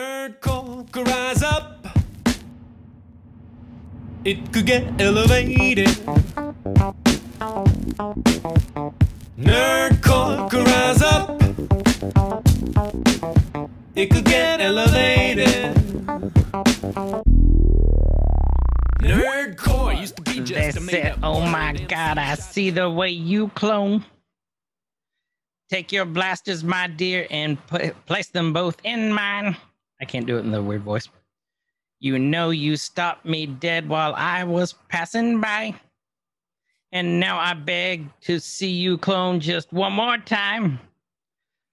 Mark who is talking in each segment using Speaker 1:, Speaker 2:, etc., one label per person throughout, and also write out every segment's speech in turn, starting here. Speaker 1: Nerdcore could rise up. It could get elevated. Nerdcore could rise up. It could get elevated. Nerdcore used to be just
Speaker 2: That's
Speaker 1: a made
Speaker 2: it.
Speaker 1: up
Speaker 2: Oh
Speaker 1: word.
Speaker 2: my God. I see the way you clone. Take your blasters, my dear, and put, place them both in mine. I can't do it in the weird voice. You know, you stopped me dead while I was passing by. And now I beg to see you clone just one more time.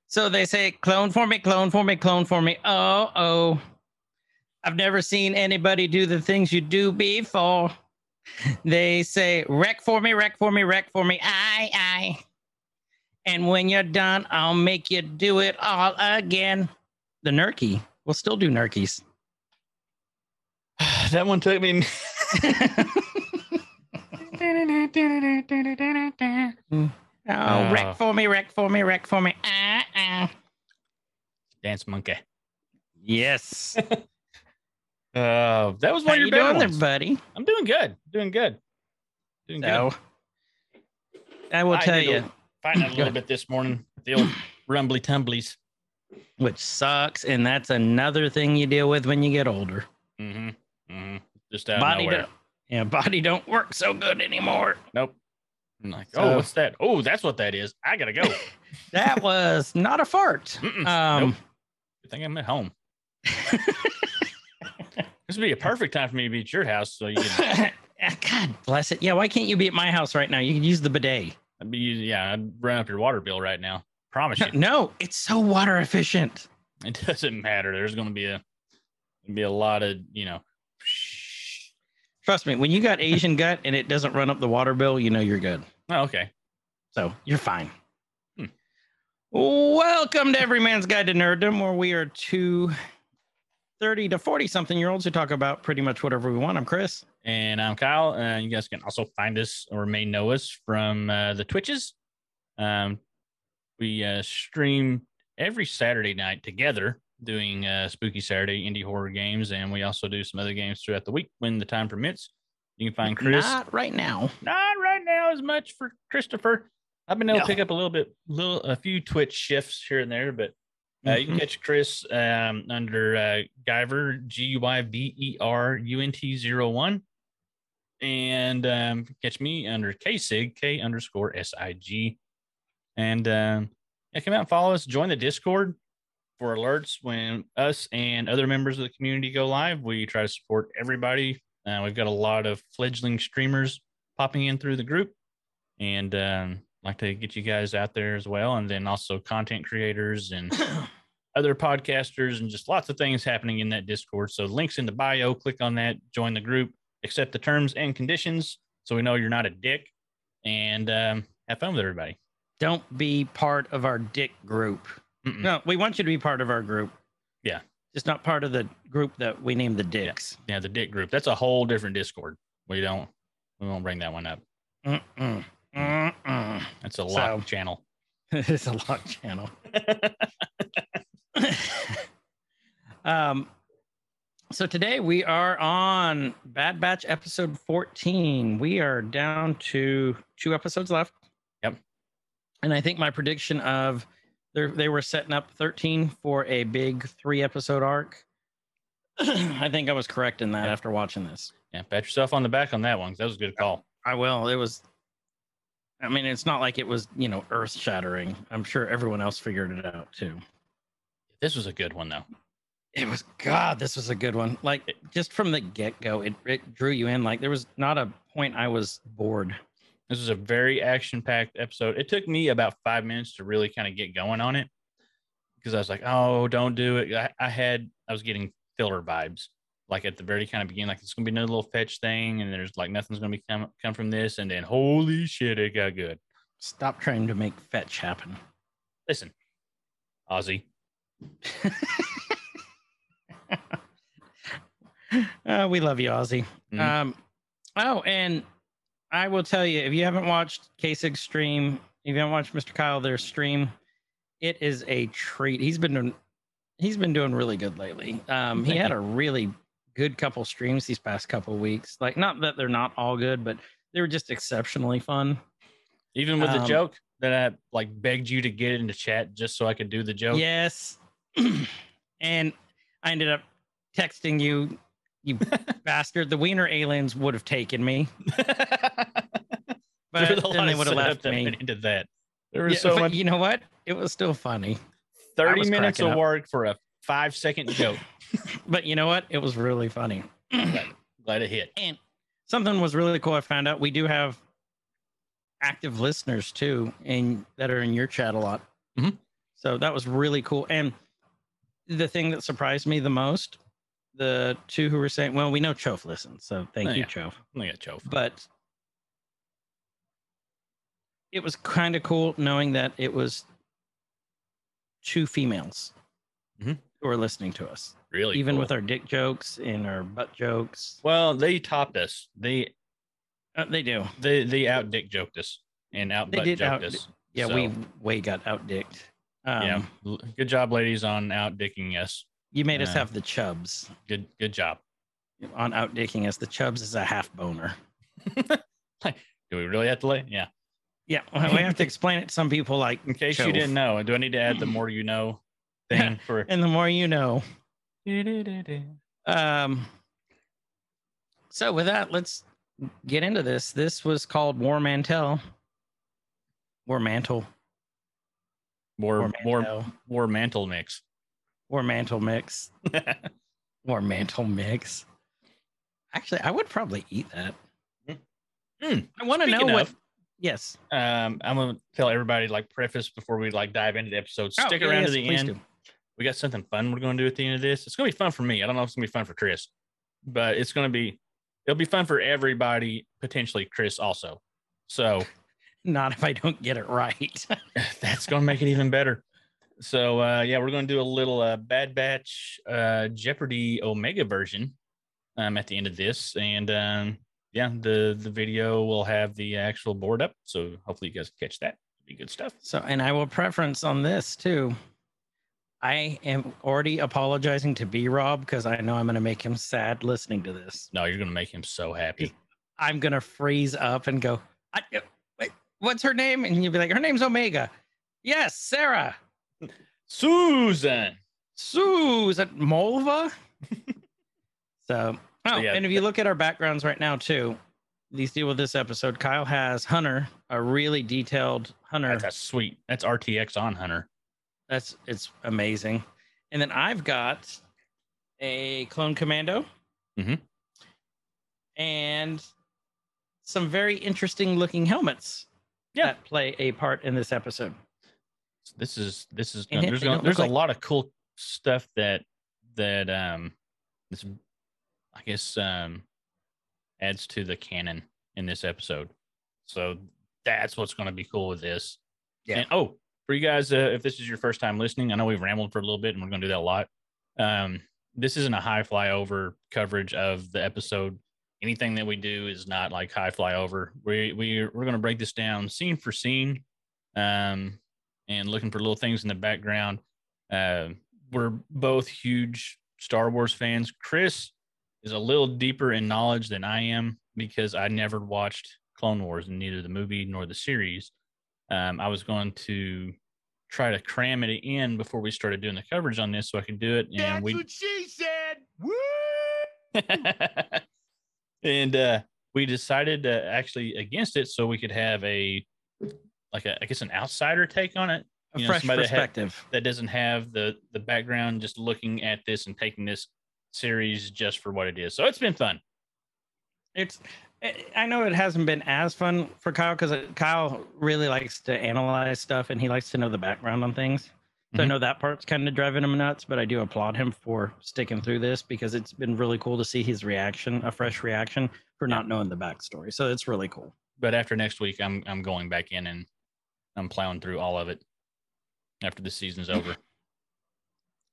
Speaker 2: So they say, clone for me, clone for me, clone for me. Oh, oh. I've never seen anybody do the things you do before. They say, wreck for me, wreck for me, wreck for me, aye, aye. And when you're done, I'll make you do it all again. The Nurky. We'll still do Nurkies.
Speaker 3: That one took me.
Speaker 2: oh, wreck for me, wreck for me, wreck for me, Ah, aye, aye.
Speaker 3: Dance monkey.
Speaker 2: Yes.
Speaker 3: Oh, that was
Speaker 2: How
Speaker 3: one of
Speaker 2: you
Speaker 3: your better
Speaker 2: doing there,
Speaker 3: ones.
Speaker 2: buddy?
Speaker 3: I'm doing good. Doing good. Doing
Speaker 2: So,
Speaker 3: good.
Speaker 2: I will
Speaker 3: I
Speaker 2: Uh, tell
Speaker 3: did a-
Speaker 2: you,
Speaker 3: Fighting out a little bit this morning. with The old rumbly tumblies.
Speaker 2: which sucks, and that's another thing you deal with when you get older.
Speaker 3: Mm-hmm. Mm-hmm. Just out
Speaker 2: body
Speaker 3: of nowhere.
Speaker 2: don't, yeah, body don't work so good anymore.
Speaker 3: Nope. I'm like,
Speaker 2: So-
Speaker 3: oh, what's that? Oh, that's what that is. I gotta go.
Speaker 2: That was not a fart.
Speaker 3: Mm-mm.
Speaker 2: Um,
Speaker 3: I think I'm at home. This would be a perfect time for me to be at your house, so you can.
Speaker 2: God bless it. Yeah, why can't you be at my house right now? You could use the bidet.
Speaker 3: I'd be using, yeah, I'd run up your water bill right now. Promise you,
Speaker 2: No, it's so water efficient.
Speaker 3: it doesn't matter. There's gonna be a, be a lot of you know.
Speaker 2: Trust me, when you got Asian gut and it doesn't run up the water bill, you know you're good.
Speaker 3: Oh, okay.
Speaker 2: So you're fine.
Speaker 3: Hmm.
Speaker 2: Welcome to Every Man's Guide to Nerddom, where we are two 30 to 40 something year olds who talk about pretty much whatever we want. I'm Chris.
Speaker 3: And I'm Kyle. Uh, you guys can also find us or may know us from uh, the Twitches. Um, we uh, stream every Saturday night together doing uh, Spooky Saturday indie horror games. And we also do some other games throughout the week when the time permits. You can find Chris. Not,
Speaker 2: Not right now.
Speaker 3: right now as much for Christopher. I've been able
Speaker 2: No.
Speaker 3: to pick up a little bit, little a few Twitch shifts here and there, but uh, you can catch Chris um, under uh, Guyver, G Y V E R U N T 01. And um, catch me under KSIG, K underscore S I G. And um, yeah, come out and follow us. Join the Discord for alerts when us and other members of the community go live. We try to support everybody. Uh, we've got a lot of fledgling streamers popping in through the group and um, like to get you guys out there as well. And then also content creators and other podcasters and just lots of things happening in that Discord. So links in the bio, click on that, join the group, accept the terms and conditions so we know you're not a dick, and um, have fun with everybody.
Speaker 2: Don't be part of our dick group.
Speaker 3: Mm-mm.
Speaker 2: No, we want you to be part of our group.
Speaker 3: Yeah.
Speaker 2: Just not part of the group that we named the dicks.
Speaker 3: Yeah, the dick group. That's a whole different Discord. We don't we won't bring that one up.
Speaker 2: Mm-mm. Mm-mm.
Speaker 3: That's a locked
Speaker 2: So-
Speaker 3: channel.
Speaker 2: it's a lock channel. um, so today we are on Bad Batch episode 14. We are down to two episodes left.
Speaker 3: Yep.
Speaker 2: And I think my prediction of they're- they were setting up 13 for a big three episode arc. I think I was correct in that
Speaker 3: Yep.
Speaker 2: after watching this.
Speaker 3: Yeah, pat yourself on the back on that one 'cause that was a good call.
Speaker 2: I will. It was. I mean, it's not like it was, you know, earth shattering. I'm sure everyone else figured it out too.
Speaker 3: This was a good one though.
Speaker 2: It was God. This was a good one. Like just from the get go, it it drew you in. Like there was not a point I was bored.
Speaker 3: This was a very action packed episode. It took me about five minutes to really kind of get going on it because I was like, oh, don't do it. I, I had, I was getting filler vibes. Like at the very kind of beginning, like it's going to be another little fetch thing and there's like nothing's going to be come, come from this. And then holy shit, it got good.
Speaker 2: Stop trying to make fetch happen.
Speaker 3: Listen, Ozzy,
Speaker 2: Uh, we love you, Ozzy.
Speaker 3: Mhm.
Speaker 2: Um, oh, and I will tell you if you haven't watched Kasig's stream, if you haven't watched Mr. Kyle their stream, it is a treat. He's been he's been doing really good lately. Um, he
Speaker 3: Thank
Speaker 2: had a really good couple streams these past couple weeks. Like, not that they're not all good, but they were just exceptionally fun.
Speaker 3: Even with the
Speaker 2: Um,
Speaker 3: joke that I like begged you to get into chat just so I could do the joke.
Speaker 2: Yes, and I ended up texting you, you bastard. The wiener aliens would have taken me,
Speaker 3: There was
Speaker 2: but
Speaker 3: a lot
Speaker 2: then they
Speaker 3: of
Speaker 2: would have
Speaker 3: setup
Speaker 2: left
Speaker 3: that
Speaker 2: me.
Speaker 3: went into that. There was
Speaker 2: Yeah,
Speaker 3: so
Speaker 2: but
Speaker 3: much
Speaker 2: you know what? It was still funny. I
Speaker 3: 30
Speaker 2: was
Speaker 3: minutes
Speaker 2: cracking
Speaker 3: of
Speaker 2: up.
Speaker 3: work for a five second joke.
Speaker 2: But you know what? It was really funny.
Speaker 3: Glad it hit.
Speaker 2: And something was really cool. I found out we do have active listeners too, and that are in your chat a lot.
Speaker 3: Mhm.
Speaker 2: So that was really cool. And the thing that surprised me the most, the two who were saying, "Well, we know Chove listens, so thank
Speaker 3: Oh,
Speaker 2: you,
Speaker 3: yeah.
Speaker 2: Chove."
Speaker 3: Look at Joe.
Speaker 2: But it was kind of cool knowing that it was two females
Speaker 3: Mhm.
Speaker 2: who were listening to us,
Speaker 3: Really?
Speaker 2: even
Speaker 3: cool.
Speaker 2: with our dick jokes and our butt jokes.
Speaker 3: Well, they topped us. They
Speaker 2: Uh, they do.
Speaker 3: they they out dick joked us and out
Speaker 2: They
Speaker 3: butt
Speaker 2: did
Speaker 3: joked
Speaker 2: out-
Speaker 3: us.
Speaker 2: Yeah,
Speaker 3: So,
Speaker 2: we way got outdicked. Um,
Speaker 3: yeah. L- Good job, ladies, on out dicking us.
Speaker 2: You made us
Speaker 3: Yeah.
Speaker 2: have the chubs
Speaker 3: Good good job.
Speaker 2: on outdicking us. The chubs is a half boner.
Speaker 3: Do we really have to lay? Yeah.
Speaker 2: Yeah, well, we have to explain it to some people like,
Speaker 3: In case you
Speaker 2: Chove.
Speaker 3: didn't know, do I need to add the more you know thing for?
Speaker 2: and the more you know. Um, so, with that, let's get into this. This was called War Mantel. War Mantle.
Speaker 3: More
Speaker 2: War
Speaker 3: more
Speaker 2: Mantel.
Speaker 3: more mantle mix.
Speaker 2: War Mantle mix. War Mantle mix. Actually, I would probably eat that.
Speaker 3: Mm.
Speaker 2: I want to know
Speaker 3: Speaking
Speaker 2: what.
Speaker 3: of-
Speaker 2: Yes.
Speaker 3: um, I'm gonna tell everybody like preface before we like dive into the episode.
Speaker 2: Oh,
Speaker 3: Stick
Speaker 2: yeah,
Speaker 3: around
Speaker 2: yes,
Speaker 3: to the
Speaker 2: please
Speaker 3: end.
Speaker 2: do.
Speaker 3: We got something fun we're gonna do at the end of this. It's gonna be fun for me. I don't know if it's gonna be fun for Chris, but it's gonna be it'll be fun for everybody, potentially Chris also. So
Speaker 2: Not if I don't get it right.
Speaker 3: that's gonna make it even better. So uh, yeah, we're gonna do a little uh, Bad Batch uh, Jeopardy Omega version um, at the end of this, and um, yeah, the the video will have the actual board up. So hopefully you guys catch that. Be good stuff.
Speaker 2: so, and I will preference on this too. I am already apologizing to B Rob because I know I'm going to make him sad listening to this.
Speaker 3: No, you're gonna make him so happy.
Speaker 2: I'm going to freeze up and go, I, uh, wait, What's her name? And you'll be like, Her name's Omega. Yes, Sarah.
Speaker 3: Susan.
Speaker 2: Susan Molva. so, oh,
Speaker 3: yeah,
Speaker 2: and if you look at our backgrounds right now too, these deal with this episode. Kyle has Hunter, a really detailed Hunter.
Speaker 3: That's a sweet. That's RTX on Hunter.
Speaker 2: That's it's amazing. And then I've got a clone commando.
Speaker 3: Mhm.
Speaker 2: And some very interesting looking helmets
Speaker 3: Yeah.
Speaker 2: that play a part in this episode.
Speaker 3: This is this is
Speaker 2: And
Speaker 3: no,
Speaker 2: it-
Speaker 3: there's
Speaker 2: they don't
Speaker 3: gonna,
Speaker 2: look
Speaker 3: there's
Speaker 2: like-
Speaker 3: a lot of cool stuff that that um this I guess um adds to the canon in this episode. So that's what's gonna be cool with this.
Speaker 2: Yeah.
Speaker 3: And, oh, for you guys, uh, if this is your first time listening, I know we've rambled for a little bit, and we're gonna do that a lot. Um, this isn't a high flyover coverage of the episode. Anything that we do is not like high flyover. We we we're gonna break this down scene for scene, um, and looking for little things in the background. Uh, we're both huge Star Wars fans. Chris is a little deeper in knowledge than I am because I never watched Clone Wars, neither the movie nor the series. Um, I was going to try to cram it in before we started doing the coverage on this, so I could do it. And we
Speaker 1: she said. Woo!
Speaker 3: and uh, we decided uh, actually against it so we could have a like a, I guess an outsider take on it
Speaker 2: A
Speaker 3: You know,
Speaker 2: fresh
Speaker 3: somebody that had-
Speaker 2: perspective.
Speaker 3: that doesn't have the the background just looking at this and taking this series just for what it is. So it's been fun.
Speaker 2: it's I- I know it hasn't been as fun for Kyle because Kyle really likes to analyze stuff and he likes to know the background on things. So I
Speaker 3: Mhm.
Speaker 2: know that part's kind of driving him nuts, but I do applaud him for sticking through this because it's been really cool to see his reaction, a fresh reaction for not knowing the backstory. So it's really cool.
Speaker 3: But after next week, I'm I'm going back in and I'm plowing through all of it after the season's over.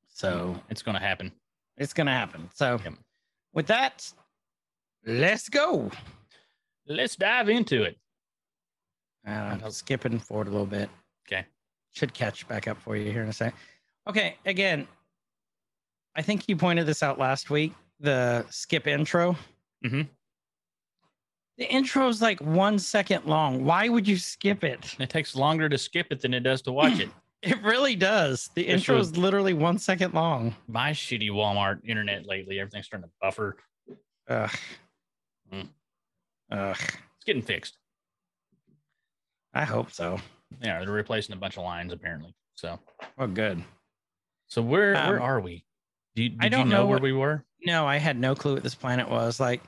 Speaker 2: So
Speaker 3: It's going to happen.
Speaker 2: it's gonna happen. So
Speaker 3: Yep.
Speaker 2: with that, let's go.
Speaker 3: Let's dive into it.
Speaker 2: Uh, skipping forward a little bit.
Speaker 3: Okay.
Speaker 2: Should catch back up for you here in a sec. Okay. Again, I think you pointed this out last week. The skip intro.
Speaker 3: Mhm.
Speaker 2: The intro is like one second long. Why would you skip it?
Speaker 3: It takes longer to skip it than it does to watch it.
Speaker 2: It really does. The
Speaker 3: Yes,
Speaker 2: intro
Speaker 3: sure.
Speaker 2: is literally one second long.
Speaker 3: My shitty Walmart internet lately, everything's starting to buffer.
Speaker 2: Ugh.
Speaker 3: Mm.
Speaker 2: Ugh.
Speaker 3: It's getting fixed.
Speaker 2: I hope so.
Speaker 3: Yeah, they're replacing a bunch of lines apparently. So,
Speaker 2: Well, good.
Speaker 3: so where where
Speaker 2: Um,
Speaker 3: are we? Do, you- did
Speaker 2: I don't
Speaker 3: you know,
Speaker 2: know
Speaker 3: where
Speaker 2: what-
Speaker 3: we were?
Speaker 2: No, I had no clue what this planet was. Like,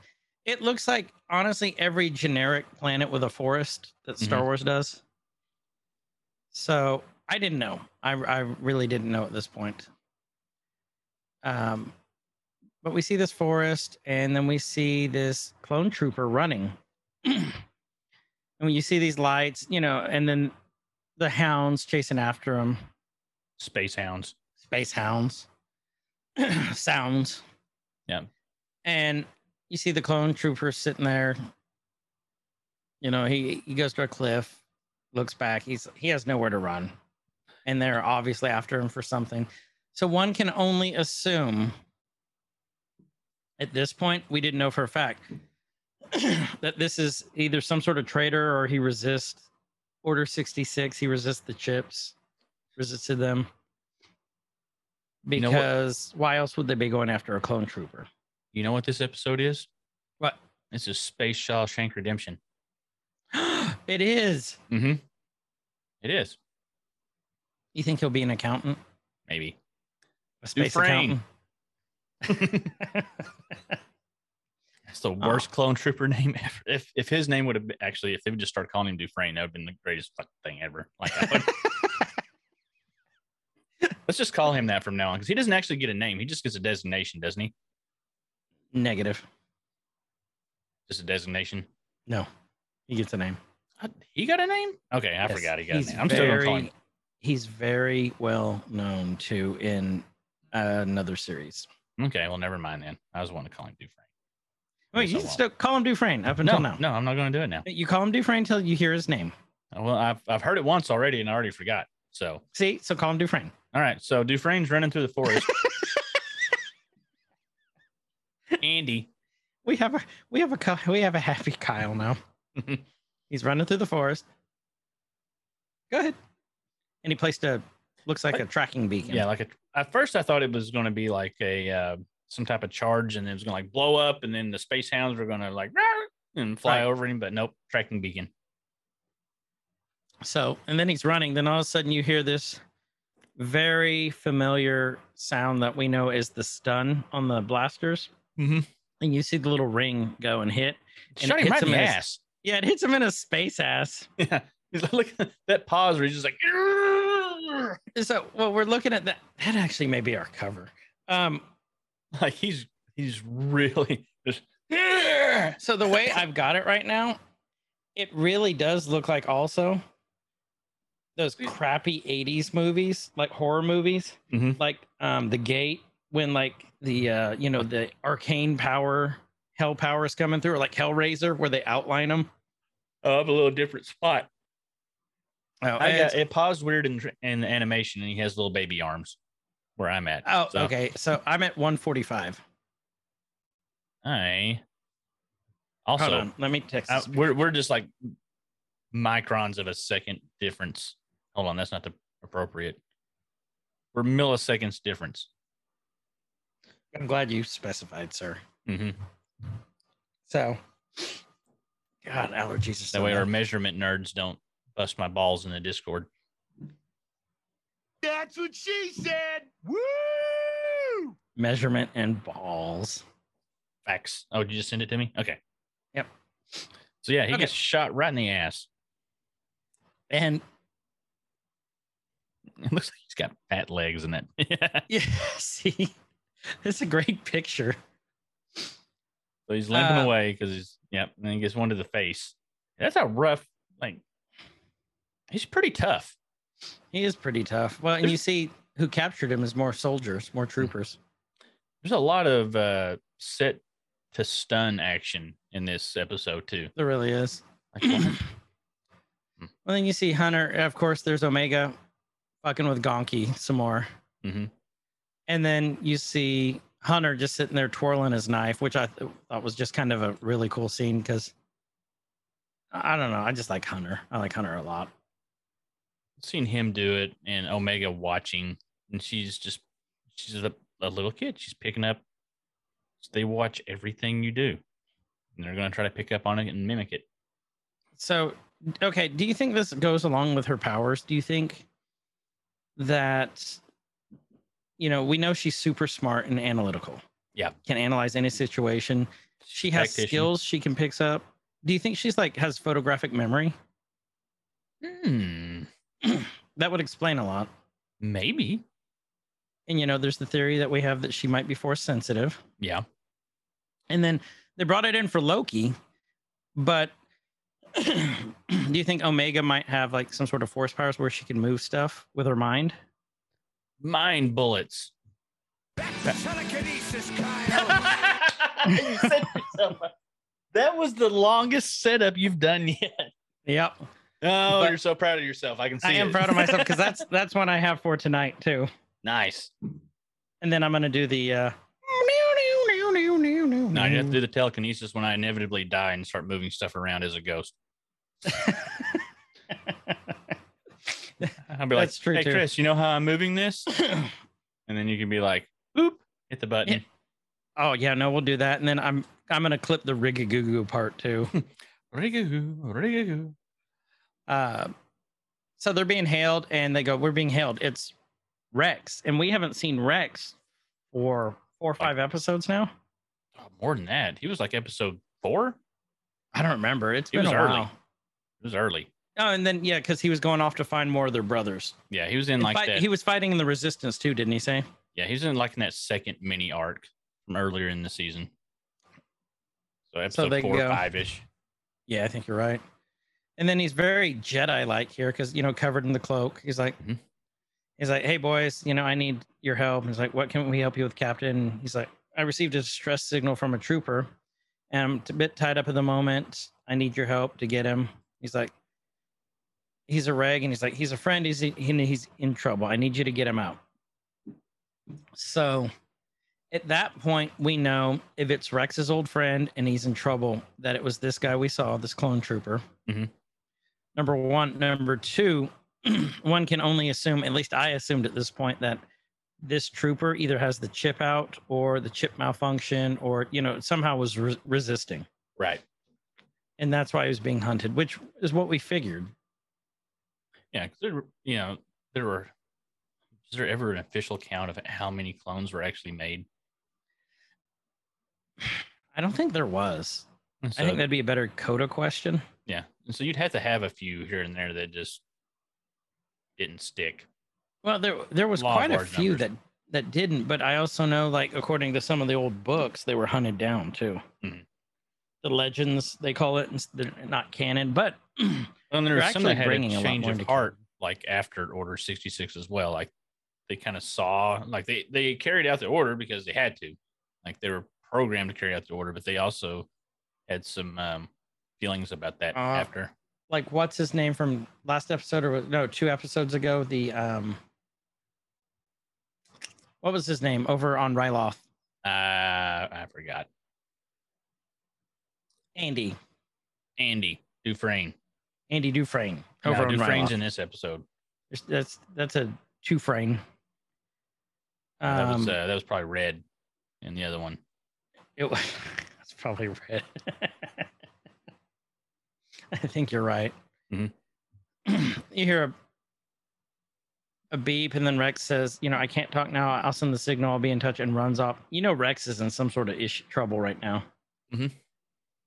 Speaker 2: it looks like honestly every generic planet with a forest that Star Wars does. So I didn't know. I I really didn't know at this point. Um, but we see this forest, and then we see this clone trooper running. and when you see these lights, you know, and then the hounds chasing after him
Speaker 3: Space hounds.
Speaker 2: space hounds sounds
Speaker 3: Yeah.
Speaker 2: and you see the clone trooper sitting there you know he he goes to a cliff looks back he's he has nowhere to run and they're obviously after him for something so one can only assume at this point we didn't know for a fact that this is either some sort of traitor or he resists order 66 he resists the chips resisted them
Speaker 3: You know what-
Speaker 2: because why else would they be going after a clone trooper
Speaker 3: You know what this episode is?
Speaker 2: What?
Speaker 3: This is Space Shawshank Redemption.
Speaker 2: it is
Speaker 3: Mm-hmm. It is
Speaker 2: you think he'll be an accountant
Speaker 3: maybe.
Speaker 2: a space
Speaker 3: Dufresne.
Speaker 2: accountant
Speaker 3: That's the worst clone trooper name ever. Oh. If if his name would have been, actually, if they would just start calling him Dufresne, that would have been the greatest fucking thing ever. Like, I would- let's just call him that from now on because he doesn't actually get a name. He just gets a designation, doesn't he?
Speaker 2: negative
Speaker 3: Just a designation.
Speaker 2: no he gets a name
Speaker 3: Uh, He got a name? Okay, I
Speaker 2: Yes,
Speaker 3: forgot he got
Speaker 2: he's
Speaker 3: a name. I'm still gonna call him.
Speaker 2: very- He's very well known to in another series.
Speaker 3: Okay, well, never mind then. I was wanting to call him Dufresne.
Speaker 2: Wait, you
Speaker 3: So
Speaker 2: still call him Dufresne up
Speaker 3: No,
Speaker 2: until now.
Speaker 3: no, I'm not gonna do it now.
Speaker 2: You call him Dufresne until you hear his name.
Speaker 3: Well, I've I've heard it once already, and I already forgot. So
Speaker 2: See, so call him Dufresne.
Speaker 3: All right, so Dufresne's running through the forest. Andy,
Speaker 2: We have a we have a Ky- we have a happy Kyle now. He's running through the forest. Go ahead. And he placed a looks like a tracking beacon.
Speaker 3: yeah, like a, at first I thought it was going to be like a uh, some type of charge, and it was going to like blow up, and then the space hounds were going to like "Rawr," and fly
Speaker 2: Right.
Speaker 3: over him, but nope, tracking beacon.
Speaker 2: So, and then he's running. Then all of a sudden, you hear this very familiar sound that we know is the stun on the blasters.
Speaker 3: Mhm.
Speaker 2: And you see the little ring go and hit. And
Speaker 3: Shot
Speaker 2: it hits
Speaker 3: him right in
Speaker 2: him
Speaker 3: the
Speaker 2: in his-
Speaker 3: ass.
Speaker 2: Yeah, it hits him in his space ass.
Speaker 3: Yeah, he's like, look at that pause where he's just like, "Rawr."
Speaker 2: So, well, we're looking at that. That actually may be our cover. Um,
Speaker 3: like he's he's really just. "Rawr."
Speaker 2: so the way I've got it right now, it really does look like also those crappy 80s movies, like horror movies,
Speaker 3: Mhm.
Speaker 2: like um The Gate when like the uh you know the arcane power hell power is coming through or like Hellraiser where they outline them.
Speaker 3: Oh, I'm a little different spot.
Speaker 2: Oh,
Speaker 3: I
Speaker 2: it's-
Speaker 3: got, it paused weird in, in the animation, and he has little baby arms. Where I'm at.
Speaker 2: oh
Speaker 3: So,
Speaker 2: okay. So I'm at 145.
Speaker 3: I
Speaker 2: Hold
Speaker 3: also Oh.
Speaker 2: on. Let me text.
Speaker 3: I-
Speaker 2: this.
Speaker 3: we're we're just like microns of a second difference. Hold on, that's not the appropriate. We're milliseconds difference.
Speaker 2: I'm glad you specified, sir.
Speaker 3: hmm
Speaker 2: So God, allergies are so
Speaker 3: That way, our
Speaker 2: bad.
Speaker 3: measurement nerds don't bust my balls in the Discord.
Speaker 1: That's what she said. Woo!
Speaker 2: measurement and balls.
Speaker 3: Facts. Oh, did you just send it to me? Okay.
Speaker 2: Yep.
Speaker 3: So yeah, he
Speaker 2: Okay.
Speaker 3: gets shot right in the ass.
Speaker 2: And
Speaker 3: It looks like he's got fat legs in it.
Speaker 2: yeah, see, it's a great picture.
Speaker 3: So he's limping
Speaker 2: Uh,
Speaker 3: away because he's yep, and then he gets one to the face. That's a rough like. He's pretty tough.
Speaker 2: He is pretty tough. Well, and you see who captured him is more soldiers, more troopers.
Speaker 3: There's a lot of uh set to stun action in this episode too.
Speaker 2: There really is.
Speaker 3: Like,
Speaker 2: well,
Speaker 3: what?
Speaker 2: then you see Hunter. Of course, there's Omega fucking with Gonki some more.
Speaker 3: Mhm.
Speaker 2: and then you see Hunter just sitting there twirling his knife, which I th- thought was just kind of a really cool scene because I I don't know. I just like Hunter. I like Hunter a lot.
Speaker 3: seen him do it and Omega watching, and she's just she's a, a little kid. She's picking up. They watch everything you do, and they're going to try to pick up on it and mimic it.
Speaker 2: So, okay, do you think this goes along with her powers? Do you think that you know, we know she's super smart and analytical.
Speaker 3: Yeah.
Speaker 2: Can analyze any situation. She has
Speaker 3: Tactician.
Speaker 2: skills she can picks up. Do you think she's like has photographic memory?
Speaker 3: Hmm,
Speaker 2: That would explain a lot.
Speaker 3: maybe.
Speaker 2: And you know, there's the theory that we have that she might be force sensitive.
Speaker 3: Yeah.
Speaker 2: And then they brought it in for Loki, but do you think Omega might have like some sort of force powers where she can move stuff with her mind?
Speaker 3: Mind bullets.
Speaker 1: Back to telekinesis, Kyle.
Speaker 3: You set yourself up. That was the longest setup you've done yet.
Speaker 2: Yep.
Speaker 3: Oh,
Speaker 2: But-
Speaker 3: you're so proud of yourself. I can see.
Speaker 2: I am
Speaker 3: it.
Speaker 2: proud of myself because that's that's one I have for tonight too.
Speaker 3: nice.
Speaker 2: And then I'm gonna do the uh
Speaker 3: No, you have to
Speaker 2: Mm.
Speaker 3: do the telekinesis when I inevitably die and start moving stuff around as a ghost. I'll be
Speaker 2: That's
Speaker 3: like,
Speaker 2: true,
Speaker 3: "Hey,
Speaker 2: too.
Speaker 3: Chris, you know how I'm moving this?" And then you can be like, "Boop, hit the button."
Speaker 2: Oh yeah, no, we'll do that. And then I'm I'm gonna clip the rigagoo part too.
Speaker 3: Rigagoo, rigagoo.
Speaker 2: Uh, so they're being hailed and they go, We're being hailed. It's Rex. And we haven't seen Rex for four or five episodes now.
Speaker 3: Oh, more than that, he was like episode four. It
Speaker 2: I don't remember. It's
Speaker 3: He
Speaker 2: been
Speaker 3: was
Speaker 2: a
Speaker 3: early.
Speaker 2: while.
Speaker 3: was early.
Speaker 2: Oh, and then yeah, because he was going off to find more of their brothers.
Speaker 3: Yeah, he was in
Speaker 2: And
Speaker 3: like
Speaker 2: fight-
Speaker 3: that.
Speaker 2: he was fighting in the resistance too, didn't he say?
Speaker 3: Yeah, he's in like in that second mini arc from earlier in the season. So episode
Speaker 2: they
Speaker 3: four,
Speaker 2: go-
Speaker 3: five ish.
Speaker 2: Yeah, I think you're right. And then he's very Jedi like here because you know, covered in the cloak. He's like,
Speaker 3: Mhm.
Speaker 2: he's like, hey boys, you know, I need your help. And he's like, what can we help you with, Captain? He's like, I received a distress signal from a trooper, and I'm a bit tied up at the moment. I need your help to get him. He's like, he's a reg, and he's like, he's a friend. He's he's in trouble. I need you to get him out. So. At that point, we know if it's Rex's old friend and he's in trouble, that it was this guy we saw, this clone trooper.
Speaker 3: Mhm.
Speaker 2: Number one. Number two, one can only assume, at least I assumed at this point, that this trooper either has the chip out or the chip malfunction or, you know, somehow was re- resisting.
Speaker 3: Right.
Speaker 2: And that's why he was being hunted, which is what we figured.
Speaker 3: Yeah, 'cause there, were- you know, there were. Is there ever an official count of how many clones were actually made?
Speaker 2: I don't think there was.
Speaker 3: And
Speaker 2: I
Speaker 3: so-
Speaker 2: think that'd be a better coda question.
Speaker 3: yeah, and so you'd have to have a few here and there that just didn't stick.
Speaker 2: Well, there there was
Speaker 3: Law of
Speaker 2: quite a
Speaker 3: large
Speaker 2: few
Speaker 3: numbers.
Speaker 2: that that didn't, but I also know, like according to some of the old books, they were hunted down too.
Speaker 3: Mhm.
Speaker 2: The legends they call it, and s- they're not canon, but
Speaker 3: And there
Speaker 2: They're
Speaker 3: were some that
Speaker 2: actually
Speaker 3: had a
Speaker 2: bringing a lot
Speaker 3: change
Speaker 2: more
Speaker 3: of
Speaker 2: into
Speaker 3: heart,
Speaker 2: canon.
Speaker 3: like after Order sixty six as well. Like they kind of saw, like they they carried out the order because they had to, like they were programmed to carry out the order, but they also had some um, feelings about that
Speaker 2: Uh,
Speaker 3: after.
Speaker 2: like what's his name from last episode or was- no two episodes ago? The um, what was his name over on Ryloth?
Speaker 3: Uh, I forgot
Speaker 2: Andy,
Speaker 3: Andy Dufresne.
Speaker 2: Andy Dufresne
Speaker 3: Over
Speaker 2: over
Speaker 3: no,
Speaker 2: on Ryloth.
Speaker 3: Dufresne's in this episode.
Speaker 2: There's- that's that's a two frame. Um,
Speaker 3: that was uh, that was probably Red, and the other one.
Speaker 2: It was. That's probably red. I think you're right.
Speaker 3: Mhm.
Speaker 2: you hear a, a beep, and then Rex says, "You know, I can't talk now. I'll send the signal. I'll be in touch." And runs off. You know, Rex is in some sort of issue, trouble right now. Mm-hmm.
Speaker 3: Mhm.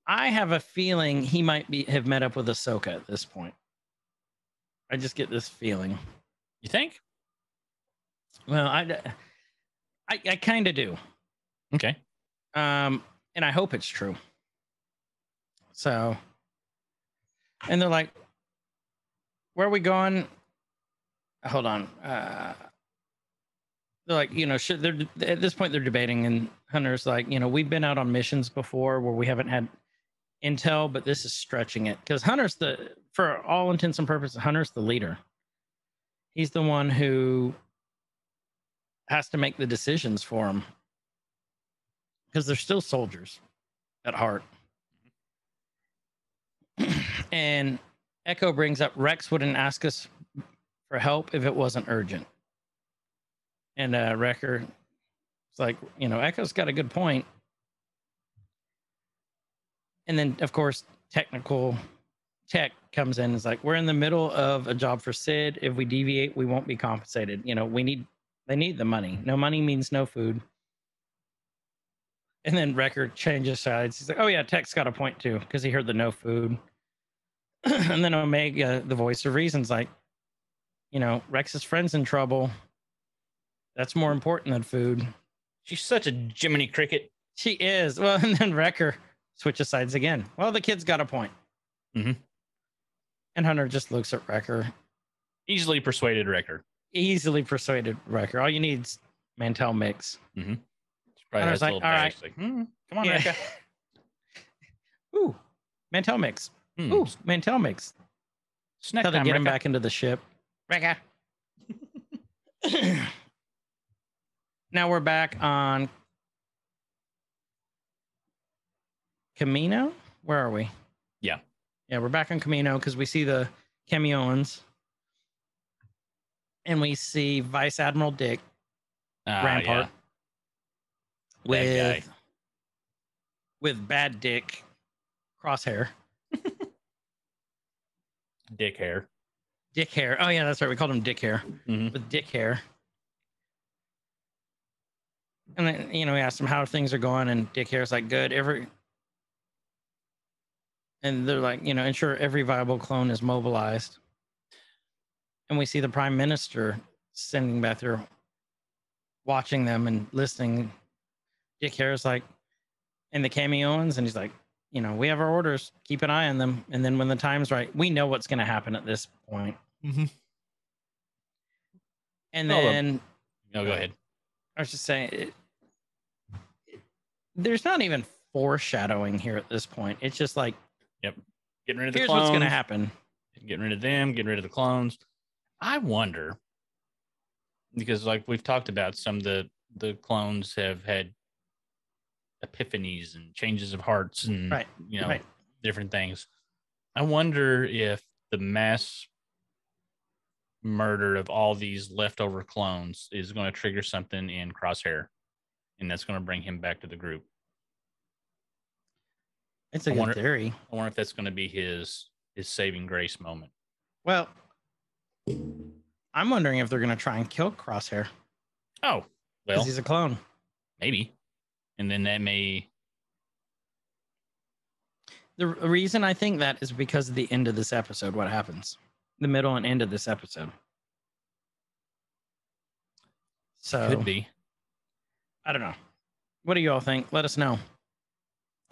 Speaker 2: I have a feeling he might be have met up with Ahsoka at this point. I just get this feeling.
Speaker 3: You think?
Speaker 2: Well, I, d- I, I kind of do.
Speaker 3: Okay.
Speaker 2: Um, and I hope it's true. So, and they're like, where are we going? Hold on. Uh, they're like, you know, should they're at this point they're debating, and Hunter's like, you know, we've been out on missions before where we haven't had intel, but this is stretching it because Hunter's the, for all intents and purposes, Hunter's the leader. He's the one who has to make the decisions for them because they're still soldiers at heart. and Echo brings up Rex wouldn't ask us for help if it wasn't urgent. And uh, Wrecker, it's like, you know, Echo's got a good point. And then, of course, technical tech comes in and is like, we're in the middle of a job for Sid. If we deviate, we won't be compensated. You know, we need, they need the money. No money means no food. And then Record changes sides. He's like, oh, yeah, tech's got a point too, because he heard the no food. and then Omega, the voice of reason's like, you know, Rex's friend's in trouble. That's more important than food.
Speaker 3: She's such a Jiminy Cricket.
Speaker 2: She is. Well, and then Wrecker switches sides again. Well, the kid's got a point.
Speaker 3: Mhm.
Speaker 2: And Hunter just looks at Wrecker,
Speaker 3: Easily persuaded Wrecker.
Speaker 2: easily persuaded Wrecker. All you need is Mantel Mix.
Speaker 3: She probably
Speaker 2: I
Speaker 3: has
Speaker 2: was
Speaker 3: a
Speaker 2: like,
Speaker 3: little
Speaker 2: all
Speaker 3: bag. She's like, "Hmm, come on,
Speaker 2: Yeah.
Speaker 3: Wrecker.
Speaker 2: Ooh, Mantel Mix.
Speaker 3: Hmm,
Speaker 2: Ooh, Mantel Mix.
Speaker 3: snack
Speaker 2: How they
Speaker 3: time,
Speaker 2: get him
Speaker 3: Wrecker."
Speaker 2: back into the ship. Wrecker. now we're back on Camino. Where are we?
Speaker 3: Yeah.
Speaker 2: Yeah, we're back on Camino because we see the Camioans. And we see Vice Admiral Dick
Speaker 3: Ah,
Speaker 2: Rampart
Speaker 3: Bad
Speaker 2: with with bad dick crosshair
Speaker 3: yeah. Dick hair.
Speaker 2: dick hair oh yeah that's right we called him dick hair
Speaker 3: Mhm.
Speaker 2: with dick hair and then you know we asked him how things are going and dick hair's like good every and they're like you know ensure every viable clone is mobilized and we see the prime minister sending back there watching them and listening dick hair's like and the cameoans and he's like you know we have our orders keep an eye on them and then when the time's right we know what's going to happen at this point
Speaker 3: Mhm.
Speaker 2: and
Speaker 3: Well, um,
Speaker 2: then
Speaker 3: No, go ahead.
Speaker 2: I was just saying, it, there's not even foreshadowing here at this point. It's just like,
Speaker 3: Getting rid of the
Speaker 2: here's
Speaker 3: clones.
Speaker 2: what's going to happen.
Speaker 3: Getting rid of them. Getting rid of the clones. I wonder because, like we've talked about, some of the the clones have had epiphanies and changes of hearts and
Speaker 2: Right,
Speaker 3: you know
Speaker 2: right.
Speaker 3: different things. I wonder if the mass murder of all these leftover clones is going to trigger something in Crosshair, and that's going to bring him back to the group.
Speaker 2: It's a
Speaker 3: I
Speaker 2: good
Speaker 3: wonder-
Speaker 2: theory.
Speaker 3: I wonder if that's going to be his his saving grace moment.
Speaker 2: Well, I'm wondering if they're going to try and kill Crosshair
Speaker 3: Oh,
Speaker 2: because
Speaker 3: well,
Speaker 2: he's a clone.
Speaker 3: maybe, and then that may
Speaker 2: The r- reason I think that is because of the end of this episode, what happens, the middle and end of this episode. So,
Speaker 3: could be.
Speaker 2: I don't know. What do you all think? Let us know.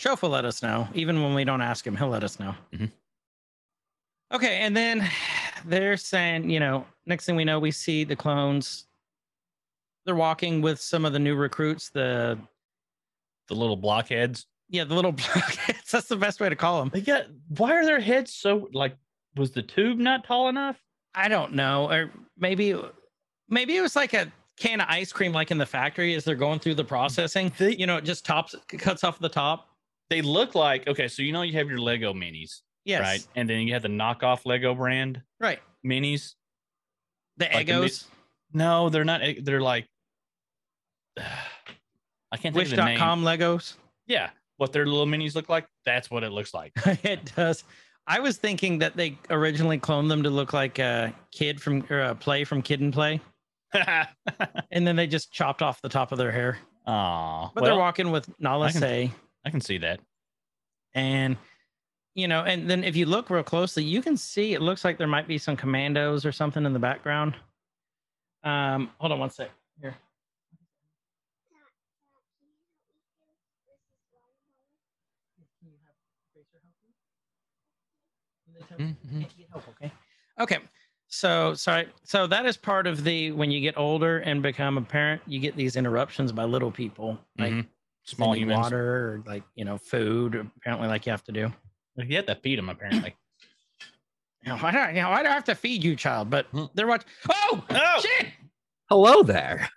Speaker 2: Chof will let us know. Even when we don't ask him, he'll let us know.
Speaker 3: Mhm. Mm-hmm.
Speaker 2: Okay. And then they're saying, you know, next thing we know, we see the clones. They're walking with some of the new recruits. The,
Speaker 3: The little blockheads.
Speaker 2: yeah, the little blockheads. That's the best way to call them.
Speaker 3: They got. Why are their heads so like? Was the tube not tall enough?
Speaker 2: I don't know. Or maybe, maybe it was like a can of ice cream, like in the factory as they're going through the processing.
Speaker 3: They-
Speaker 2: You know, it just tops, cuts off the top.
Speaker 3: They look like okay. So you know you have your Lego minis,
Speaker 2: Yes.
Speaker 3: right? And then you have the knockoff Lego brand
Speaker 2: Right.
Speaker 3: minis.
Speaker 2: The
Speaker 3: Like a mi-
Speaker 2: Eggos.
Speaker 3: No, they're not. They're like. I can't think of the name.
Speaker 2: Wish.com Legos.
Speaker 3: Yeah, what their little minis look like. That's what it looks like.
Speaker 2: it does. I was thinking that they originally cloned them to look like a kid from or a play from Kid and Play, and then they just chopped off the top of their hair.
Speaker 3: Aw,
Speaker 2: But
Speaker 3: well,
Speaker 2: they're walking with Nala
Speaker 3: I can-
Speaker 2: Say,
Speaker 3: I can see that.
Speaker 2: and you know, and then if you look real closely, you can see it looks like there might be some commandos or something in the background. Um, hold on one sec. Here. Okay. Okay. So sorry. So that is part of the when you get older and become a parent, you get these interruptions by little people, like
Speaker 3: Mhm. Small
Speaker 2: sending
Speaker 3: humans.
Speaker 2: water or like you know food. Apparently, like you have to do.
Speaker 3: You have to feed them apparently.
Speaker 2: You know, why do I, you know, why do I have to feed you, child? But
Speaker 3: Hmm.
Speaker 2: they're watching. Oh
Speaker 3: Oh!
Speaker 2: shit!
Speaker 4: Hello there.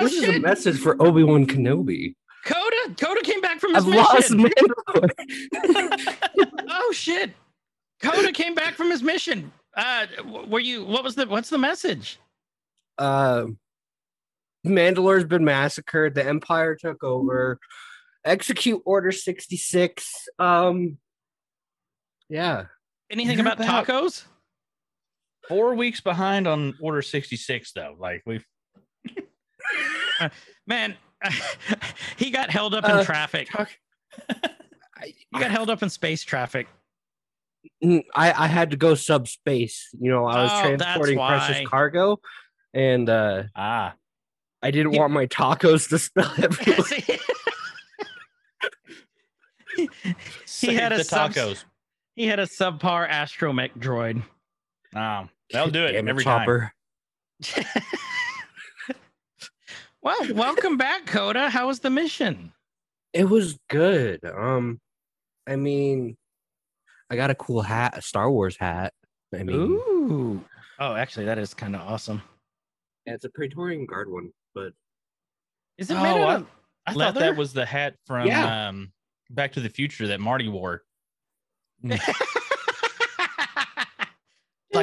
Speaker 2: Oh,
Speaker 4: This is a
Speaker 2: shit.
Speaker 4: message for Obi Wan Kenobi.
Speaker 2: Coda. Coda came back from his
Speaker 4: I've lost
Speaker 2: mission.
Speaker 4: Mandalore.
Speaker 2: oh shit. Coda came back from his mission. Uh, w- were you? What was the? What's the message?
Speaker 4: Uh, Mandalore's been massacred. The Empire took over. Execute Order sixty six. Um, yeah.
Speaker 2: Anything
Speaker 3: You're
Speaker 2: about,
Speaker 3: about-
Speaker 2: tacos?
Speaker 3: Four weeks behind on Order 66, though. Like, we've
Speaker 2: Man, he got held up in
Speaker 4: Uh,
Speaker 2: traffic.
Speaker 4: I,
Speaker 2: He got held up in space traffic.
Speaker 4: Mm, I, I had to go subspace. You know, I was
Speaker 2: Oh, that's
Speaker 4: transporting
Speaker 2: why.
Speaker 4: precious cargo, and uh,
Speaker 3: ah,
Speaker 4: I didn't
Speaker 2: Yeah.
Speaker 4: want my tacos to spill everywhere.
Speaker 3: save
Speaker 2: had a
Speaker 3: the
Speaker 2: subs-
Speaker 3: tacos.
Speaker 2: he had a subpar astromech droid.
Speaker 3: Um, that'll do it
Speaker 4: Damn
Speaker 3: every time.
Speaker 4: chopper.
Speaker 2: well, welcome back, Coda. How was the mission?
Speaker 4: It was good. Um, I mean, I got a cool hat, a Star Wars hat. I mean,
Speaker 2: Ooh. Oh, actually, that is kind of awesome.
Speaker 4: yeah, it's a Praetorian Guard one, but
Speaker 2: Is it
Speaker 3: Oh,
Speaker 2: made
Speaker 3: I-
Speaker 2: out of
Speaker 3: I thought
Speaker 2: Leather?
Speaker 3: that was the hat from
Speaker 4: Yeah.
Speaker 3: um, Back to the Future that Marty wore. Like,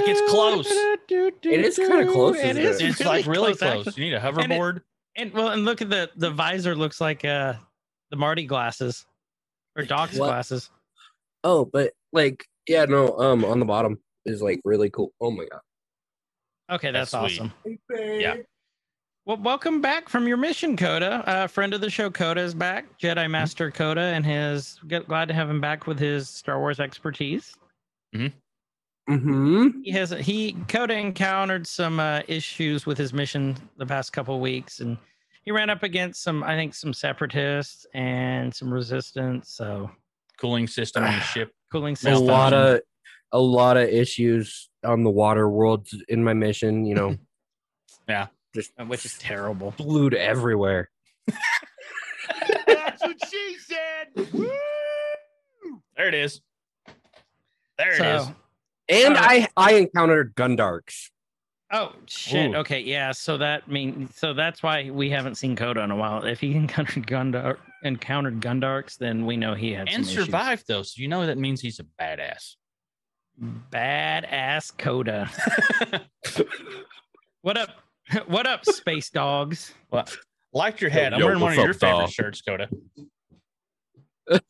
Speaker 3: it's close.
Speaker 2: It
Speaker 4: is kinda close,
Speaker 2: It
Speaker 4: isn't
Speaker 2: is.
Speaker 4: it?
Speaker 3: It's like really close.
Speaker 2: actually.
Speaker 3: You need a
Speaker 2: And it-
Speaker 3: hoverboard.
Speaker 2: And well, and look at the the visor looks like uh the Marty glasses or Doc's
Speaker 4: What?
Speaker 2: glasses.
Speaker 4: oh, but like, yeah, no. Um, on the bottom is like really cool. Oh my god.
Speaker 2: Okay, that's,
Speaker 3: That's sweet.
Speaker 2: awesome. Well, welcome back from your mission, Coda. Uh, friend of the show, Coda is back. Jedi Master Coda, and his g- glad to have him back with his Star Wars expertise.
Speaker 4: Mm-hmm.
Speaker 2: He has he Coda encountered some uh, issues with his mission the past couple weeks, and he ran up against some, I think, some separatists and some resistance. So
Speaker 3: Cooling system on the ship.
Speaker 2: cooling
Speaker 4: a
Speaker 2: system.
Speaker 4: lot of a lot of issues on the water world in my mission. You know,
Speaker 2: uh, which is terrible.
Speaker 4: fluid everywhere.
Speaker 1: That's what she said. Woo!
Speaker 3: There it is. There it
Speaker 2: so,
Speaker 3: is.
Speaker 4: And
Speaker 2: Uh,
Speaker 4: I I encountered Gundarks.
Speaker 2: Oh shit!
Speaker 3: Ooh.
Speaker 2: Okay, yeah. So that mean so that's why we haven't seen Coda in a while. If he encountered Gundar encountered Gundarks, then we know he had
Speaker 3: And
Speaker 2: some issues.
Speaker 3: survived, though. So you know that means he's a badass.
Speaker 2: Badass Coda. What up? What up, space dogs?
Speaker 3: well, liked your hat. I'm
Speaker 5: Yo,
Speaker 3: wearing
Speaker 5: what's
Speaker 3: one of your
Speaker 5: up,
Speaker 3: favorite
Speaker 5: dawg?
Speaker 3: shirts, Coda.
Speaker 4: I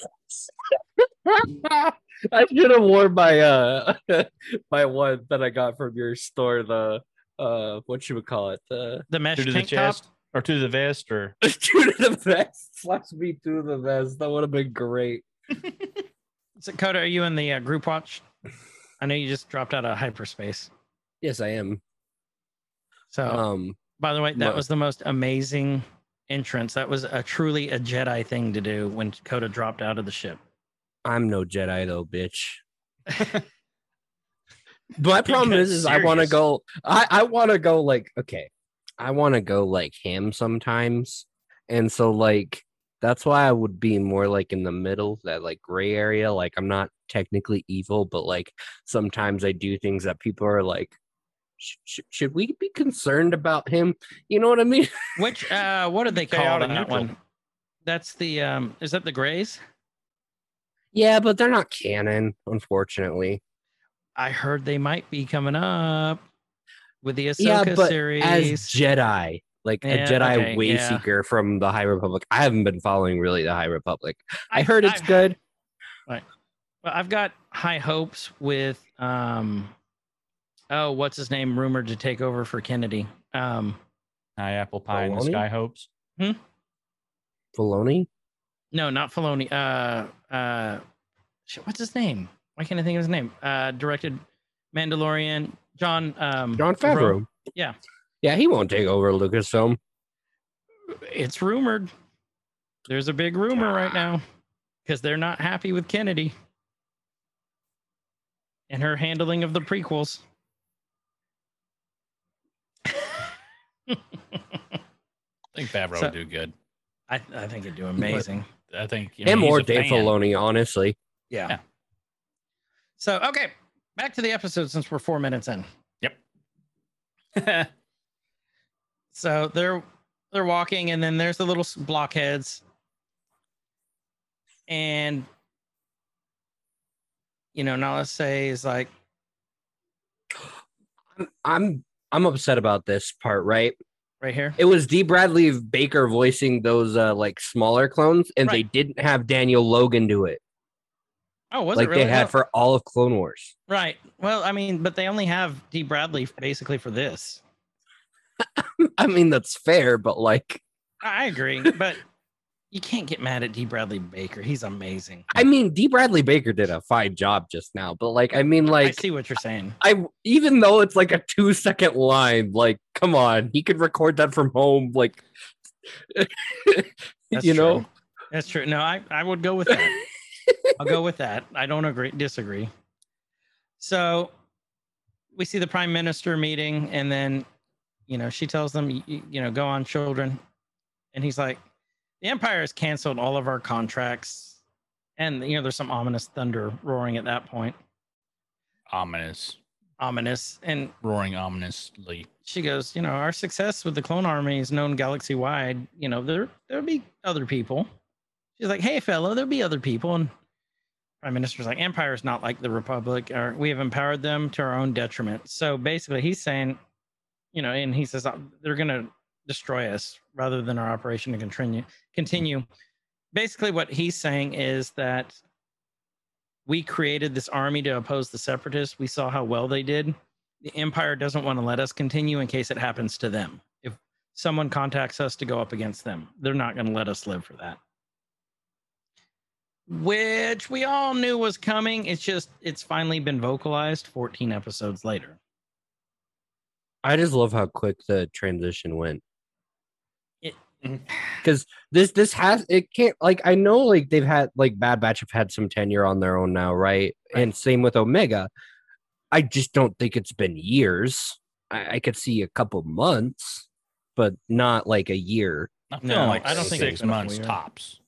Speaker 4: should have worn my uh my one that I got from your store. The uh what you would call it the
Speaker 2: The mesh
Speaker 3: Two to the
Speaker 2: tank top.
Speaker 3: chest or two to the vest or
Speaker 4: to the vest slash me to the vest. That would have been great.
Speaker 2: So, Coda, are you in the uh, group watch? I know you just dropped out of hyperspace.
Speaker 4: Yes, I am.
Speaker 2: So,
Speaker 3: Uh,
Speaker 4: Um,
Speaker 2: by the way, that
Speaker 4: my-
Speaker 2: was the most amazing entrance. That was a truly a Jedi thing to do when Coda dropped out of the ship.
Speaker 4: I'm no Jedi though, bitch. My problem
Speaker 3: got
Speaker 4: is, is I want to
Speaker 3: serious.
Speaker 4: go. I I want to go like okay, I want to go like him sometimes, and so like that's why I would be more like in the middle, that like gray area. Like I'm not technically evil, but like sometimes I do things that people are like, "Sh- sh- should we be concerned about him? You know what I mean?
Speaker 2: Which uh what did they call
Speaker 3: Chaotic
Speaker 2: that
Speaker 3: neutral.
Speaker 2: one? That's the um is that the Grays?
Speaker 4: yeah, but they're not canon, unfortunately.
Speaker 2: I heard they might be coming up with the Ahsoka
Speaker 4: Yeah, but
Speaker 2: series.
Speaker 4: As Jedi. Like
Speaker 2: Yeah,
Speaker 4: a Jedi
Speaker 2: okay, yeah.
Speaker 4: Wayseeker from the High Republic. I haven't been following really the High Republic. I
Speaker 2: I-
Speaker 4: heard it's
Speaker 2: I-
Speaker 4: good.
Speaker 2: Well, I've got high hopes with um oh, what's his name? Rumored to take over for Kennedy. Um
Speaker 3: high apple pie in the
Speaker 4: Bologna?
Speaker 3: sky hopes.
Speaker 4: Filoni?
Speaker 2: no, not Filoni. Uh uh shit, what's his name? Why can't I think of his name? Uh directed Mandalorian John um
Speaker 4: John
Speaker 2: Favreau.
Speaker 4: Favreau.
Speaker 2: Yeah.
Speaker 4: Yeah, he won't take over Lucasfilm.
Speaker 2: it's rumored. There's a big rumor right now because they're not happy with Kennedy and her handling of the prequels.
Speaker 3: I think Favreau
Speaker 2: So-
Speaker 3: would do good.
Speaker 2: I, I think it'd do amazing.
Speaker 3: I think you know,
Speaker 4: Him
Speaker 3: he's
Speaker 4: or
Speaker 3: a
Speaker 4: Dave
Speaker 3: fan.
Speaker 4: Filoni, honestly.
Speaker 3: Yeah.
Speaker 2: So, okay, back to the episode since we're four minutes in. So there they're walking, and then there's the little s- blockheads, and you know, Nala say is like,
Speaker 4: I'm I'm upset about this part, right?
Speaker 2: right here.
Speaker 4: It was D. Bradley Baker voicing those uh like smaller clones, and they
Speaker 2: Right.
Speaker 4: didn't have Daniel Logan do it
Speaker 2: Oh, was
Speaker 4: like
Speaker 2: it really?
Speaker 4: they had
Speaker 2: No.
Speaker 4: for all of Clone Wars.
Speaker 2: right. Well, I mean, but they only have D. Bradley basically for this.
Speaker 4: I mean, that's fair, but like,
Speaker 2: I I agree, but you can't get mad at D. Bradley Baker. He's amazing.
Speaker 4: I mean, D. Bradley Baker did a fine job just now, but like, I mean,
Speaker 2: I
Speaker 4: like,
Speaker 2: see what you're saying.
Speaker 4: I even though it's like a two second line, like, come on, he could record that from home, like,
Speaker 2: That's true.
Speaker 4: you know,
Speaker 2: that's true. No, I, I would go with that. I'll go with that. I don't agree, disagree. So we see the prime minister meeting, and then, you know, she tells them, y- y- you know, go on, children. And he's like, the empire has canceled all of our contracts. And, you know, there's some ominous thunder roaring at that point,
Speaker 3: Ominous,
Speaker 2: ominous. And
Speaker 3: roaring ominously.
Speaker 2: she goes, you know, our success with the clone army is known galaxy wide. You know, there there'll be other people. She's like, hey, fellow, there'll be other people. And Prime Minister's like, Empire's not like the Republic, or we have empowered them to our own detriment. So basically, he's saying, you know, and he says uh, they're gonna destroy us rather than our operation to continue. Continue. Basically, what he's saying is that we created this army to oppose the separatists. We saw how well they did the empire doesn't want to let us continue in case it happens to them if someone contacts us to go up against them they're not going to let us live for that which we all knew was coming it's just it's finally been vocalized 14 episodes later
Speaker 4: I just love how quick the transition went.
Speaker 2: It-
Speaker 4: Because this this has it can't like I know like they've had like Bad Batch have had some tenure on their own now, right?
Speaker 2: Right.
Speaker 4: And same with Omega. I just don't think it's been years. I, I could see a couple months, but not like a year.
Speaker 3: I'm
Speaker 2: No,
Speaker 3: feeling like
Speaker 2: I don't
Speaker 3: six
Speaker 2: think it's been a
Speaker 3: months
Speaker 2: year.
Speaker 3: tops.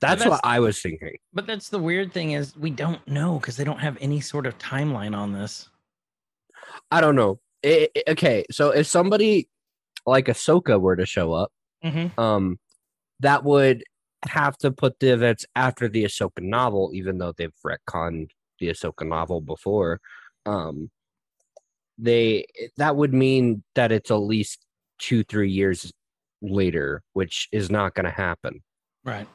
Speaker 4: That's,
Speaker 2: that's-
Speaker 4: what I was thinking.
Speaker 2: but that's the weird thing is we don't know because they don't have any sort of timeline on this
Speaker 4: I don't know. It, it- okay, so if somebody like Ahsoka were to show up,
Speaker 2: mm-hmm.
Speaker 4: um, that would have to put the events after the Ahsoka novel, even though they've retconned the Ahsoka novel before. Um, they that would mean that it's at least two, three years later, which is not going to happen
Speaker 2: right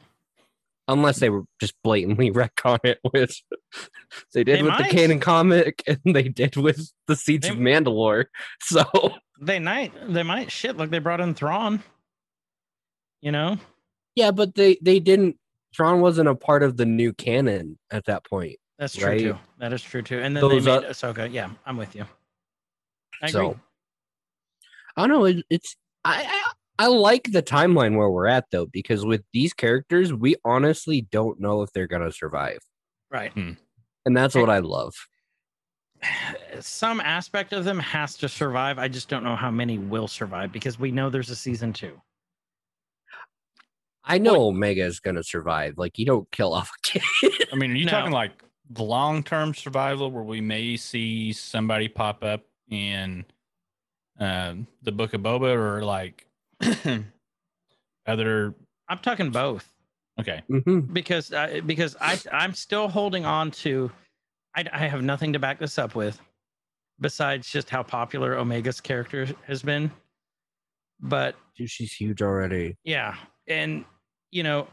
Speaker 4: unless they were just blatantly retcon it with they did
Speaker 2: They
Speaker 4: with
Speaker 2: might.
Speaker 4: the canon comic and they did with the Siege
Speaker 2: They-
Speaker 4: of Mandalore. So
Speaker 2: they might they might shit like they brought in thrawn you know
Speaker 4: yeah, but they they didn't. Tron wasn't a part of the new canon at that point.
Speaker 2: That's true
Speaker 4: right?
Speaker 2: too. That is true too. And then
Speaker 4: Those
Speaker 2: they
Speaker 4: are-
Speaker 2: made Ahsoka. Yeah, I'm with you. I agree.
Speaker 4: So I don't know. It, it's I, I I like the timeline where we're at though, because with these characters, we honestly don't know if they're gonna survive,
Speaker 2: right.
Speaker 4: and that's what I love.
Speaker 2: Some aspect of them has to survive. I just don't know how many will survive because we know there's a season two.
Speaker 4: I know Omega is gonna survive. Like you don't kill off a kid.
Speaker 3: I mean, are you
Speaker 2: No.
Speaker 3: talking like the long term survival where we may see somebody pop up in um, the Book of Boba or like other?
Speaker 2: I'm talking both
Speaker 3: Okay,
Speaker 4: Mhm.
Speaker 2: because I, because I I'm still holding on to. I, I have nothing to back this up with, besides just how popular Omega's character has been. But
Speaker 4: Dude, she's huge already.
Speaker 2: Yeah. And, you know,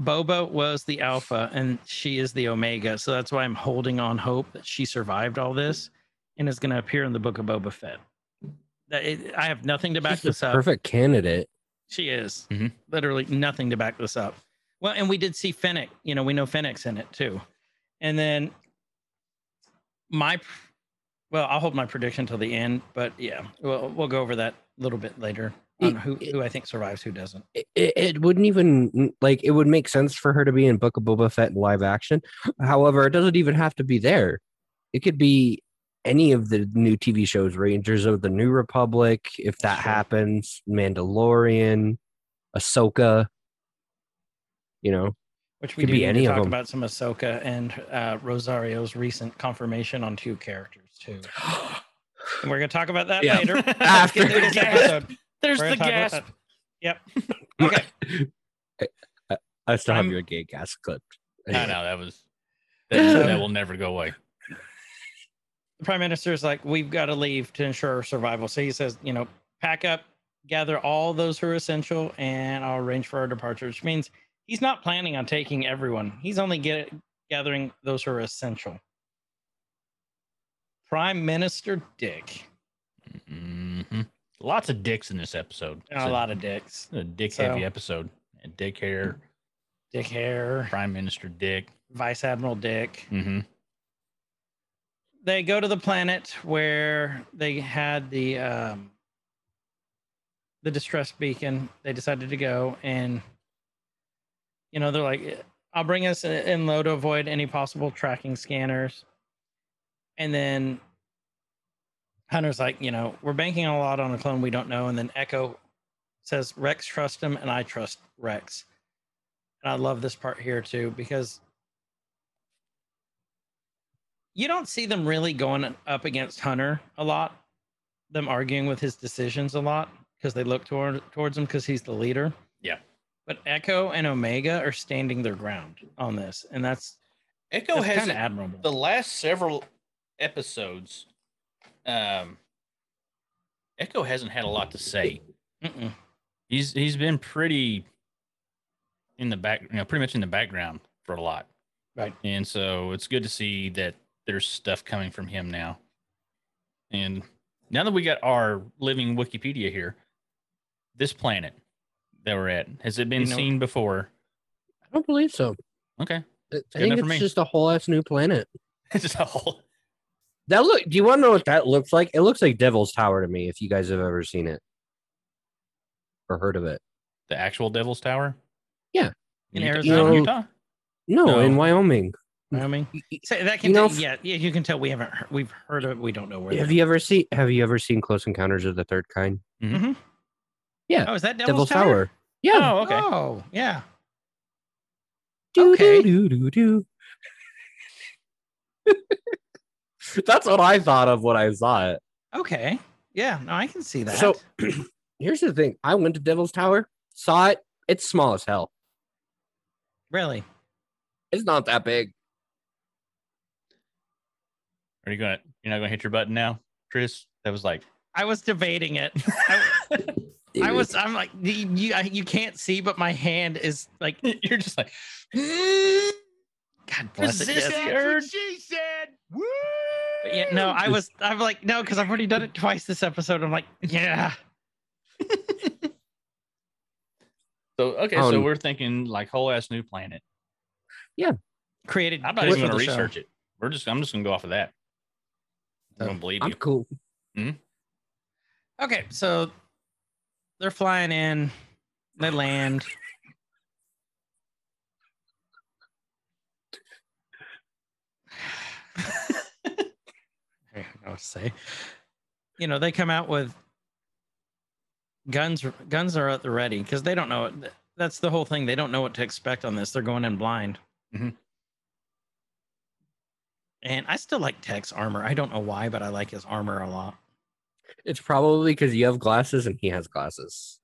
Speaker 2: Boba was the alpha and she is the omega. So that's why I'm holding on hope that she survived all this and is going to appear in the book of Boba Fett. That it, I have nothing to back
Speaker 4: She's the
Speaker 2: this up.
Speaker 4: perfect candidate.
Speaker 2: She is
Speaker 3: Mhm.
Speaker 2: literally nothing to back this up. Well, and we did see Fennec. You know, we know Fennec's in it too. And then my, well, I'll hold my prediction till the end, but yeah, we'll we'll go over that a little bit later on
Speaker 4: It-
Speaker 2: who
Speaker 4: it-
Speaker 2: who I think survives, who doesn't.
Speaker 4: It, it, it wouldn't even like it would make sense for her to be in Book of Boba Fett in live action. However, it doesn't even have to be there. It could be any of the new TV shows, Rangers of the New Republic, if that
Speaker 2: Sure.
Speaker 4: happens, Mandalorian, Ahsoka. You know,
Speaker 2: Which we
Speaker 4: Could
Speaker 2: do
Speaker 4: be
Speaker 2: need
Speaker 4: any
Speaker 2: to
Speaker 4: of
Speaker 2: talk
Speaker 4: them.
Speaker 2: about some Ahsoka and uh, Rosario's recent confirmation on two characters too. And we're gonna talk about that
Speaker 4: Yeah.
Speaker 2: later. Let's
Speaker 4: After
Speaker 2: get through this
Speaker 3: the
Speaker 2: episode.
Speaker 3: There's
Speaker 2: We're
Speaker 3: the
Speaker 2: gonna talk about
Speaker 3: gasp.
Speaker 2: that. Yep.
Speaker 4: Okay.
Speaker 2: Okay.
Speaker 4: I, I still have
Speaker 3: I'm-
Speaker 4: your gay gas clipped.
Speaker 3: I know that was that, that will never go away.
Speaker 2: the prime minister is like, we've got to leave to ensure our survival. So he says, you know, pack up, gather all those who are essential, and I'll arrange for our departure, which means he's not planning on taking everyone. He's only get, gathering those who are essential. Prime Minister Dick.
Speaker 3: hmm Lots of dicks in this episode.
Speaker 2: A lot of dicks.
Speaker 3: a dick
Speaker 2: so-
Speaker 3: heavy episode. And Dick hair,
Speaker 2: Dick Hare,
Speaker 3: Prime Minister Dick.
Speaker 2: Vice Admiral Dick.
Speaker 3: hmm
Speaker 2: they go to the planet where they had the um the distress beacon they decided to go and you know they're like i'll bring us in- in low to avoid any possible tracking scanners and then hunter's like you know we're banking a lot on a clone we don't know and then echo says rex trust him and i trust rex and i love this part here too because you don't see them really going up against Hunter a lot, them arguing with his decisions a lot because they look toward, towards him because he's the leader.
Speaker 3: Yeah.
Speaker 2: But Echo and Omega are standing their ground on this, and that's,
Speaker 3: Echo
Speaker 2: that's
Speaker 3: has
Speaker 2: kind of admirable.
Speaker 3: the last several episodes. Um, Echo hasn't had a lot to say.
Speaker 2: Mm-mm.
Speaker 3: He's he's been pretty in the back, you know, pretty much in the background for a lot.
Speaker 2: Right.
Speaker 3: And so it's good to see that there's stuff coming from him now. And now that we got our living Wikipedia here, this planet that we're at, has it been
Speaker 2: You know-
Speaker 3: seen before?
Speaker 4: I don't believe so.
Speaker 3: Okay.
Speaker 4: I I
Speaker 3: enough for
Speaker 4: think it's
Speaker 3: me.
Speaker 4: just a whole ass new planet.
Speaker 3: This is all.
Speaker 4: That look. Do you want to know what that looks like? It looks like Devil's Tower to me. If you guys have ever seen it or heard of it,
Speaker 3: The actual Devil's Tower?
Speaker 4: Yeah.
Speaker 2: In
Speaker 3: In, Utah-
Speaker 2: Arizona.
Speaker 3: in Utah?
Speaker 4: no,
Speaker 3: No.
Speaker 4: in Wyoming.
Speaker 2: Wyoming.
Speaker 4: Y-
Speaker 2: So that
Speaker 4: You
Speaker 2: can
Speaker 4: know,
Speaker 2: tell- yeah, yeah, you can tell we haven't heard, we've heard of it. We don't know where.
Speaker 4: Have
Speaker 2: they-
Speaker 4: you ever seen Have you ever seen Close Encounters of the Third Kind?
Speaker 2: Oh, is that Devil's,
Speaker 4: Devil's, Tower. Yeah.
Speaker 3: Oh, okay.
Speaker 2: Oh, yeah.
Speaker 4: Do,
Speaker 2: okay.
Speaker 4: do, do, do, do. That's what I thought of when I saw it.
Speaker 2: Okay. Yeah. No, I can see that.
Speaker 4: So here's the thing: I went to Devil's Tower, saw it. It's small as hell.
Speaker 2: really,
Speaker 4: It's not that big.
Speaker 3: Are you going to, you're not going to hit your button now, Chris? That was like,
Speaker 2: I was debating it. I, I was. I'm like, you. You, I- you can't see, but my hand is like.
Speaker 3: you're just like,
Speaker 2: God bless it.
Speaker 3: Resist
Speaker 2: yes.
Speaker 3: the
Speaker 1: That's
Speaker 3: urge.
Speaker 1: what she said. Woo!
Speaker 2: But Yeah, no, I was. I'm like, no, because I've already done it twice this episode. I'm like, yeah,
Speaker 3: So, okay. so
Speaker 4: Um,
Speaker 3: we're thinking like whole ass new planet.
Speaker 2: created.
Speaker 3: I'm not
Speaker 2: just
Speaker 3: even
Speaker 2: for
Speaker 3: going to
Speaker 2: the show.
Speaker 3: research it. We're just, I'm just going to go off of that. I
Speaker 2: Uh,
Speaker 3: don't believe
Speaker 4: Oh, I'm
Speaker 3: you.
Speaker 4: cool.
Speaker 2: Okay, so they're flying in. They land. I don't know what to say. You know, they come out with guns. Guns are at the ready because they don't know. What, that's the whole thing. They don't know what to expect on this. They're going in blind.
Speaker 3: Mhm.
Speaker 2: And I still like Tech's armor. I don't know why, but I like his armor a lot.
Speaker 4: It's probably because you have glasses and he has glasses.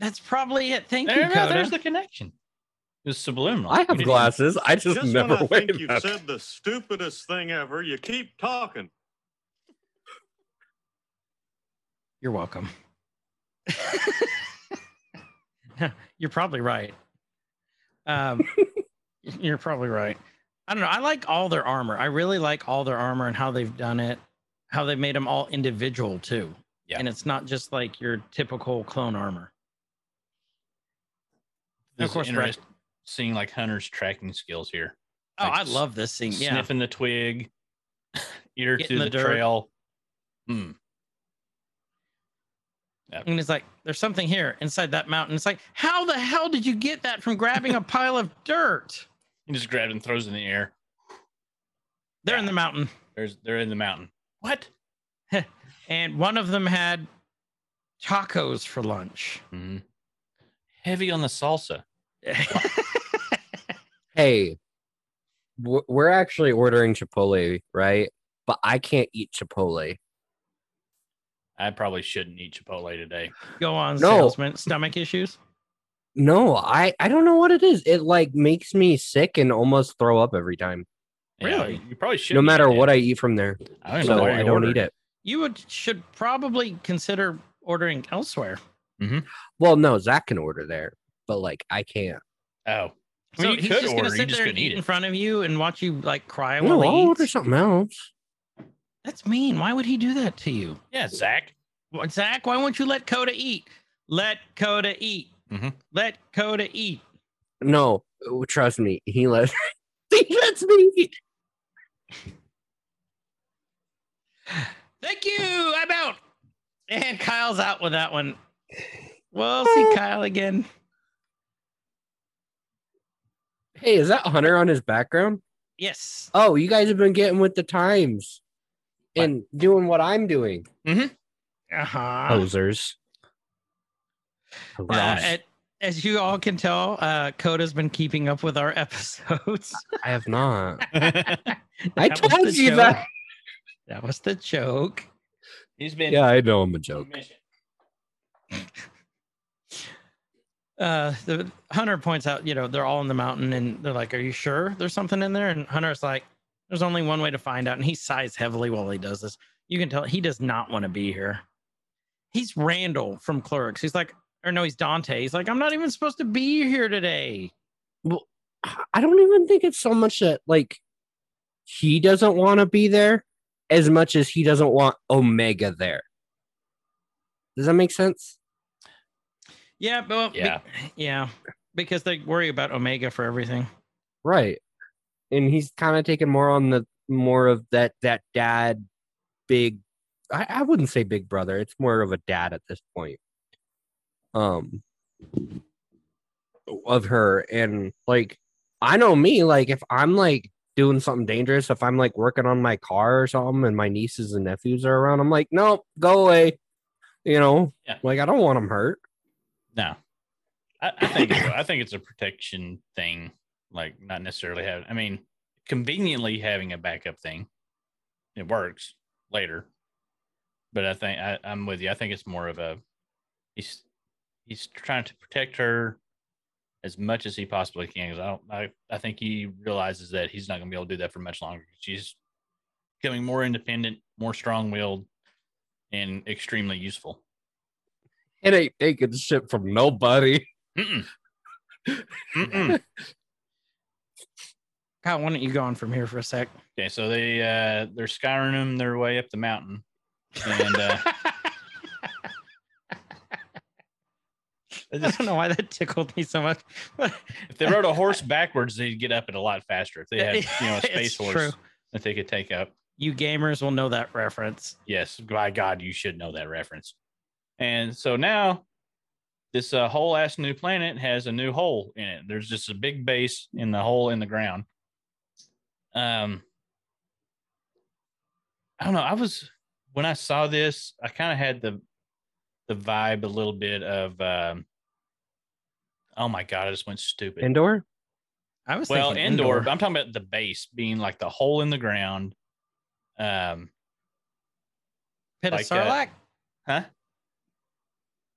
Speaker 2: That's probably it. Thank
Speaker 3: There
Speaker 2: you,
Speaker 3: you go,
Speaker 2: Coda.
Speaker 3: there's the connection. It was subliminal.
Speaker 4: I
Speaker 3: You
Speaker 4: have
Speaker 3: didn't-
Speaker 4: glasses. I just,
Speaker 5: Just when
Speaker 4: never
Speaker 5: I
Speaker 4: wait
Speaker 5: think you've
Speaker 4: about
Speaker 5: said the stupidest thing ever, you keep talking.
Speaker 2: You're welcome. You're probably right. Um, you're probably right. I don't know. I like all their armor. I really like all their armor and how they've done it, how they made them all individual too.
Speaker 3: Yeah.
Speaker 2: And it's not just like your typical clone armor.
Speaker 3: This
Speaker 2: Of course,
Speaker 3: is interest- seeing like Hunter's tracking skills here.
Speaker 2: Oh,
Speaker 3: Like
Speaker 2: I
Speaker 3: s-
Speaker 2: love this scene. Yeah.
Speaker 3: Sniffing the twig, ear
Speaker 2: Getting
Speaker 3: to
Speaker 2: the
Speaker 3: the,
Speaker 2: dirt.
Speaker 3: trail. Hmm.
Speaker 2: And it's like, there's something here inside that mountain. It's like, how the hell did you get that from grabbing a pile of dirt?
Speaker 3: He just grabs and throws it in the air.
Speaker 2: They're in the mountain.
Speaker 3: There's they're in the mountain. What?
Speaker 2: and one of them had tacos for lunch.
Speaker 3: Hmm. Heavy on the salsa.
Speaker 4: hey, w- we're actually ordering Chipotle, right? But I can't eat Chipotle.
Speaker 3: I probably shouldn't eat Chipotle today.
Speaker 2: Go on,
Speaker 4: No.
Speaker 2: salesman. Stomach issues.
Speaker 4: No, I I don't know what it is. It like makes me sick and almost throw up every time,
Speaker 3: Yeah,
Speaker 2: Really?
Speaker 3: you probably should.
Speaker 4: no matter what I eat from there.
Speaker 3: I don't
Speaker 4: So
Speaker 3: know why
Speaker 4: I
Speaker 3: you
Speaker 4: don't
Speaker 3: ordered
Speaker 4: eat it.
Speaker 2: You would should probably consider ordering elsewhere.
Speaker 4: Well, no, Zach can order there, but like I can't.
Speaker 3: Oh, I
Speaker 2: so
Speaker 3: mean, you
Speaker 2: he's
Speaker 3: could
Speaker 2: just gonna
Speaker 3: order. You
Speaker 2: sit
Speaker 3: just
Speaker 2: there and
Speaker 3: couldn't
Speaker 2: eat
Speaker 3: eat
Speaker 2: in
Speaker 3: it.
Speaker 2: front of you and watch you like cry
Speaker 4: No,
Speaker 2: while
Speaker 4: I'll
Speaker 2: he
Speaker 4: order
Speaker 2: eats.
Speaker 4: something else.
Speaker 2: That's mean. Why would he do that to you?
Speaker 3: Yeah, Zach.
Speaker 2: Why- Zach, why won't you let Coda eat? Let Coda eat.
Speaker 3: Mhm.
Speaker 2: Let Coda eat.
Speaker 4: No, trust me, he lets he lets me eat.
Speaker 2: Thank you. I'm out. And Kyle's out with that one. Well,
Speaker 4: Oh.
Speaker 2: see Kyle again.
Speaker 4: Hey, is that Hunter on his background?
Speaker 2: Yes.
Speaker 4: Oh, you guys have been getting with the times
Speaker 3: What?
Speaker 4: and doing what I'm doing. Oh,
Speaker 2: Uh huh.
Speaker 4: Posers. Posers.
Speaker 2: as you all can tell, uh, Coda's been keeping up with our episodes.
Speaker 4: I have not. I
Speaker 2: That was
Speaker 4: told
Speaker 2: the
Speaker 4: you
Speaker 2: joke.
Speaker 4: that.
Speaker 2: That was the joke.
Speaker 3: He's been
Speaker 4: I know I'm a
Speaker 3: on
Speaker 4: joke.
Speaker 3: a mission.
Speaker 2: uh the hunter points out you know they're all in the mountain and they're like are you sure there's something in there and hunter's like there's only one way to find out and he sighs heavily while he does this you can tell he does not want to be here he's randall from clerks he's like or no he's dante he's like i'm not even supposed to be here today
Speaker 4: I don't even think it's so much that like he doesn't want to be there as much as he doesn't want Omega there. Does that make sense?
Speaker 2: yeah but be-
Speaker 3: Yeah.
Speaker 2: yeah because they worry about omega for everything
Speaker 4: Right. And he's kind of taken more on the more of that that dad big I, I wouldn't say big brother. It's more of a dad at this point. Um of her and like I know me, like if I'm like doing something dangerous, if I'm like working on my car or something and my nieces and nephews are around, I'm like, nope, go away. You know,
Speaker 3: Yeah.
Speaker 4: like I don't want them hurt.
Speaker 3: No, I, I think it- I think it's a protection thing. Like not necessarily having. I mean, conveniently having a backup thing, it works later. But I think I, I'm with you. I think it's more of a he's he's trying to protect her as much as he possibly can. 'cause I don't. I I think he realizes that he's not going to be able to do that for much longer. She's becoming more independent, more strong-willed, and extremely useful.
Speaker 4: It ain't taking shit from nobody.
Speaker 3: Mm-mm. Mm-mm.
Speaker 2: kyle why don't you go on from here for a sec
Speaker 3: Okay, so they uh they're skyrim their way up the mountain, and uh,
Speaker 2: i don't know why that tickled me so much but
Speaker 3: if they rode a horse backwards, they'd get up it a lot faster. If they had you know a
Speaker 2: It's
Speaker 3: space horse
Speaker 2: true.
Speaker 3: that they could take up,
Speaker 2: you gamers will know that reference.
Speaker 3: yes, by God, you should know that reference. And so now, this uh, whole ass new planet has a new hole in it. There's just a big base in the hole in the ground. Um, I don't know. I was when I saw this, I kind of had the the vibe a little bit of um, oh my god, I just went stupid.
Speaker 4: Indoor?
Speaker 2: I was
Speaker 3: well,
Speaker 2: thinking
Speaker 3: indoor, but I'm talking about the base being like the hole in the ground. Um,
Speaker 2: Pit of
Speaker 3: like, uh,
Speaker 2: Sarlacc.
Speaker 3: huh?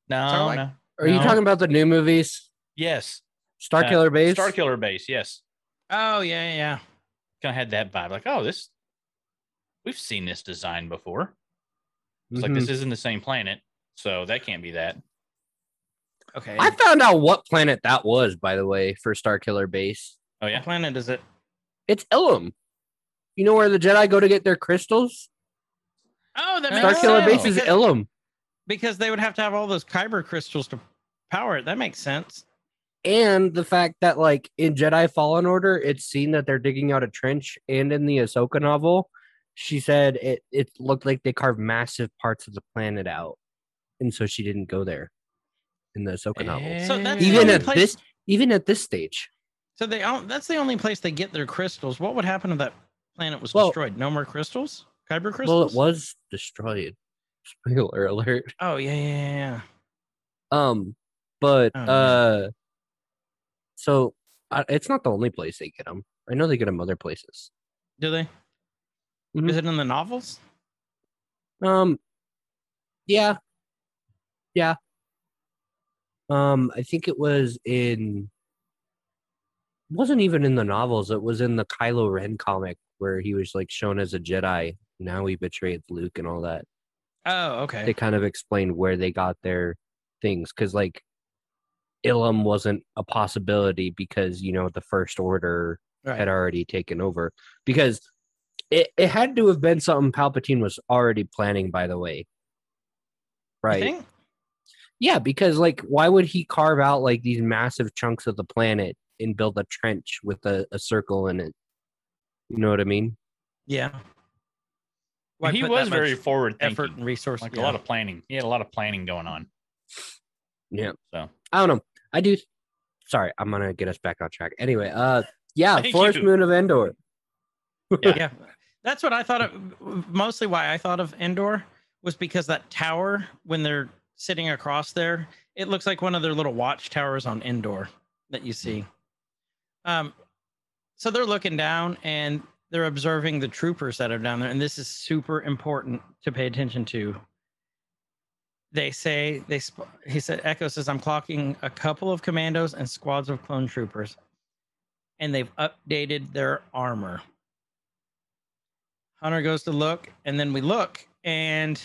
Speaker 3: No,
Speaker 2: Sarlacc?
Speaker 3: no.
Speaker 4: Are you
Speaker 3: No.
Speaker 4: talking about the new movies?
Speaker 3: Yes,
Speaker 4: Star
Speaker 3: Uh,
Speaker 4: Killer Base?
Speaker 3: Star Killer Base. Yes,
Speaker 2: oh yeah, yeah, yeah.
Speaker 3: kind of had that vibe. Like, oh, this we've seen this design before. It's
Speaker 4: Mhm.
Speaker 3: like this isn't the same planet, so that can't be that.
Speaker 2: Okay.
Speaker 4: I found out what planet that was, by the way, for Star Killer Base.
Speaker 3: Oh
Speaker 2: What
Speaker 3: yeah,
Speaker 2: planet is it?
Speaker 4: It's Ilum. You know where the Jedi go to get their crystals?
Speaker 2: Oh, that
Speaker 4: Star
Speaker 2: makes
Speaker 4: Killer
Speaker 2: sense.
Speaker 4: Base is
Speaker 2: because,
Speaker 4: Ilum.
Speaker 2: because they would have to have all those kyber crystals to power it. That makes sense.
Speaker 4: And the fact that, like, in Jedi Fallen Order, it's seen that they're digging out a trench. And in the Ahsoka novel, she said it, it looked like they carved massive parts of the planet out. And so she didn't go there in the Ahsoka novel.
Speaker 2: So that's
Speaker 4: Even
Speaker 2: the
Speaker 4: at
Speaker 2: only place,
Speaker 4: this even at this stage.
Speaker 2: So they all, that's the only place they get their crystals. What would happen if that planet was
Speaker 4: Well-
Speaker 2: destroyed? No more crystals. Kyber crystals.
Speaker 4: Well, it was destroyed. Spoiler alert.
Speaker 2: Oh yeah, yeah, yeah, yeah.
Speaker 4: Um, but
Speaker 2: Oh, man.
Speaker 4: uh, so I, it's not the only place they get them. I know they get them other places.
Speaker 2: Do they?
Speaker 4: Mhm.
Speaker 2: Is it in the novels?
Speaker 4: Um, yeah, yeah. Um, I think it was in. Wasn't even in the novels. It was in the Kylo Ren comic where he was like shown as a Jedi. Now he betrayed Luke and all that.
Speaker 2: Oh,
Speaker 4: They
Speaker 2: okay.
Speaker 4: kind of explained where they got their things because like Ilum wasn't a possibility because you know the First Order had
Speaker 2: Right.
Speaker 4: already taken over because it, it had to have been something Palpatine was already planning, by the way.
Speaker 2: You
Speaker 4: Right.
Speaker 2: think?
Speaker 4: Yeah, because like why would he carve out like these massive chunks of the planet and build a trench with a, a circle in it? You know what I mean?
Speaker 2: Yeah.
Speaker 3: he
Speaker 2: put that
Speaker 3: was
Speaker 2: much
Speaker 3: very forward
Speaker 2: effort
Speaker 3: thinking,
Speaker 2: and resource.
Speaker 3: like
Speaker 2: yeah.
Speaker 3: a lot of planning. He had a lot of planning going on.
Speaker 4: Yeah.
Speaker 3: So
Speaker 4: I don't know. I do sorry, I'm gonna get us back on track. Anyway, uh yeah,
Speaker 3: Thank
Speaker 4: Forest
Speaker 3: you.
Speaker 4: Moon of Endor.
Speaker 3: Yeah.
Speaker 2: yeah. That's what I thought of. Mostly why I thought of Endor was because that tower, when they're sitting across there, it looks like one of their little watchtowers on Endor that you see. Um, so they're looking down and they're observing the troopers that are down there. And this is super important to pay attention to. They say, they sp- he said, Echo says, I'm clocking a couple of commandos and squads of clone troopers. And they've updated their armor. Hunter goes to look, and then we look, and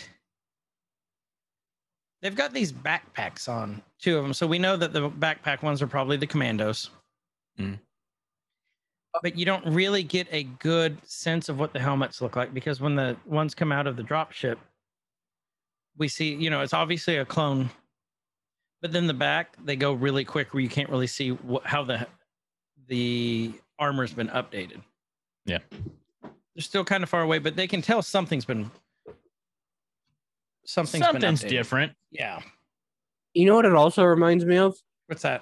Speaker 2: they've got these backpacks on, two of them. So we know that the backpack ones are probably the commandos.
Speaker 3: Mm.
Speaker 2: But you don't really get a good sense of what the helmets look like because when the ones come out of the dropship, we see, you know, it's obviously a clone. But then the back, they go really quick where you can't really see wh- how the the armor's been updated they're still kind of far away, but they can tell something's been something's,
Speaker 3: something's,
Speaker 2: been updated.
Speaker 3: different.
Speaker 2: Yeah,
Speaker 4: You know what it also reminds me of?
Speaker 2: what's that?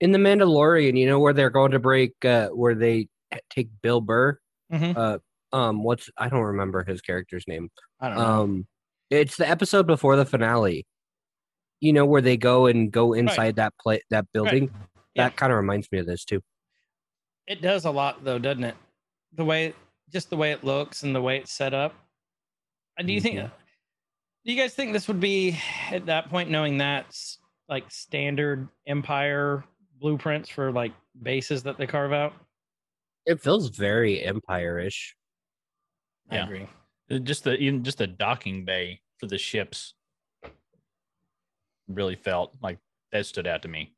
Speaker 4: In the Mandalorian, you know where they're going to break uh where they take Bill Burr?
Speaker 2: Mhm.
Speaker 4: Uh um what's I don't remember his character's name.
Speaker 2: I don't know.
Speaker 4: Um, it's the episode before the finale. You know where they go and go inside that pla- that building.
Speaker 2: Yeah.
Speaker 4: That kind of reminds me of this too.
Speaker 2: it does a lot though, doesn't it? The way, just the way it looks and the way it's set up. Uh, Do you think?
Speaker 4: Mhm.
Speaker 2: Do you guys think this would be at that point, knowing that's like standard Empire blueprints for like bases that they carve out?
Speaker 4: It feels very empire-ish.
Speaker 2: I
Speaker 3: Yeah.
Speaker 2: agree.
Speaker 3: Uh, Just the even just the docking bay for the ships really felt like that stood out to me.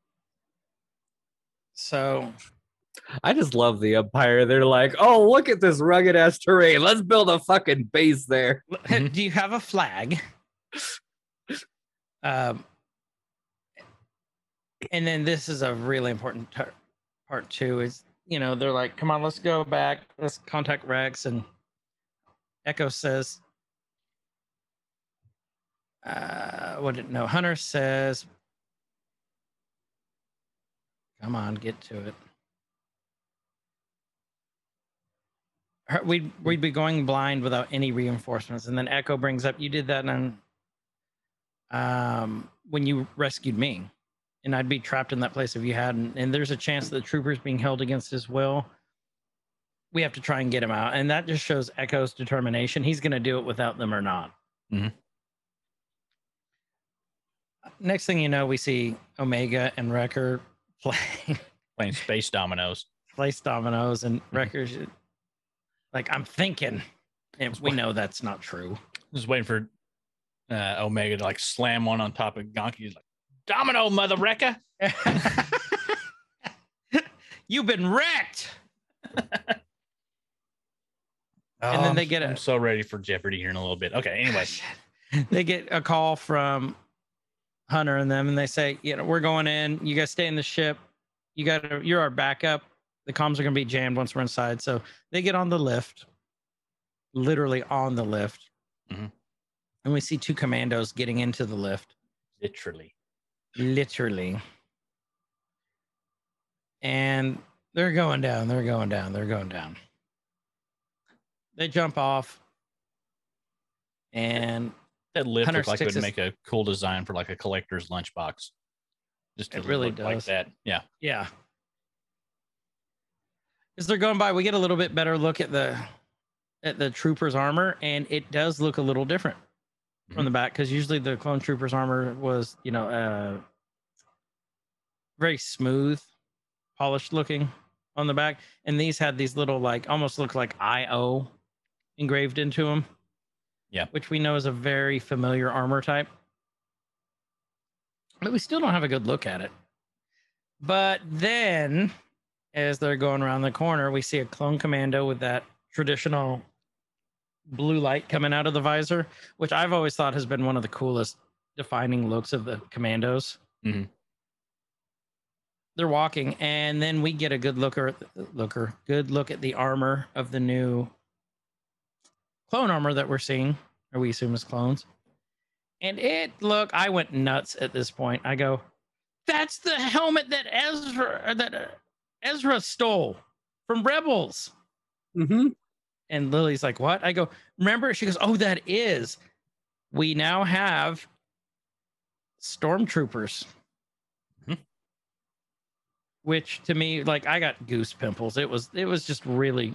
Speaker 2: So
Speaker 4: I just love the empire. They're like, oh, look at this rugged ass terrain. Let's build a fucking base there.
Speaker 3: Mhm.
Speaker 2: do you have a flag? um, and then this is a really important tar- part too. Is you know they're like, come on, let's go back. Let's contact Rex, and Echo says, uh, what did no Hunter says? Come on, get to it. her- we'd we'd be going blind without any reinforcements. And then Echo brings up, you did that on um, when you rescued me, and I'd be trapped in that place if you hadn't. And there's a chance that the trooper's being held against his will. We have to try and get him out, and that just shows Echo's determination. He's going to do it without them or not.
Speaker 3: Mhm.
Speaker 2: Next thing you know, we see Omega and Wrecker playing
Speaker 3: Playing space dominoes.
Speaker 2: place dominoes and records. Like I'm thinking, and we know that's not true.
Speaker 3: Just waiting for uh, Omega to like slam one on top of Gonki. He's like, Domino, mother wrecker.
Speaker 2: You've been wrecked. And then they get
Speaker 3: I'm
Speaker 2: a
Speaker 3: so ready for Jeopardy here in a little bit. Okay, anyway.
Speaker 2: they get a call from Hunter and them, and they say, you know, we're going in. You guys stay in the ship. You got to, you're our backup. The comms are going to be jammed once we're inside. So they get on the lift, literally on the lift,
Speaker 3: Mhm.
Speaker 2: and we see two commandos getting into the lift.
Speaker 3: Literally.
Speaker 2: literally. And they're going down, they're going down, they're going down. They jump off. And
Speaker 3: That lift
Speaker 2: Hunter
Speaker 3: looked like it would
Speaker 2: sticks his-
Speaker 3: make a cool design for like a collector's lunchbox. Just to
Speaker 2: It really
Speaker 3: look like
Speaker 2: does.
Speaker 3: that. Yeah.
Speaker 2: yeah. As they're going by, we get a little bit better look at the at the trooper's armor, and it does look a little different. from the back because usually the clone troopers armor was you know uh very smooth polished looking on the back and these had these little like almost look like io engraved into them
Speaker 3: Yeah.
Speaker 2: which we know is a very familiar armor type but we still don't have a good look at it but then as they're going around the corner we see a clone commando with that traditional blue light coming out of the visor which I've always thought has been one of the coolest defining looks of the commandos.
Speaker 3: Mhm.
Speaker 2: They're walking, and then we get a good looker, looker, good look at the armor of the new clone armor that we're seeing, or we assume is clones. And it look, I went nuts at this point. I go, that's the helmet that Ezra or that uh, Ezra stole from Rebels.
Speaker 4: Mm-hmm.
Speaker 2: And Lily's like, What? I go, Remember? She goes, Oh, that is. We now have stormtroopers. Hmm.
Speaker 3: Mhm.
Speaker 2: Which to me, like, I got goose pimples. It was, it was just really,
Speaker 3: Do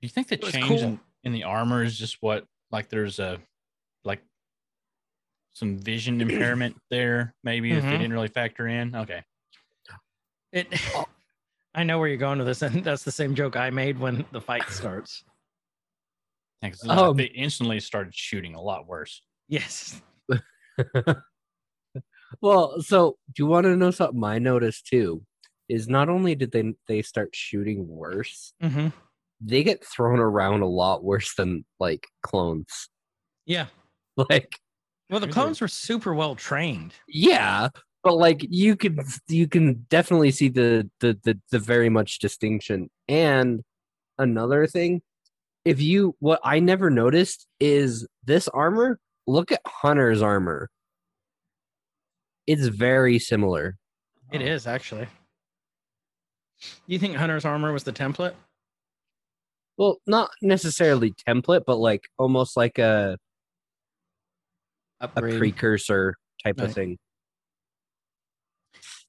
Speaker 3: you think the
Speaker 2: It was
Speaker 3: change in, in the armor is just what like there's a like some vision impairment there, maybe if they
Speaker 2: Mhm.
Speaker 3: didn't really factor in? Okay.
Speaker 2: it. I know where you're going with this, and that's the same joke I made when the fight starts.
Speaker 3: Yeah, 'cause it's like
Speaker 4: Um,
Speaker 3: they instantly started shooting a lot worse.
Speaker 2: Yes.
Speaker 4: Well, so do you want to know something I noticed too? Is not only did they they start shooting worse,
Speaker 2: Mm-hmm.
Speaker 4: they get thrown around a lot worse than like clones.
Speaker 2: Yeah.
Speaker 4: Like
Speaker 2: Well, the
Speaker 3: Really?
Speaker 2: clones were super well trained.
Speaker 4: yeah, but like you can you can definitely see the the the, the very much distinction. And another thing, if you what I never noticed is this armor. Look at Hunter's armor. It's very similar.
Speaker 2: It
Speaker 3: Oh.
Speaker 2: is actually. You think Hunter's armor was the template?
Speaker 4: well not necessarily template but like almost like a, a
Speaker 2: Upgrade.
Speaker 4: precursor type
Speaker 2: Right.
Speaker 4: of thing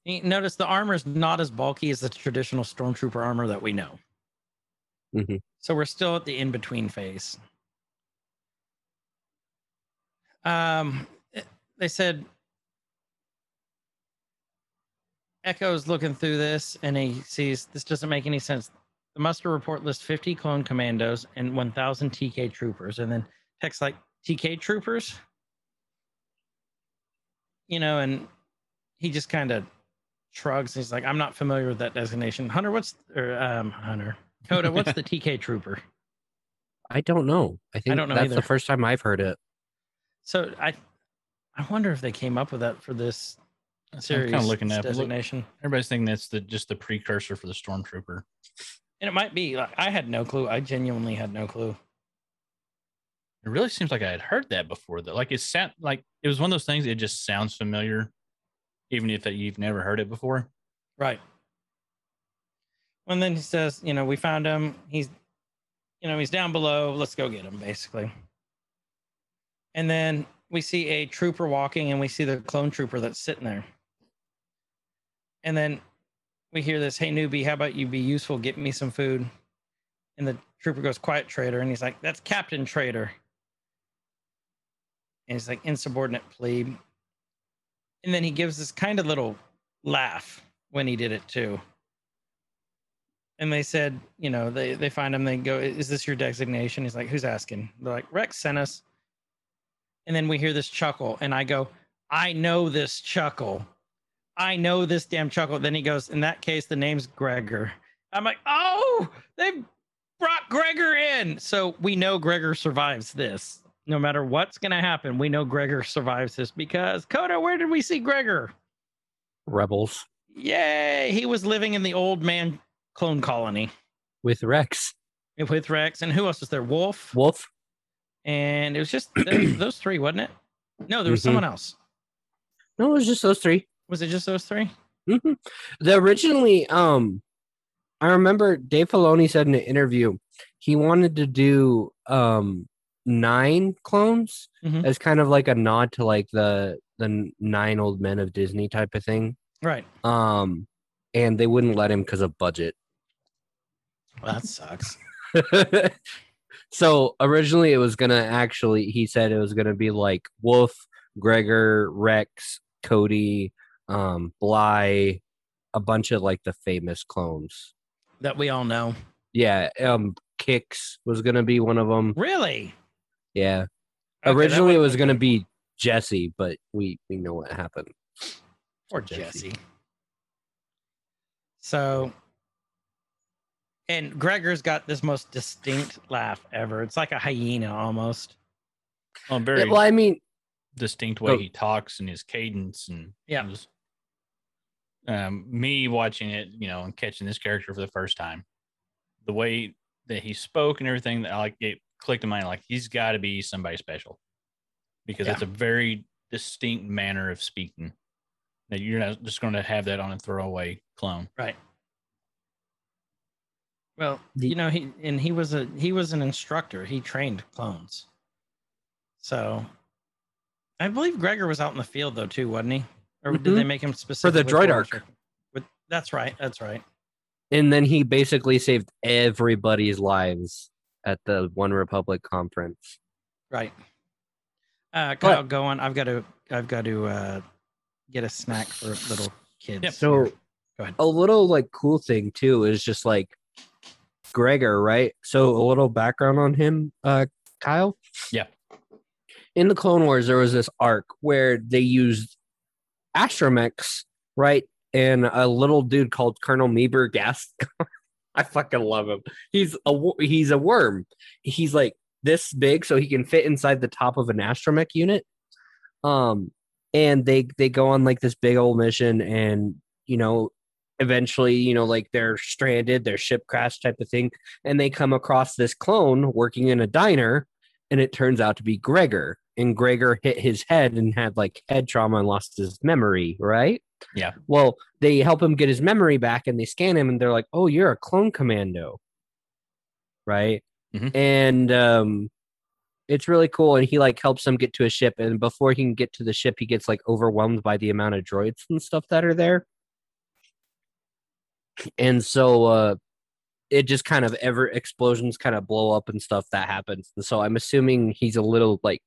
Speaker 2: You Notice the armor is not as bulky as the traditional stormtrooper armor that we know.
Speaker 4: Mhm.
Speaker 2: So we're still at the in between phase. Um, it- they said Echo's looking through this and he sees this doesn't make any sense. The muster report lists 50 clone commandos and 1,000 TK troopers, and then text like TK troopers, you know, and he just kind of shrugs. He's like, I'm not familiar with that designation. Hunter, what's or um Hunter. Coda, what's the TK trooper?
Speaker 4: i don't know i think
Speaker 2: don't know
Speaker 4: that's
Speaker 2: either.
Speaker 4: the first time i've heard it
Speaker 2: So I I wonder if they came up with that for this series
Speaker 3: kinda looking up. Look-
Speaker 2: designation.
Speaker 3: Everybody's thinking that's the just the precursor for the stormtrooper.
Speaker 2: And it might be like I had no clue. I genuinely had no clue.
Speaker 3: It really seems like I had heard that before though. Like it sound like it was one of those things it just sounds familiar, even if that you've never heard it before.
Speaker 2: Right. And then he says, you know, we found him. He's, you know, he's down below. Let's go get him, basically. And then we see a trooper walking and we see the clone trooper that's sitting there. And then we hear this, hey, newbie, how about you be useful? Get me some food. And the trooper goes, quiet traitor. And he's like, that's Captain Traitor. And he's like, insubordinate plebe. And then he gives this kind of little laugh when he did it too. And they said, you know, they, they find him, they go, Is this your designation? He's like, Who's asking? They're like, Rex sent us. And then we hear this chuckle, and I go, I know this chuckle. I know this damn chuckle. Then he goes, In that case, the name's Gregor. I'm like, Oh, they've brought Gregor in. So we know Gregor survives this. No matter what's going to happen, we know Gregor survives this because Coda, where did we see Gregor?
Speaker 4: rebels
Speaker 2: Yay! He was living in the old man clone colony
Speaker 4: with rex
Speaker 2: with Rex, and who else was there? Wolf,
Speaker 4: wolf
Speaker 2: and it was just th- those three, wasn't it? No, there was
Speaker 4: Mhm.
Speaker 2: someone else.
Speaker 4: no it was just those 3
Speaker 2: Was it just those three?
Speaker 4: mm-hmm. the originally um i remember dave filoni said in an interview he wanted to do um nine clones
Speaker 2: Mhm.
Speaker 4: as kind of like a nod to like the the nine old men of disney type of thing
Speaker 2: Right.
Speaker 4: um and they wouldn't let him because of budget
Speaker 2: Well, that sucks.
Speaker 4: So originally it was gonna actually he said it was gonna be like Wolf, Gregor, Rex, Cody, um, Bly, a bunch of like the famous clones.
Speaker 2: that we all know.
Speaker 4: Yeah, um Kix was gonna be one of them.
Speaker 2: Really?
Speaker 4: Yeah.
Speaker 2: Okay, that
Speaker 4: originally it
Speaker 2: would've
Speaker 4: was
Speaker 2: been
Speaker 4: gonna
Speaker 2: cool.
Speaker 4: be Jesse, but we we know what happened.
Speaker 2: Poor
Speaker 4: Jesse.
Speaker 2: Jesse. So, and Gregor's got this most distinct laugh ever. It's like a hyena almost.
Speaker 3: Oh, very
Speaker 4: Yeah, well, I mean,
Speaker 3: distinct way
Speaker 4: Oh.
Speaker 3: he talks and his cadence and
Speaker 2: Yeah.
Speaker 3: it was- um, me watching it, you know, and catching this character for the first time, the way that he spoke and everything that I like it clicked in my mind, like he's got to be somebody special because
Speaker 2: Yeah.
Speaker 3: it's a very distinct manner of speaking that you're not just going to have that on a throwaway clone.
Speaker 2: Well,
Speaker 4: The-
Speaker 2: you know, he and he was a he was an instructor. He trained clones. So, I believe Gregor was out in the field though too, wasn't he? Or did they make him specifically
Speaker 4: Mm-hmm. droid arc.
Speaker 2: instructor? But that's right. That's right.
Speaker 4: and then he basically saved everybody's lives at the One Republic conference.
Speaker 2: Right. Uh, Kyle, go on. I've got to. I've got to uh, get a snack for little kids.
Speaker 4: So
Speaker 2: here. Go ahead.
Speaker 4: a little like cool thing too is just like Gregor, right? So a little background on him, uh Kyle.
Speaker 3: Yeah.
Speaker 4: In the Clone Wars, there was this arc where they used astromechs, right? And a little dude called Colonel Meeber Gascon. I fucking love him. He's a wo- he's a worm. He's like this big, so he can fit inside the top of an astromech unit. Um, and they they go on like this big old mission, and you know, eventually, you know, like they're stranded, their ship crash type of thing, and they come across this clone working in a diner, and it turns out to be Gregor. And Gregor hit his head and had like head trauma and lost his memory, right?
Speaker 3: Yeah.
Speaker 4: Well, they help him get his memory back and they scan him and they're like, oh, you're a clone commando. Right.
Speaker 3: Mhm.
Speaker 4: And um, it's really cool. And he like helps him get to a ship. And before he can get to the ship, he gets like overwhelmed by the amount of droids and stuff that are there and so uh it just kind of ever explosions kind of blow up and stuff that happens And so i'm assuming he's a little like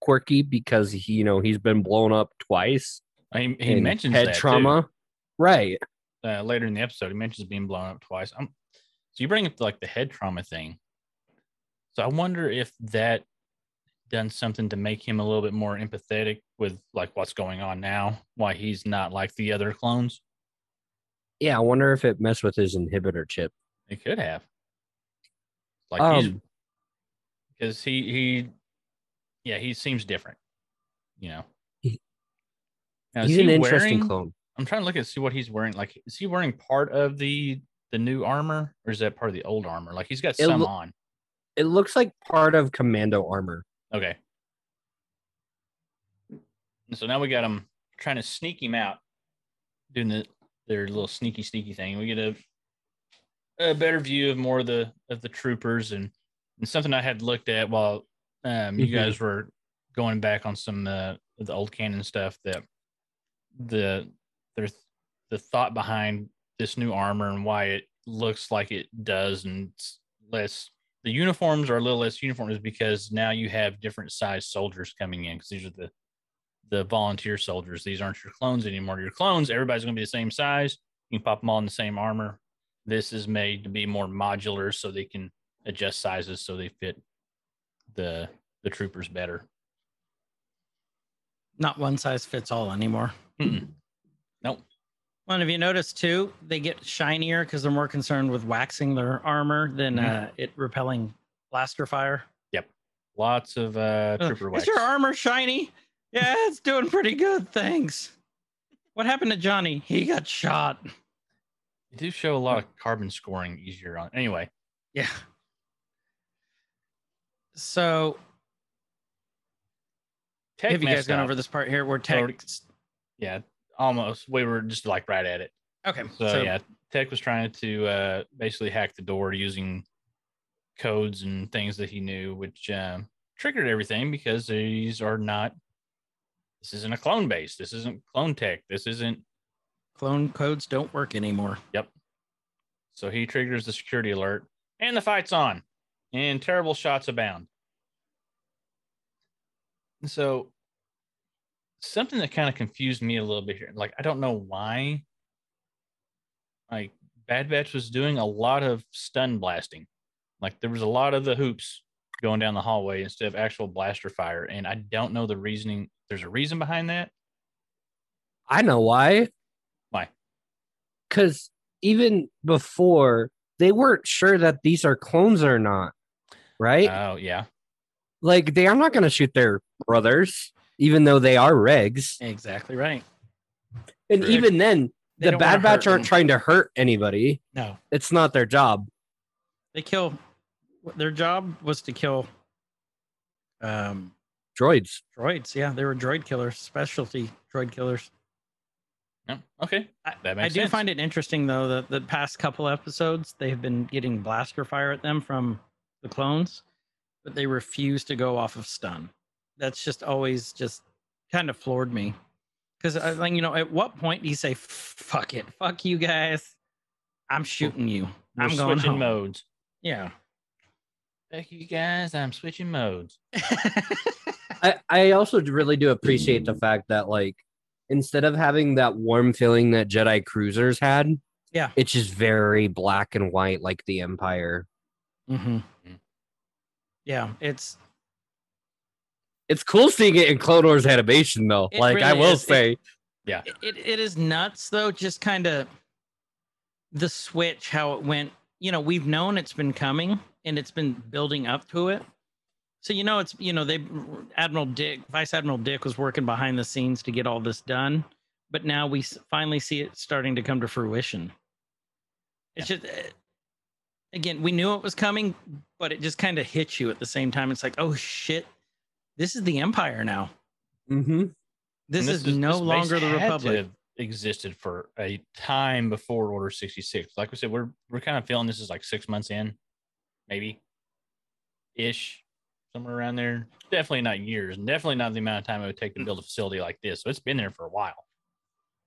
Speaker 4: quirky because he, you know he's been blown up twice
Speaker 3: He, he
Speaker 4: and
Speaker 3: mentions
Speaker 4: head
Speaker 3: that, too.
Speaker 4: trauma right
Speaker 3: uh, later in the episode, he mentions being blown up twice. i so you bring up like the head trauma thing. So I wonder if that done something to make him a little bit more empathetic with like what's going on now, why he's not like the other clones.
Speaker 4: yeah i wonder if it messed with his inhibitor chip
Speaker 3: It could have. Like he's
Speaker 4: um
Speaker 3: because he he yeah, he seems different. You know.
Speaker 4: He-
Speaker 3: Now, is
Speaker 4: he's an
Speaker 3: he
Speaker 4: interesting
Speaker 3: wearing-
Speaker 4: clone
Speaker 3: I'm trying to look and see what he's wearing. Like, is he wearing part of the the new armor, or is that part of the old armor? Like, he's got
Speaker 4: It
Speaker 3: some
Speaker 4: loo-
Speaker 3: on.
Speaker 4: it looks like part of commando armor
Speaker 3: Okay. And So now we got him trying to sneak him out, doing the their little sneaky sneaky thing. We get a a better view of more of the of the troopers and and something I had looked at while um, you
Speaker 4: Mhm.
Speaker 3: guys were going back on some uh, of the old canon stuff that the there's the thought behind this new armor and why it looks like it does and it's less the uniforms are a little less uniforms because now you have different size soldiers coming in because these are the the volunteer soldiers these aren't your clones anymore your clones everybody's going to be the same size you can pop them all in the same armor this is made to be more modular so they can adjust sizes so they fit the the troopers better
Speaker 2: Not one size fits all anymore.
Speaker 3: Mm-mm. nope
Speaker 2: Well, have you noticed too? They get shinier because they're more concerned with waxing their armor than
Speaker 3: Mhm.
Speaker 2: uh, it repelling blaster fire.
Speaker 3: lots of uh
Speaker 2: Uh,
Speaker 3: trooper wax
Speaker 2: Is your armor shiny? Yeah, it's doing pretty good. Thanks. What happened to Johnny? He got shot.
Speaker 3: they do show a lot of carbon scoring easier on anyway
Speaker 2: Yeah. So
Speaker 3: tech
Speaker 2: have you guys
Speaker 3: messed
Speaker 2: gone
Speaker 3: up.
Speaker 2: over this part here where
Speaker 3: Sorry.
Speaker 2: tech?
Speaker 3: yeah almost we were just like right at it
Speaker 2: Okay.
Speaker 3: So, yeah, Tech was trying to uh, basically hack the door using codes and things that he knew, which um, triggered everything because these are not. This isn't a clone base. This isn't clone tech. This isn't.
Speaker 2: clone codes don't work anymore.
Speaker 3: So he triggers the security alert, and the fight's on. and terrible shots abound. So, something that kind of confused me a little bit here, like I don't know why, like Bad Batch was doing a lot of stun blasting, like there was a lot of the hoops going down the hallway instead of actual blaster fire, and I don't know the reasoning. There's a reason behind that.
Speaker 4: I know why.
Speaker 3: Why?
Speaker 4: Because even before, they weren't sure that these are clones or not, right?
Speaker 3: Oh yeah,
Speaker 4: like, they are not going to shoot their brothers, even though they are regs.
Speaker 2: Exactly right.
Speaker 4: And
Speaker 3: Correct.
Speaker 4: even then,
Speaker 2: They
Speaker 4: the
Speaker 2: don't wanna
Speaker 4: Bad Batch
Speaker 2: hurt
Speaker 4: aren't
Speaker 2: them.
Speaker 4: trying to hurt anybody.
Speaker 2: No,
Speaker 4: It's not their job.
Speaker 2: they kill. Their job was to kill um,
Speaker 4: Droids.
Speaker 2: droids. Yeah, they were droid killers, specialty droid killers.
Speaker 3: no. okay, that
Speaker 2: I
Speaker 3: makes
Speaker 2: do
Speaker 3: sense.
Speaker 2: find it interesting though that the past couple episodes they've been getting blaster fire at them from the clones, but they refuse to go off of stun. That's just always just kind of floored me. Because I like you know, at what point do you say, fuck it, fuck you guys? I'm shooting you.
Speaker 3: We're
Speaker 2: I'm going
Speaker 3: switching
Speaker 2: home.
Speaker 3: modes.
Speaker 2: Yeah.
Speaker 3: Thank you guys. I'm switching modes.
Speaker 4: I, I also d- really do appreciate the fact that like instead of having that warm feeling that Jedi cruisers had,
Speaker 2: Yeah.
Speaker 4: it's just very black and white like the Empire.
Speaker 2: Mhm.
Speaker 3: Mm.
Speaker 2: Yeah, it's
Speaker 4: It's cool seeing it in Clone Wars animation though.
Speaker 2: It
Speaker 4: like I
Speaker 2: really
Speaker 4: will
Speaker 2: is. It-
Speaker 4: say,
Speaker 2: it, it, it is nuts though just kind of the switch how it went you know we've known it's been coming and it's been building up to it so you know it's you know they admiral dick vice admiral dick was working behind the scenes to get all this done but now we s- finally see it starting to come to fruition it's just eh, again we knew it was coming but it just kind of hits you at the same time it's like oh shit this is the empire now
Speaker 4: mm-hmm.
Speaker 2: this,
Speaker 3: And
Speaker 2: is, no
Speaker 3: this base
Speaker 2: longer the
Speaker 3: had to
Speaker 2: republic
Speaker 3: have Existed for a time before Order 66. Like we said, we're we're kind of feeling this is like six months in, maybe ish, somewhere around there. Definitely not years, and definitely not the amount of time it would take to build a facility like this. So it's been there for a while.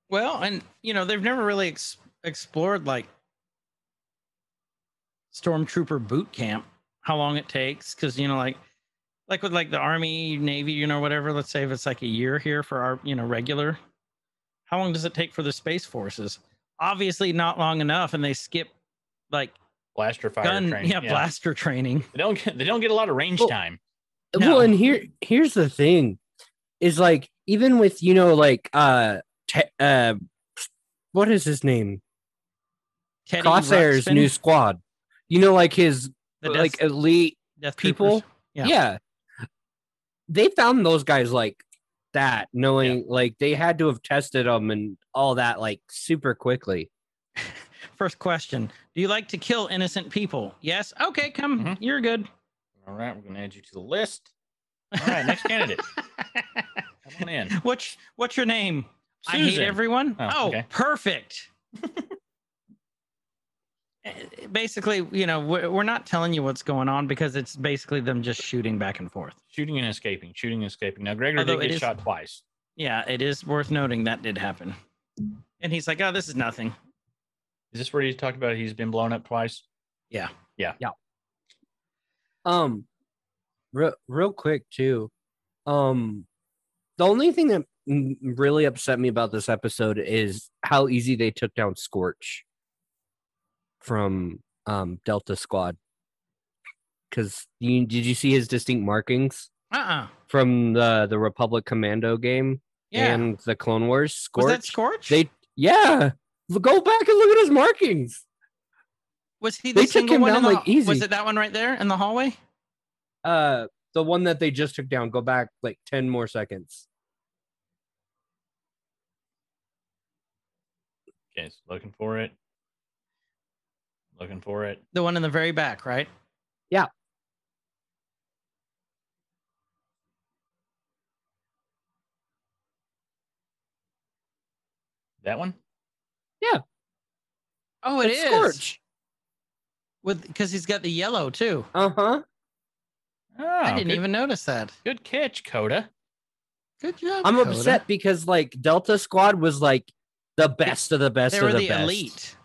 Speaker 2: Well, and you know, they've never really ex- explored like stormtrooper boot camp, how long it takes cuz you know like like with like the army, navy, you know whatever, let's say if it's like a year here for our, you know, regular, how long does it take for the space forces? Obviously not long enough and they skip like
Speaker 3: Blaster fire
Speaker 2: gun
Speaker 3: training.
Speaker 2: yeah, blaster training.
Speaker 3: They don't get, they don't get a lot of range
Speaker 4: Well-
Speaker 3: time.
Speaker 2: No.
Speaker 4: Well, and here here's the thing is like even with you know like uh te- uh what is his name?
Speaker 2: Teddy
Speaker 4: Crosshair's
Speaker 2: Ruxpin,
Speaker 4: new squad. You know like his
Speaker 2: the death,
Speaker 4: like elite
Speaker 2: death
Speaker 4: people.
Speaker 2: troopers.
Speaker 4: Yeah.
Speaker 2: Yeah.
Speaker 4: They found those guys like that, knowing like they had to have tested them and all that like super quickly.
Speaker 2: First question, do you like to kill innocent people? Yes. Okay, come.
Speaker 3: Mhm.
Speaker 2: You're good.
Speaker 3: All right, we're gonna add you to the list. All right, next candidate. Come on in.
Speaker 2: What's what's your name? I hate
Speaker 3: Susan.
Speaker 2: everyone.
Speaker 3: Oh,
Speaker 2: Oh,
Speaker 3: okay.
Speaker 2: perfect. Eh, basically, you know, we're, we're not telling you what's going on because it's basically them just shooting back and forth.
Speaker 3: Shooting and escaping, shooting and escaping. Now Gregor
Speaker 2: Although
Speaker 3: did
Speaker 2: it
Speaker 3: get
Speaker 2: is-
Speaker 3: shot twice.
Speaker 2: Yeah, it is worth noting that did happen. And he's like, "Oh, this is nothing."
Speaker 3: Is this where you talked about he's been blown up twice?
Speaker 4: Um, re- real quick too. Um, the only thing that mm, really upset me about this episode is how easy they took down Scorch from um Delta Squad. Because you did you see his distinct markings
Speaker 2: Uh uh
Speaker 4: from the the Republic Commando game?
Speaker 2: Yeah.
Speaker 4: and the Clone Wars
Speaker 2: was
Speaker 4: Scorch.
Speaker 2: that Scorch?
Speaker 4: They yeah, L- go back and look at his markings.
Speaker 2: was he the
Speaker 4: they took
Speaker 2: single
Speaker 4: him
Speaker 2: one in
Speaker 4: down,
Speaker 2: the-
Speaker 4: like, easy.
Speaker 2: Was it that one right there in the hallway?
Speaker 4: Uh, the one that they just took down. Go back like ten more seconds.
Speaker 3: Okay, so looking for it. Looking for it.
Speaker 2: The one in the very back, right?
Speaker 4: Yeah.
Speaker 3: That one?
Speaker 2: Oh, it is
Speaker 4: It's Scorch.
Speaker 2: with because he's got the yellow too.
Speaker 4: Uh huh.
Speaker 3: Oh,
Speaker 2: I didn't
Speaker 3: good,
Speaker 2: even notice that.
Speaker 3: good catch, Coda.
Speaker 2: Good job.
Speaker 4: I'm
Speaker 2: Coda.
Speaker 4: upset because like Delta Squad was like the best of the best
Speaker 2: They
Speaker 4: of
Speaker 2: were
Speaker 4: the,
Speaker 2: the
Speaker 4: best.
Speaker 2: elite.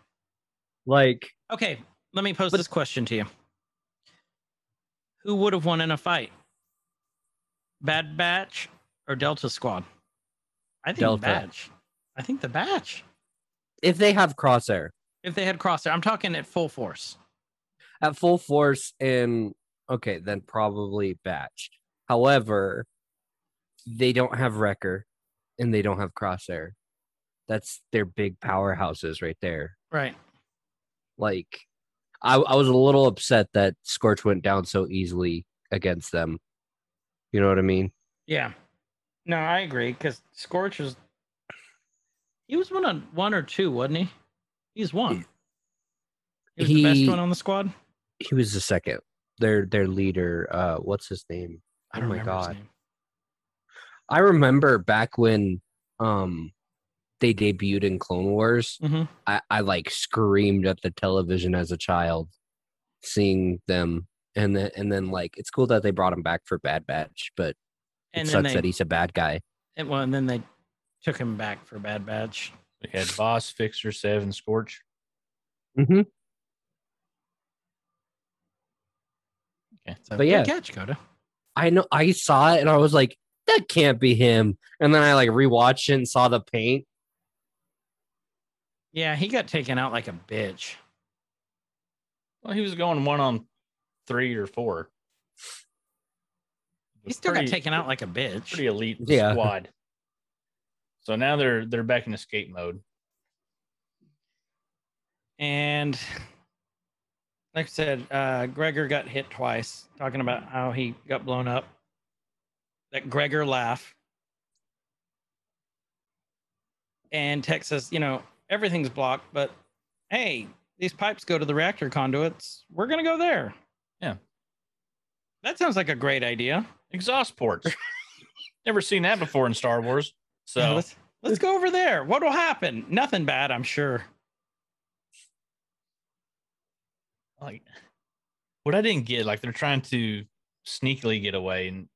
Speaker 4: Like
Speaker 2: Okay, let me pose
Speaker 4: But-
Speaker 2: this question to you. Who would have won in a fight? Bad Batch or Delta Squad? I think
Speaker 4: Delta.
Speaker 2: Batch. I think the Batch.
Speaker 4: If they have crosshair
Speaker 2: If they had Crosshair, I'm talking at full force.
Speaker 4: at full force and okay, then probably batch. However, they don't have wrecker and they don't have crosshair. That's their big powerhouses right there.
Speaker 2: Right.
Speaker 4: Like I, I was a little upset that Scorch went down so easily against them. You know what I mean?
Speaker 2: Yeah. No, I agree because Scorch was. He was one on one or two, wasn't he? He's one. He was the
Speaker 4: He-
Speaker 2: best one on the squad.
Speaker 4: He was the second. Their their leader, uh what's his name?
Speaker 2: I
Speaker 4: Oh
Speaker 2: don't
Speaker 4: my
Speaker 2: remember his
Speaker 4: God.
Speaker 2: name.
Speaker 4: I remember back when um they debuted in Clone Wars,
Speaker 2: Mhm.
Speaker 4: I, I like screamed at the television as a child seeing them and then and then like it's cool that they brought him back for Bad Batch, but
Speaker 2: And
Speaker 4: it
Speaker 2: then
Speaker 4: sucks
Speaker 2: they,
Speaker 4: that he's a bad guy.
Speaker 2: and, well, and then they took him back for Bad Batch.
Speaker 3: We had Boss, Fixer, Seven, Scorch.
Speaker 4: Mm-hmm.
Speaker 2: So
Speaker 4: But
Speaker 2: good
Speaker 4: yeah.
Speaker 2: catch, Coda.
Speaker 4: I know I saw it and I was like, that can't be him. And then I like rewatched it and saw the paint.
Speaker 2: Yeah, he got taken out like a bitch.
Speaker 3: Well, he was going one on three or four.
Speaker 2: He still
Speaker 3: Pretty-
Speaker 2: got taken out like a bitch.
Speaker 3: pretty elite
Speaker 4: Yeah.
Speaker 3: squad. So now they're they're back in escape mode.
Speaker 2: And like I said, uh, Gregor got hit twice, talking about how he got blown up. That Gregor laugh. And Texas, you know, everything's blocked, but hey, these pipes go to the reactor conduits. We're going to go there.
Speaker 3: Yeah.
Speaker 2: That sounds like a great idea.
Speaker 3: Exhaust ports. Never seen that before in Star Wars.
Speaker 2: Yeah,
Speaker 3: So
Speaker 2: let's, let's go over there. What will happen? Nothing bad, I'm sure.
Speaker 3: like what I didn't get, like they're trying to sneakily get away and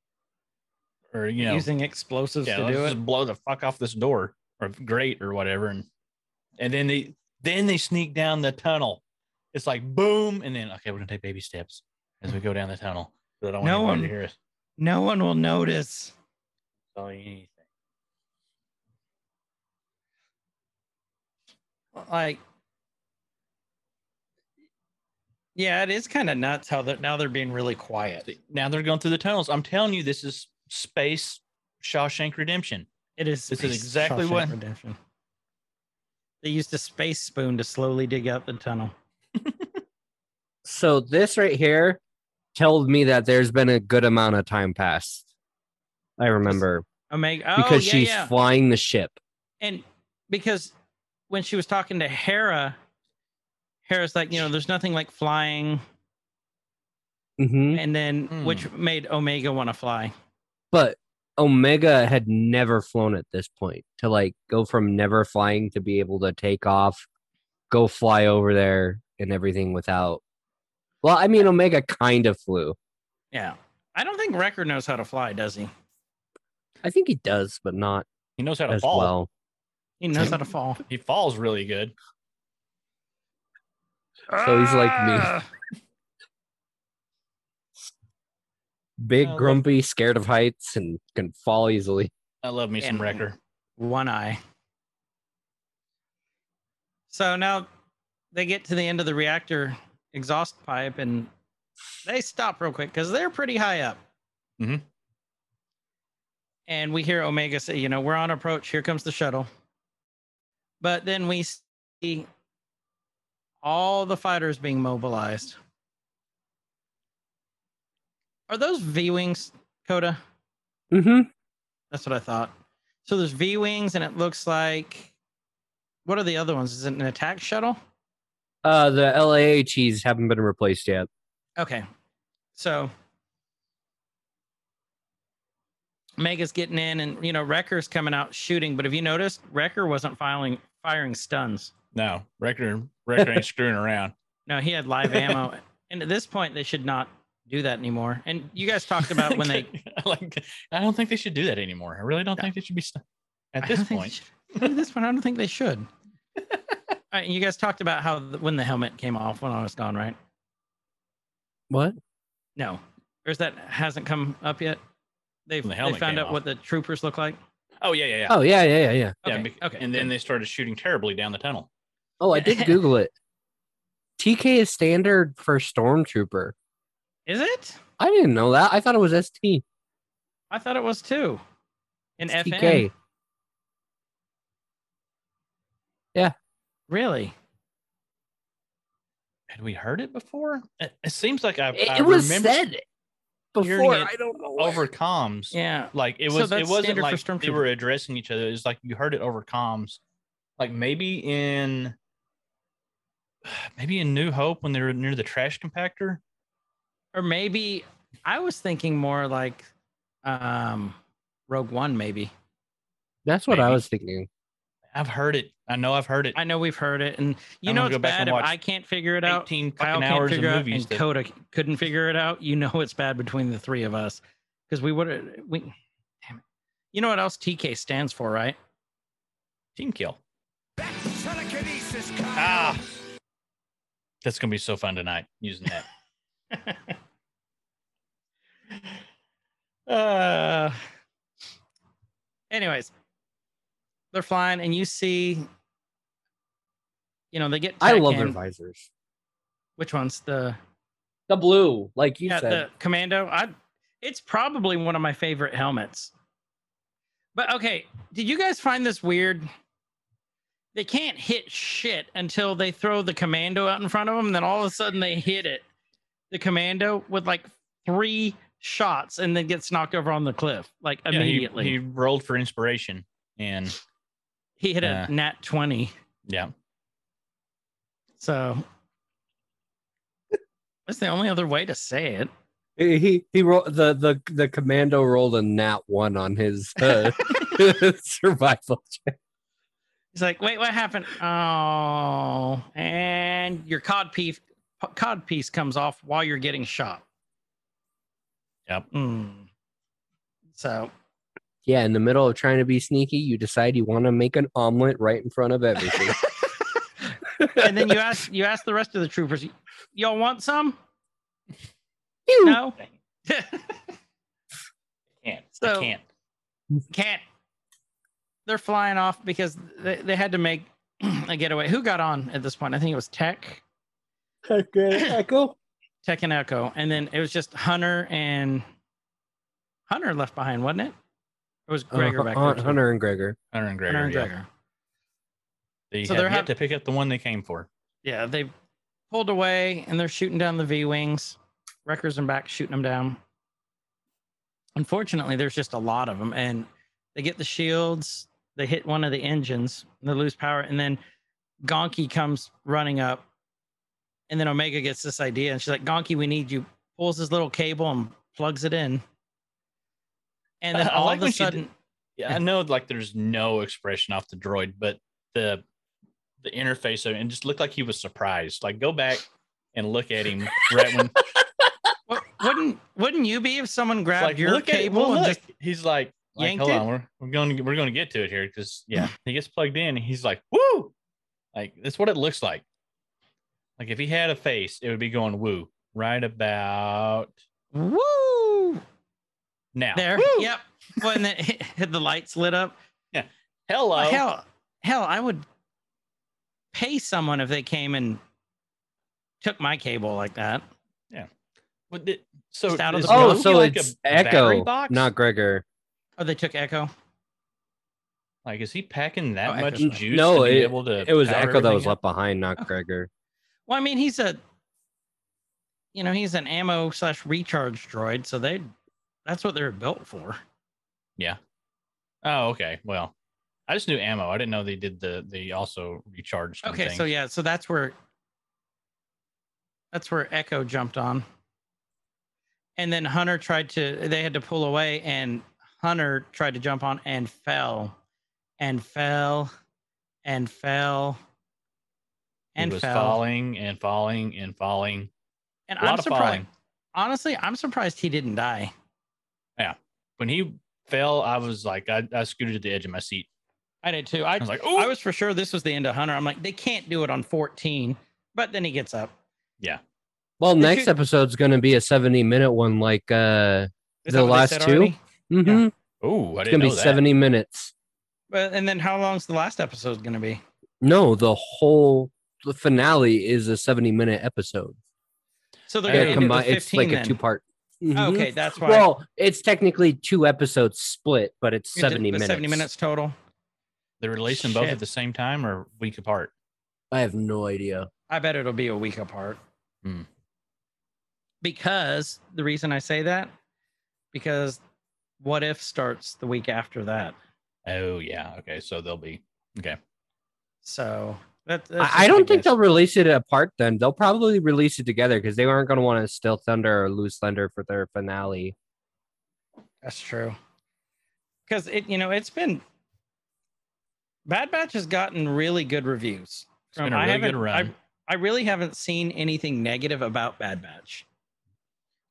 Speaker 3: or you know
Speaker 2: Using explosives
Speaker 3: yeah,
Speaker 2: to
Speaker 3: let's
Speaker 2: do it.
Speaker 3: just blow the fuck off this door or grate or whatever. And and then they then they sneak down the tunnel. It's like boom, and then okay, we're gonna take baby steps as we go down the tunnel. But I don't want
Speaker 2: No
Speaker 3: anyone to
Speaker 2: one-
Speaker 3: hear us.
Speaker 2: No one will notice.
Speaker 3: So anything.
Speaker 2: like yeah it is kind of nuts how that now they're being really quiet
Speaker 3: Now they're going through the tunnels. I'm telling you, this is space Shawshank Redemption.
Speaker 2: it is
Speaker 3: This is
Speaker 2: space
Speaker 3: exactly
Speaker 2: Shawshank
Speaker 3: what-
Speaker 2: Redemption. they used a space spoon to slowly dig out the tunnel
Speaker 4: So this right here told me that there's been a good amount of time passed. I remember
Speaker 2: omega oh,
Speaker 4: because
Speaker 2: yeah,
Speaker 4: she's
Speaker 2: yeah.
Speaker 4: flying the ship.
Speaker 2: and because when she was talking to hera hera's like you know there's nothing like flying
Speaker 4: hmm
Speaker 2: and then which made omega want to fly
Speaker 4: but Omega had never flown at this point to like go from never flying to be able to take off, go fly over there and everything without. Well, I mean, Omega kind of flew.
Speaker 2: yeah i don't think record knows how to fly does he
Speaker 4: I think he does, but not
Speaker 3: He knows how to
Speaker 4: as
Speaker 3: fall.
Speaker 4: well.
Speaker 2: he knows how to fall
Speaker 3: He falls really good.
Speaker 4: So he's like me.
Speaker 1: Ah!
Speaker 4: Big,
Speaker 3: Well, that-
Speaker 4: grumpy, scared of heights, and can fall easily.
Speaker 3: I love me some
Speaker 2: And-
Speaker 3: Wrecker.
Speaker 2: one eye. So now they get to the end of the reactor exhaust pipe and they stop real quick because they're pretty high up.
Speaker 3: Mhm.
Speaker 2: And we hear Omega say, you know, we're on approach. Here comes the shuttle. But then we see all the fighters being mobilized. Are those V Wings, Coda?
Speaker 4: Mm-hmm.
Speaker 2: That's what I thought. So there's V wings, and it looks like what are the other ones? Is it an attack shuttle?
Speaker 4: Uh, the LAHs haven't been replaced yet.
Speaker 2: Okay, so Mega's getting in, and you know Wrecker's coming out shooting. But have you noticed Wrecker wasn't filing firing stuns?
Speaker 3: No, Wrecker, Wrecker ain't screwing around.
Speaker 2: No, he had live ammo. And at this point, they should not do that anymore. And you guys talked about when they.
Speaker 3: like, I don't think they should do that anymore. I really don't think they should be st- at
Speaker 2: I
Speaker 3: this
Speaker 2: don't think they
Speaker 3: point.
Speaker 2: should- at this point, I don't think they should. All right, you guys talked about how the, when the helmet came off when I was gone, right?
Speaker 4: What?
Speaker 2: No, Or is that hasn't come up yet? They've
Speaker 3: The
Speaker 2: they
Speaker 3: helmet
Speaker 2: found
Speaker 3: came
Speaker 2: out
Speaker 3: off.
Speaker 2: what the troopers look like.
Speaker 3: Oh yeah, yeah, yeah.
Speaker 4: Oh yeah, yeah, yeah, yeah.
Speaker 3: yeah,
Speaker 2: okay,
Speaker 3: bec-
Speaker 2: okay,
Speaker 3: And then
Speaker 2: good.
Speaker 3: they started shooting terribly down the tunnel.
Speaker 4: Oh, I did Google it. TK is standard for stormtrooper.
Speaker 2: Is it?
Speaker 4: I didn't know that. I thought it was ST.
Speaker 2: I thought it was too. In
Speaker 4: It's
Speaker 2: FN.
Speaker 4: TK.
Speaker 2: Really?
Speaker 3: Had we heard it before? It, it seems like I,
Speaker 4: It,
Speaker 3: I
Speaker 4: it was
Speaker 3: remember
Speaker 4: said
Speaker 3: hearing
Speaker 2: Oh,
Speaker 4: before.
Speaker 3: it
Speaker 4: I don't know.
Speaker 3: over comms.
Speaker 2: Yeah.
Speaker 3: Like it
Speaker 2: So
Speaker 3: was, it
Speaker 2: that's
Speaker 3: wasn't
Speaker 2: standard for
Speaker 3: like they
Speaker 2: Stormtrooper.
Speaker 3: were addressing each other. It was like you heard it over comms. Like maybe in, maybe in New Hope when they were near the trash compactor.
Speaker 2: Or maybe I was thinking more like um Rogue One, maybe.
Speaker 4: That's what I
Speaker 3: maybe.
Speaker 4: was thinking.
Speaker 3: I've heard it. I know I've heard it.
Speaker 2: I know we've heard it, and you
Speaker 3: I'm
Speaker 2: know
Speaker 3: gonna
Speaker 2: it's
Speaker 3: go back
Speaker 2: bad
Speaker 3: and
Speaker 2: if
Speaker 3: watch
Speaker 2: I can't figure it out.
Speaker 3: Eighteen
Speaker 2: Kyle
Speaker 3: fucking
Speaker 2: can't
Speaker 3: hours of
Speaker 2: figure out,
Speaker 3: movies.
Speaker 2: and
Speaker 3: that-
Speaker 2: Coda couldn't figure it out. You know it's bad between the three of us because we would have we. Damn it! You know what else TK stands for, right?
Speaker 3: team kill.
Speaker 1: Back to telekinesis, Kyle.
Speaker 3: Ah, that's gonna be so fun tonight using that.
Speaker 2: Uh. Anyways, they're flying, and you see, you know, they get.
Speaker 4: I love their
Speaker 2: Tekkan.
Speaker 4: visors.
Speaker 2: Which one's the?
Speaker 4: The blue, like you
Speaker 2: yeah,
Speaker 4: said.
Speaker 2: the commando. I it's probably one of my favorite helmets. But okay, did you guys find this weird? They can't hit shit until they throw the commando out in front of them. Then all of a sudden they hit it, the commando with like three shots, and then gets knocked over on the cliff like
Speaker 3: Yeah, he-
Speaker 2: immediately.
Speaker 3: he, rolled for inspiration, and
Speaker 2: he, hit a
Speaker 3: uh,
Speaker 2: nat twenty,
Speaker 3: yeah,
Speaker 2: so that's the only other way to say it.
Speaker 4: He he, he roll, the the the commando rolled a nat one on his uh, survival check.
Speaker 2: He's like, wait, what happened? Oh, and your cod piece, cod piece comes off while you're getting shot.
Speaker 3: Yep.
Speaker 2: Mm. So
Speaker 4: Yeah, in the middle of trying to be sneaky, you decide you want to make an omelet right in front of everything.
Speaker 2: and then you ask you ask the rest of the troopers, y'all want some?
Speaker 4: Phew.
Speaker 2: No,
Speaker 3: can't,
Speaker 2: So-
Speaker 3: I can't.
Speaker 2: can't. They're flying off because they, they had to make a getaway. Who got on at this point? I think it was Tech,
Speaker 4: Okay, Echo.
Speaker 2: Tech and Echo, and then it was just Hunter and Hunter left behind, wasn't it? It was Gregor
Speaker 4: Uh,
Speaker 2: back
Speaker 4: Hun-
Speaker 2: there. too?
Speaker 4: Hunter and Gregor.
Speaker 3: Hunter and Gregor.
Speaker 2: Hunter and
Speaker 3: yeah.
Speaker 2: Gregor.
Speaker 3: They
Speaker 2: So
Speaker 3: have
Speaker 2: they're
Speaker 3: yet
Speaker 2: hav-
Speaker 3: to pick up the one they came for.
Speaker 2: Yeah, they pulled away and they're shooting down the V wings. Wreckers and back shooting them down. Unfortunately, there's just a lot of them, and they get the shields. They hit one of the engines. And they lose power, and then Gonki comes running up, and then Omega gets this idea, and she's like, "Gonki, we need you." Pulls his little cable and plugs it in, and then
Speaker 3: I
Speaker 2: all
Speaker 3: like
Speaker 2: of a
Speaker 3: when she did-
Speaker 2: sudden,
Speaker 3: Yeah, I know. Like, there's no expression off the droid, but the the interface of it, it just looked like he was surprised. Like, go back and look at him right when
Speaker 2: Well, wouldn't wouldn't you be if someone grabbed
Speaker 3: like,
Speaker 2: your
Speaker 3: look at-
Speaker 2: cable
Speaker 3: well,
Speaker 2: and
Speaker 3: look.
Speaker 2: just
Speaker 3: he's like, like
Speaker 2: yanked
Speaker 3: hold
Speaker 2: it?
Speaker 3: on, we're, we're going to we're going to get to it here because yeah, he gets plugged in and he's like, woo, like that's what it looks like. Like if he had a face, it would be going woo right about
Speaker 2: woo?
Speaker 3: now.
Speaker 2: There.
Speaker 3: Woo!
Speaker 2: Yep. Well, and then the lights lit up.
Speaker 3: Hello.
Speaker 2: Well, hell, hell, I would pay someone if they came and took my cable like that.
Speaker 3: What did- so
Speaker 2: Just out of
Speaker 3: is
Speaker 2: the blue?
Speaker 4: Oh,
Speaker 2: Gonki
Speaker 3: Goku
Speaker 4: so
Speaker 3: like
Speaker 4: it's
Speaker 3: a battery
Speaker 4: Echo,
Speaker 3: box?
Speaker 4: not Gregor.
Speaker 2: Oh, they took Echo.
Speaker 3: like is he packing that
Speaker 2: Oh,
Speaker 3: much
Speaker 2: Echo's not-
Speaker 3: juice?
Speaker 4: No,
Speaker 3: to be
Speaker 4: it-
Speaker 3: able to
Speaker 4: It was
Speaker 3: power
Speaker 4: Echo that
Speaker 3: everything
Speaker 4: was
Speaker 3: up?
Speaker 4: left behind, not Gregor.
Speaker 2: Well, I mean, he's a, you know, he's an ammo slash recharge droid, so they, that's what they're built for.
Speaker 3: Oh, okay. Well, I just knew ammo. I didn't know they did the they also recharged. and
Speaker 2: Okay, so
Speaker 3: things.
Speaker 2: yeah, so that's where that's where Echo jumped on. And then Hunter tried to they had to pull away and Hunter tried to jump on and fell and fell and fell
Speaker 3: He
Speaker 2: and
Speaker 3: was
Speaker 2: fell.
Speaker 3: falling and falling and falling.
Speaker 2: And
Speaker 3: A lot
Speaker 2: I'm
Speaker 3: of
Speaker 2: surprised
Speaker 3: falling.
Speaker 2: honestly, I'm surprised he didn't die.
Speaker 3: when he fell, I was like, I, I scooted to the edge of my seat.
Speaker 2: I did too. I,
Speaker 3: was like,
Speaker 2: I
Speaker 3: "Ooh."
Speaker 2: was for sure this was the end of Hunter. I'm like, they can't do it on 14, but then he gets up.
Speaker 3: Yeah.
Speaker 4: Well,
Speaker 2: They
Speaker 4: next
Speaker 2: should-
Speaker 4: episode's gonna be a seventy-minute one, like uh,
Speaker 2: Is
Speaker 4: The
Speaker 2: that what they
Speaker 4: last
Speaker 2: said
Speaker 4: two?
Speaker 2: already?
Speaker 4: mhm,
Speaker 2: Yeah,
Speaker 3: Oh, I
Speaker 4: it's
Speaker 3: didn't
Speaker 4: gonna
Speaker 3: know
Speaker 4: be
Speaker 3: that.
Speaker 4: seventy minutes.
Speaker 2: Well, and then how long's the last episode going to be?
Speaker 4: No, the whole the finale is a seventy-minute episode.
Speaker 2: So they're
Speaker 3: Yeah,
Speaker 2: going
Speaker 4: Yeah,
Speaker 2: to
Speaker 4: combi-
Speaker 2: do the
Speaker 4: it's like
Speaker 2: 15
Speaker 4: a
Speaker 2: then.
Speaker 4: two-part.
Speaker 2: Oh,
Speaker 4: Mhm.
Speaker 2: okay, that's why.
Speaker 4: Well, it's technically two episodes split, but it's
Speaker 2: You're doing
Speaker 4: seventy
Speaker 2: the
Speaker 4: minutes.
Speaker 2: 70 minutes total.
Speaker 3: They're releasing both
Speaker 2: Shit.
Speaker 3: at the same time or week apart.
Speaker 4: I have no idea.
Speaker 2: I bet it'll be a week apart.
Speaker 3: Hmm.
Speaker 2: Because the reason I say that, because what if starts the week after that?
Speaker 3: Oh yeah. Okay. So they'll be okay.
Speaker 2: So that, that's just
Speaker 4: I,
Speaker 2: my
Speaker 4: I don't think
Speaker 2: guess.
Speaker 4: they'll release it apart. Then they'll probably release it together because they aren't gonna want to steal thunder or lose thunder for their finale.
Speaker 2: That's true. Because it, you know, it's been Bad Batch has gotten really good reviews.
Speaker 3: It's
Speaker 2: Um,
Speaker 3: been a
Speaker 2: I
Speaker 3: really good
Speaker 2: haven't-
Speaker 3: run.
Speaker 2: I really haven't seen anything negative about Bad Batch.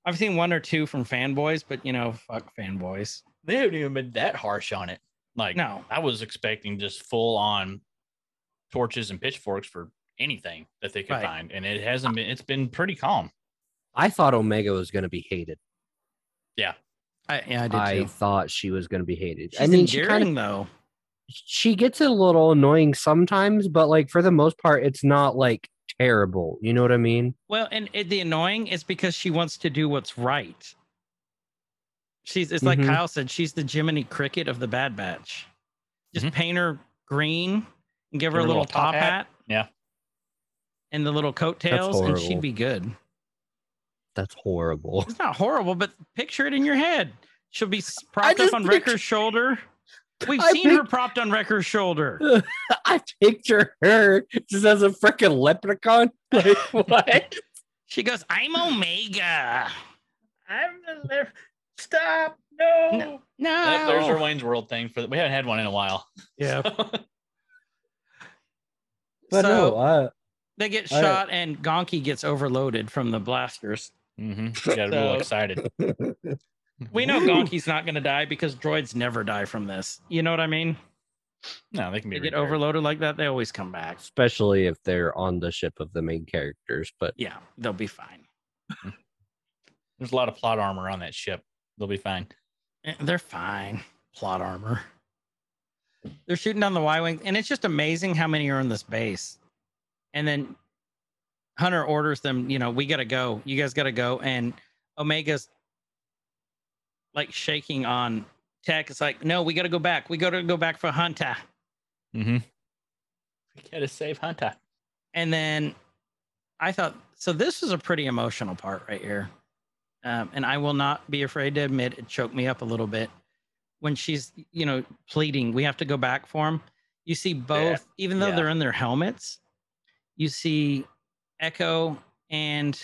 Speaker 2: I've seen one or two from fanboys, but you know, fuck fanboys.
Speaker 3: they haven't even been that harsh on it. Like
Speaker 2: No,
Speaker 3: I was expecting just full on torches and pitchforks for anything that they could
Speaker 2: Right.
Speaker 3: find, and it hasn't been. It's been pretty calm.
Speaker 4: I thought Omega was gonna be hated.
Speaker 2: I, yeah, I did
Speaker 4: I
Speaker 2: too.
Speaker 4: thought she was going to be hated.
Speaker 2: She's
Speaker 4: I mean, she
Speaker 2: endearing
Speaker 4: kind of
Speaker 2: though.
Speaker 4: she gets a little annoying sometimes, but like for the most part, it's not like terrible. You know what I mean?
Speaker 2: Well, and it, the annoying is because she wants to do what's right. She's it's like
Speaker 4: Mhm.
Speaker 2: Kyle said, she's the Jiminy Cricket of the Bad Batch. Just
Speaker 3: Mhm.
Speaker 2: paint her green and Mm-hmm. give her a little, top hat.
Speaker 3: Yeah.
Speaker 2: And the little coattails, and she'd
Speaker 4: horrible.
Speaker 2: be good.
Speaker 4: That's horrible.
Speaker 2: It's not horrible, but picture it in your head. She'll be s-
Speaker 4: I
Speaker 2: propped up
Speaker 4: just
Speaker 2: on
Speaker 4: picture-
Speaker 2: Wrecker's shoulder. We've
Speaker 4: I
Speaker 2: seen her propped on Wrecker's shoulder.
Speaker 4: I picture her just as a freaking leprechaun. Like what?
Speaker 2: She goes, I'm Omega.
Speaker 3: I'm the left. Stop! No.
Speaker 2: No.
Speaker 3: That- there's our Wayne's World thing for. We haven't had one in a while.
Speaker 2: yeah.
Speaker 4: But
Speaker 2: so
Speaker 4: no, I,
Speaker 2: they get
Speaker 4: I-
Speaker 2: shot, and Gonki gets overloaded from the blasters.
Speaker 3: hmm Got real
Speaker 2: So-
Speaker 3: excited.
Speaker 2: We know Gonki's not going to die because droids never die from this. You know what I mean?
Speaker 3: No, they can be.
Speaker 2: They get
Speaker 3: repaired.
Speaker 2: overloaded like that, they always come back.
Speaker 4: especially if they're on the ship of the main characters. But
Speaker 2: Yeah, they'll be fine.
Speaker 3: There's a lot of plot armor on that ship. They'll be fine.
Speaker 2: Eh, They're fine. Plot armor. They're shooting down the Y Wing, and it's just amazing how many are in this base. And then Hunter orders them, you know, we got to go. You guys got to go. And Omega's like shaking on Tech. It's like, no, we got to go back. We got to go back for Hunter.
Speaker 3: Mm-hmm. We gotta save Hunter.
Speaker 2: And then I thought, so this is a pretty emotional part right here. Um, and I will not be afraid to admit it choked me up a little bit when she's, you know, pleading, we have to go back for him. You see both, even though
Speaker 3: Yeah.
Speaker 2: they're in their helmets, you see Echo and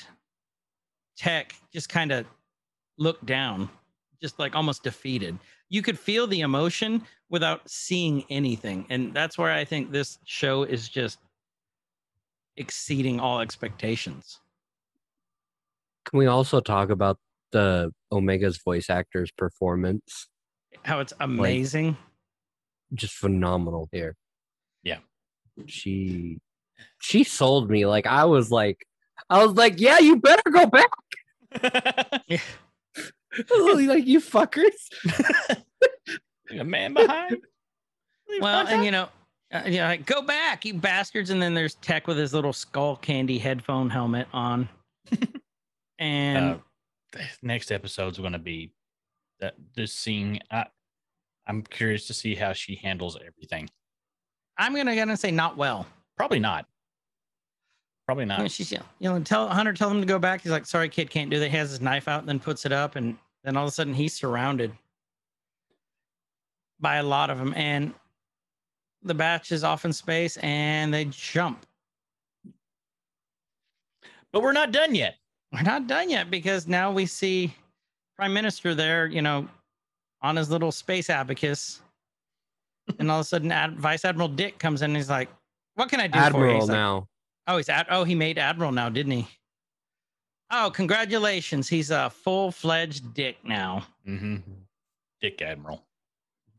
Speaker 2: Tech just kind of look down, just like almost defeated. You could feel the emotion without seeing anything. And that's where I think this show is just exceeding all expectations.
Speaker 4: can we also talk about the Omega's voice actor's performance?
Speaker 2: How it's amazing.
Speaker 4: just phenomenal here.
Speaker 3: Yeah.
Speaker 4: She she sold me. Like I was like I was like, yeah, you better go back.
Speaker 2: Yeah.
Speaker 4: like you fuckers.
Speaker 3: a man behind. Leave
Speaker 2: well,
Speaker 3: Hunter.
Speaker 2: and you know, uh, yeah, like, go back, you bastards. And then there's Tech with his little skull candy headphone helmet on. and
Speaker 3: Uh, th- next episode's going to be that this scene. I, I'm curious to see how she handles everything.
Speaker 2: I'm gonna gonna say not well.
Speaker 3: Probably not. Probably
Speaker 2: You know,
Speaker 3: not.
Speaker 2: she's yell- yelling, tell Hunter, tell them to go back. He's like, sorry, kid, can't do that. He has his knife out and then puts it up, and then all of a sudden he's surrounded by a lot of them. And the batch is off in space and they jump.
Speaker 3: But we're not done yet.
Speaker 2: we're not done yet because now we see prime minister there you know on his little space abacus and all of a sudden Ad- vice admiral dick comes in and he's like what can i do for you
Speaker 4: Admiral
Speaker 2: He's like,
Speaker 4: now.
Speaker 2: oh he's at oh he made admiral now didn't he oh congratulations he's a full-fledged dick now
Speaker 3: Mm-hmm. Dick Admiral.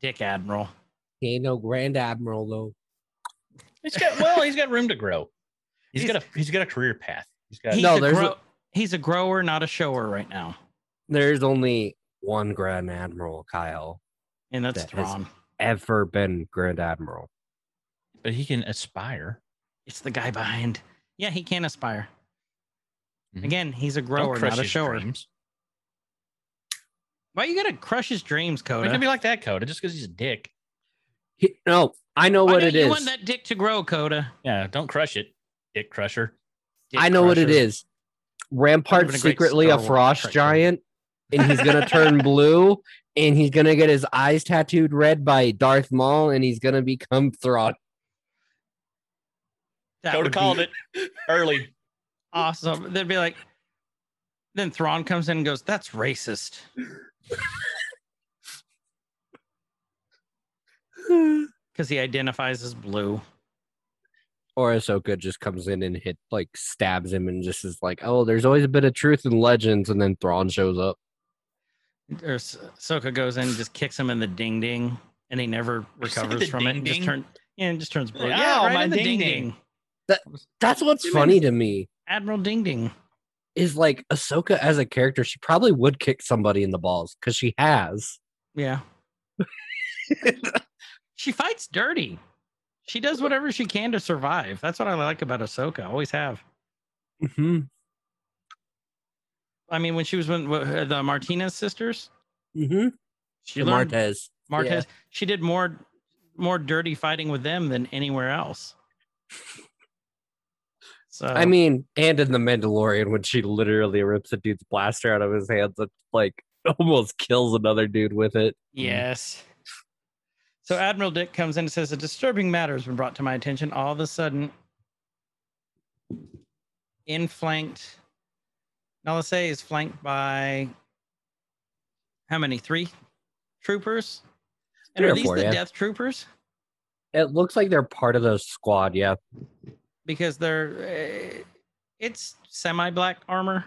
Speaker 2: dick admiral
Speaker 4: He ain't no grand admiral though.
Speaker 3: He's got well. He's got room to grow. he's
Speaker 2: He's-
Speaker 3: got a he's got a career path. He's got
Speaker 2: he
Speaker 4: No,
Speaker 2: could
Speaker 4: there's a-
Speaker 2: grow He's a grower, not a shower right now.
Speaker 4: There's only one Grand Admiral, Kyle,
Speaker 2: And that's
Speaker 4: That is-
Speaker 2: Thrawn.
Speaker 4: ever been Grand Admiral.
Speaker 3: But he can aspire.
Speaker 2: It's the guy behind. Yeah, he can aspire.
Speaker 3: Mhm.
Speaker 4: Mm-hmm.
Speaker 2: Again, he's a
Speaker 3: Don't
Speaker 2: grower,
Speaker 3: crush
Speaker 2: not a
Speaker 3: his
Speaker 2: shower.
Speaker 3: dreams.
Speaker 2: Why you gotta crush his dreams,
Speaker 3: But
Speaker 2: Coda?
Speaker 3: don't be like that, Coda, just because he's a dick.
Speaker 4: He, no, I know
Speaker 2: Why
Speaker 4: what
Speaker 2: don't
Speaker 4: it
Speaker 2: you
Speaker 4: is.
Speaker 2: want that dick to grow, Coda?
Speaker 3: Yeah, don't crush it, dick crusher.
Speaker 2: Dick
Speaker 4: I know what it
Speaker 2: crusher.
Speaker 4: is. Rampart's
Speaker 2: Would've been a great
Speaker 4: secretly a
Speaker 2: Star Wars
Speaker 4: frost
Speaker 2: cartoon.
Speaker 4: giant, and he's gonna turn blue, and he's gonna get his eyes tattooed red by Darth Maul, and he's gonna become Thrawn.
Speaker 2: That
Speaker 3: Coda
Speaker 2: would be
Speaker 3: called it early.
Speaker 2: Awesome. They'd be like, then Thrawn comes in and goes, "That's racist." Because he identifies as blue.
Speaker 4: Or Ahsoka just comes in and hit like stabs him and just is like, "Oh, there's always a bit of truth in legends," and then Thrawn shows up.
Speaker 2: Or S- Ahsoka goes in and just kicks him in the ding ding, and he never recovers
Speaker 3: the
Speaker 2: from it. And just
Speaker 3: ding-ding?
Speaker 2: turn, yeah, and just turns blue.
Speaker 3: Like,
Speaker 2: Oh, yeah,
Speaker 3: "Ow,
Speaker 2: right
Speaker 3: my
Speaker 2: in the ding
Speaker 3: ding-ding."
Speaker 2: ding.
Speaker 4: That's what's
Speaker 2: Dude,
Speaker 4: funny to me
Speaker 2: Admiral Ding Ding.
Speaker 4: is like Ahsoka as a character, she probably would kick somebody in the balls because she has.
Speaker 2: Yeah. she fights dirty. She does whatever she can to survive. That's what I like about Ahsoka. Always have.
Speaker 4: Mm-hmm.
Speaker 2: I mean, when she was with with the Martinez sisters,
Speaker 4: Mm-hmm.
Speaker 2: she learned
Speaker 4: Martez.
Speaker 2: Martez. She did more more dirty fighting with them than anywhere else. So
Speaker 4: I mean, and in The Mandalorian, when she literally rips a dude's blaster out of his hands and like almost kills another dude with it.
Speaker 2: Yes. So Admiral Dick comes in and says, A disturbing matter has been brought to my attention. All of a sudden, in flanked, Nalase is flanked by how many? Three troopers? And
Speaker 4: Three
Speaker 2: are
Speaker 4: or
Speaker 2: these
Speaker 4: four,
Speaker 2: the
Speaker 4: yeah.
Speaker 2: death troopers?
Speaker 4: It looks like they're part of the squad. Yeah.
Speaker 2: Because they're, uh, it's semi black armor,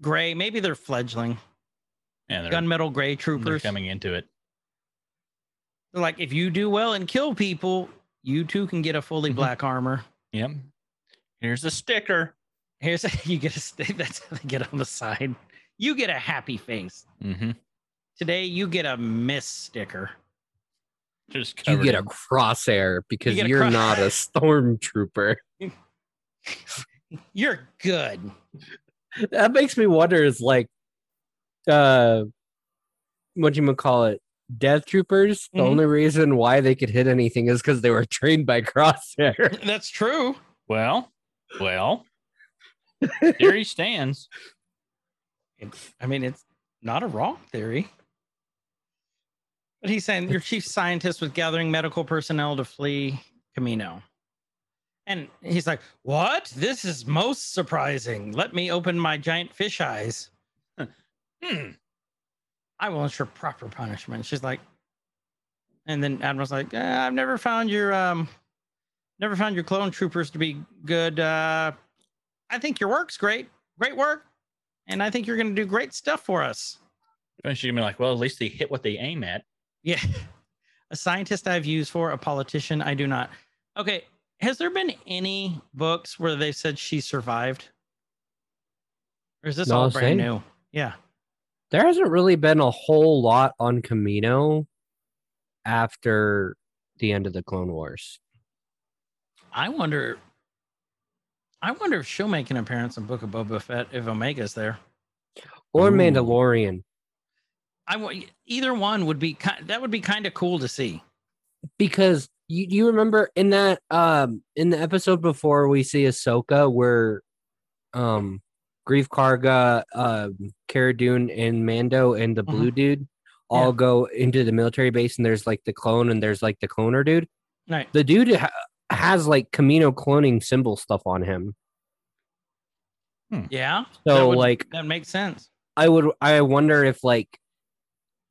Speaker 2: gray. Maybe they're fledgling,
Speaker 3: Yeah, they're,
Speaker 2: gunmetal gray
Speaker 3: they're
Speaker 2: troopers.
Speaker 3: coming into it.
Speaker 2: They're like, if you do well and kill people, you too can get a fully
Speaker 3: Mhm.
Speaker 2: black armor.
Speaker 3: Yep. Here's the sticker.
Speaker 2: Here's you get a st- that's how they get on the side. You get a happy face
Speaker 3: Mm-hmm.
Speaker 2: today. You get a miss sticker.
Speaker 3: Just
Speaker 4: You
Speaker 3: covered
Speaker 4: get a
Speaker 3: in-
Speaker 4: crosshair because
Speaker 2: get a
Speaker 4: you're
Speaker 2: cro-
Speaker 4: not a stormtrooper.
Speaker 2: You're good.
Speaker 4: that makes me wonder is like uh what you call it death troopers the
Speaker 2: Mhm.
Speaker 4: only reason why they could hit anything is because they were trained by crosshair
Speaker 2: That's true.
Speaker 3: well, well. Here he stands.
Speaker 2: It's, I mean, it's not a wrong theory. But he's saying your chief scientist was gathering medical personnel to flee Camino. And he's like, What? This is most surprising. Let me open my giant fish eyes.
Speaker 3: Hmm.
Speaker 2: I will ensure proper punishment. She's like, and then Admiral's like, "Uh, I've never found your, um, never found your clone troopers to be good. Uh, I think your work's great, great work, and I think you're going to do great stuff for us.
Speaker 3: And she's gonna be like, well, at least they hit what they aim at.
Speaker 2: Yeah, a scientist I've used for a politician I do not. Okay, has there been any books where they said she survived, or is this
Speaker 4: No,
Speaker 2: all brand
Speaker 4: same.
Speaker 2: new? Yeah,
Speaker 4: there hasn't really been a whole lot on camino after the end of the clone wars
Speaker 2: I wonder. I wonder if she'll make an appearance in Book of Boba Fett if Omega's there.
Speaker 4: or
Speaker 3: Ooh.
Speaker 4: mandalorian
Speaker 2: I w- either one would be ki- that would be kind of cool to see.
Speaker 4: because you, you remember in that um in the episode before we see Ahsoka where um Grief Karga, um Cara Dune, and Mando and the
Speaker 2: Mhm.
Speaker 4: blue dude all go into the military base and there's like the clone and there's like the cloner dude.
Speaker 2: Right.
Speaker 4: The dude ha- has like Camino cloning symbol stuff on him.
Speaker 2: Yeah. that
Speaker 4: So
Speaker 2: would-
Speaker 4: like
Speaker 2: that makes sense.
Speaker 4: I would I wonder if like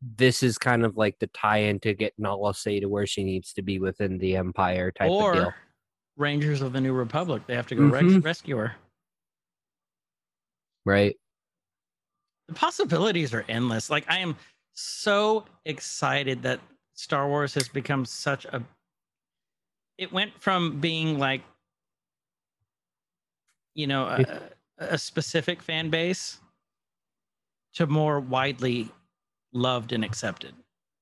Speaker 4: this is kind of like the tie-in to get Nala Say to where she needs to be within the Empire type of deal.
Speaker 2: Or Rangers of the New Republic, they have to go
Speaker 4: Mhm.
Speaker 2: res- rescue her.
Speaker 4: Right.
Speaker 2: The possibilities are endless. Like I am so excited that Star Wars has become such a. It went from being like, you know, a, a specific fan base to more widely loved and accepted,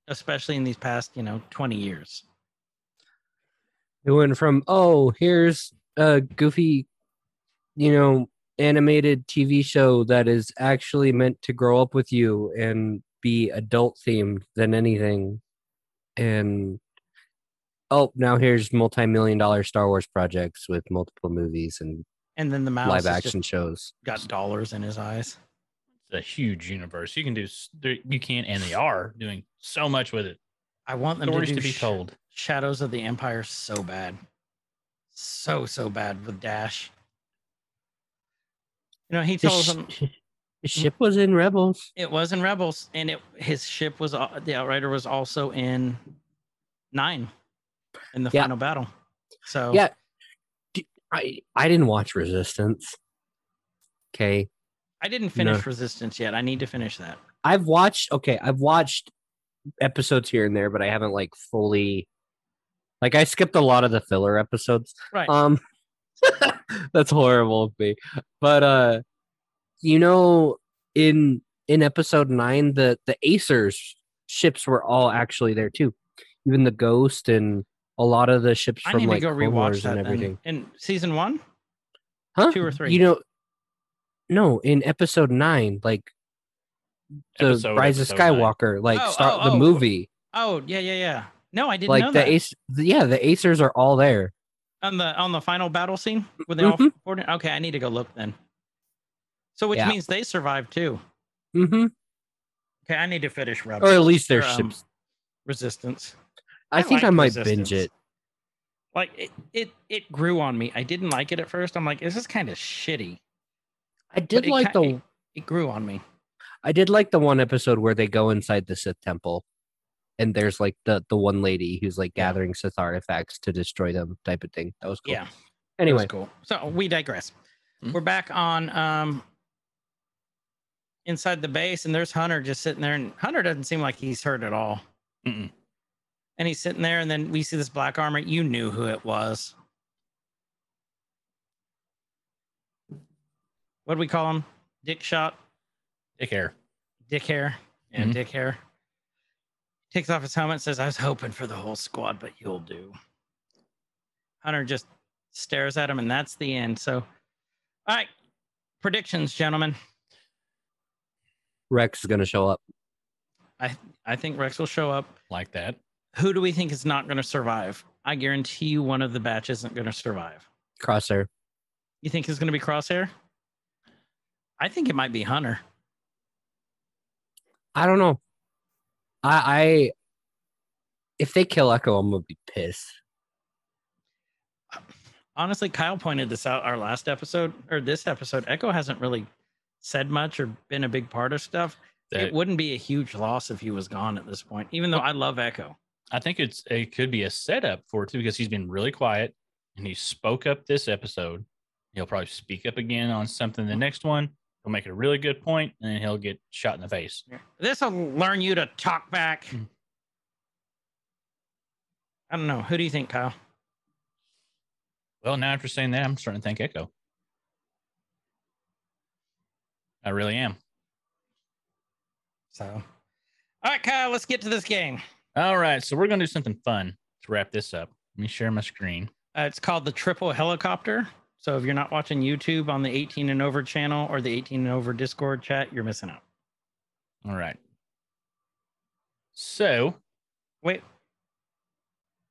Speaker 2: especially in these past, you know, 20 years.
Speaker 4: It went from oh, here's a goofy, you know, animated TV show that is actually meant to grow up with you and be adult themed than anything, and oh, now here's multi-million dollar Star Wars projects with multiple movies and
Speaker 2: And then the mouse
Speaker 4: live
Speaker 2: has just
Speaker 4: action shows.
Speaker 2: got dollars in his eyes.
Speaker 3: It's a huge universe. You can do, s- there- you can, and they are doing so much with it.
Speaker 2: I want them
Speaker 3: Stories
Speaker 2: to,
Speaker 3: to
Speaker 2: do
Speaker 3: be
Speaker 2: sh-
Speaker 3: told.
Speaker 2: Shadows of the Empire so bad. So, so bad with Dash. You know, he
Speaker 4: The
Speaker 2: tells
Speaker 4: sh-
Speaker 2: him
Speaker 4: The
Speaker 2: Mm-hmm.
Speaker 4: ship was in Rebels.
Speaker 2: it was in Rebels, and it his ship was al- the Outrider was also in Nine in the
Speaker 4: Yeah.
Speaker 2: final battle. So
Speaker 4: Yeah. D- I I didn't watch Resistance. Okay.
Speaker 2: I didn't finish Resistance yet. I need to finish that.
Speaker 4: I've watched okay, I've watched episodes here and there, but I haven't like fully like I skipped a lot of the filler episodes.
Speaker 2: Right.
Speaker 4: Um that's horrible of me. But uh you know in in episode 9 the the Acers ships were all actually there too. Even the Ghost and a lot of the ships
Speaker 2: I
Speaker 4: from
Speaker 2: need
Speaker 4: like
Speaker 2: to go
Speaker 4: Clone
Speaker 2: rewatch
Speaker 4: Wars
Speaker 2: that.
Speaker 4: and everything.
Speaker 2: then. In season one,
Speaker 4: huh?
Speaker 2: two or three.
Speaker 4: You know, no, in episode nine, like the
Speaker 3: Episode-
Speaker 4: Rise
Speaker 3: episode
Speaker 4: of
Speaker 3: nine.
Speaker 4: Skywalker, like
Speaker 2: Oh,
Speaker 4: start
Speaker 2: oh,
Speaker 4: the
Speaker 2: oh.
Speaker 4: movie,
Speaker 2: oh yeah, yeah, yeah. No, I didn't know
Speaker 4: like
Speaker 2: that.
Speaker 4: the ace, yeah, the Acers are all there.
Speaker 2: on the on the final battle scene when they all
Speaker 4: Mhm.
Speaker 2: boarded? Okay, I need to go look then. So which
Speaker 4: Yeah.
Speaker 2: means they survived too.
Speaker 4: Mm-hmm.
Speaker 2: Okay, I need to finish Rebels
Speaker 4: Or at least their
Speaker 2: or, um,
Speaker 4: ships.
Speaker 2: Resistance.
Speaker 4: I, think I
Speaker 2: like
Speaker 4: might
Speaker 2: Resistance.
Speaker 4: binge it.
Speaker 2: Like it, it, it grew on me. I didn't like it at first. I'm like, this is kind of shitty.
Speaker 4: I did
Speaker 2: it ki-
Speaker 4: like the
Speaker 2: It grew on me.
Speaker 4: I did like the one episode where they go inside the Sith temple, and there's like the the one lady who's like
Speaker 2: Yeah.
Speaker 4: gathering Sith artifacts to destroy them, type of thing. That was cool.
Speaker 2: Yeah. it was
Speaker 4: Anyway,
Speaker 2: cool. So we digress.
Speaker 3: Mhm.
Speaker 2: We're back on um inside the base, and there's Hunter just sitting there, and Hunter doesn't seem like he's hurt at all.
Speaker 3: Mm-mm.
Speaker 2: And he's sitting there, and then we see this black armor. You knew who it was. What do we call him? Dick shot,
Speaker 3: Take care.
Speaker 2: dick hair, yeah,
Speaker 3: Mhm.
Speaker 2: dick hair. Takes off his helmet, and says, "I was hoping for the whole squad, but you'll do." Hunter just stares at him, and that's the end. So, all right, predictions, gentlemen.
Speaker 4: Rex is gonna show up.
Speaker 2: I think Rex will show up.
Speaker 3: Like that.
Speaker 2: Who do we think is not going to survive? I guarantee you, one of the batch isn't going to survive.
Speaker 4: Crosshair.
Speaker 2: You think it's going to be Crosshair? I think it might be Hunter.
Speaker 4: I don't know. I, I if they kill Echo, I'm gonna be pissed.
Speaker 2: Honestly, Kyle pointed this out our last episode or this episode. Echo hasn't really said much or been a big part of stuff.
Speaker 3: That-
Speaker 2: it wouldn't be a huge loss if he was gone at this point, even though I love Echo.
Speaker 3: I think it's it could be a setup for it too because he's been really quiet and he spoke up this episode. He'll probably speak up again on something the next one. He'll make a really good point and then he'll get shot in the face.
Speaker 2: This will learn you to talk back.
Speaker 3: Mm.
Speaker 2: I don't know. Who do you think, Kyle?
Speaker 3: Well, now after saying that, I'm starting to think Echo. I really am.
Speaker 2: So, all right, Kyle, let's get to this game.
Speaker 3: All right, so we're gonna do something fun to wrap this up. Let me share my screen.
Speaker 2: Uh, it's called the Triple Helicopter. So if you're not watching YouTube on the 18 and over channel or the 18 and over Discord chat, you're missing out.
Speaker 3: All right. So
Speaker 2: Wait,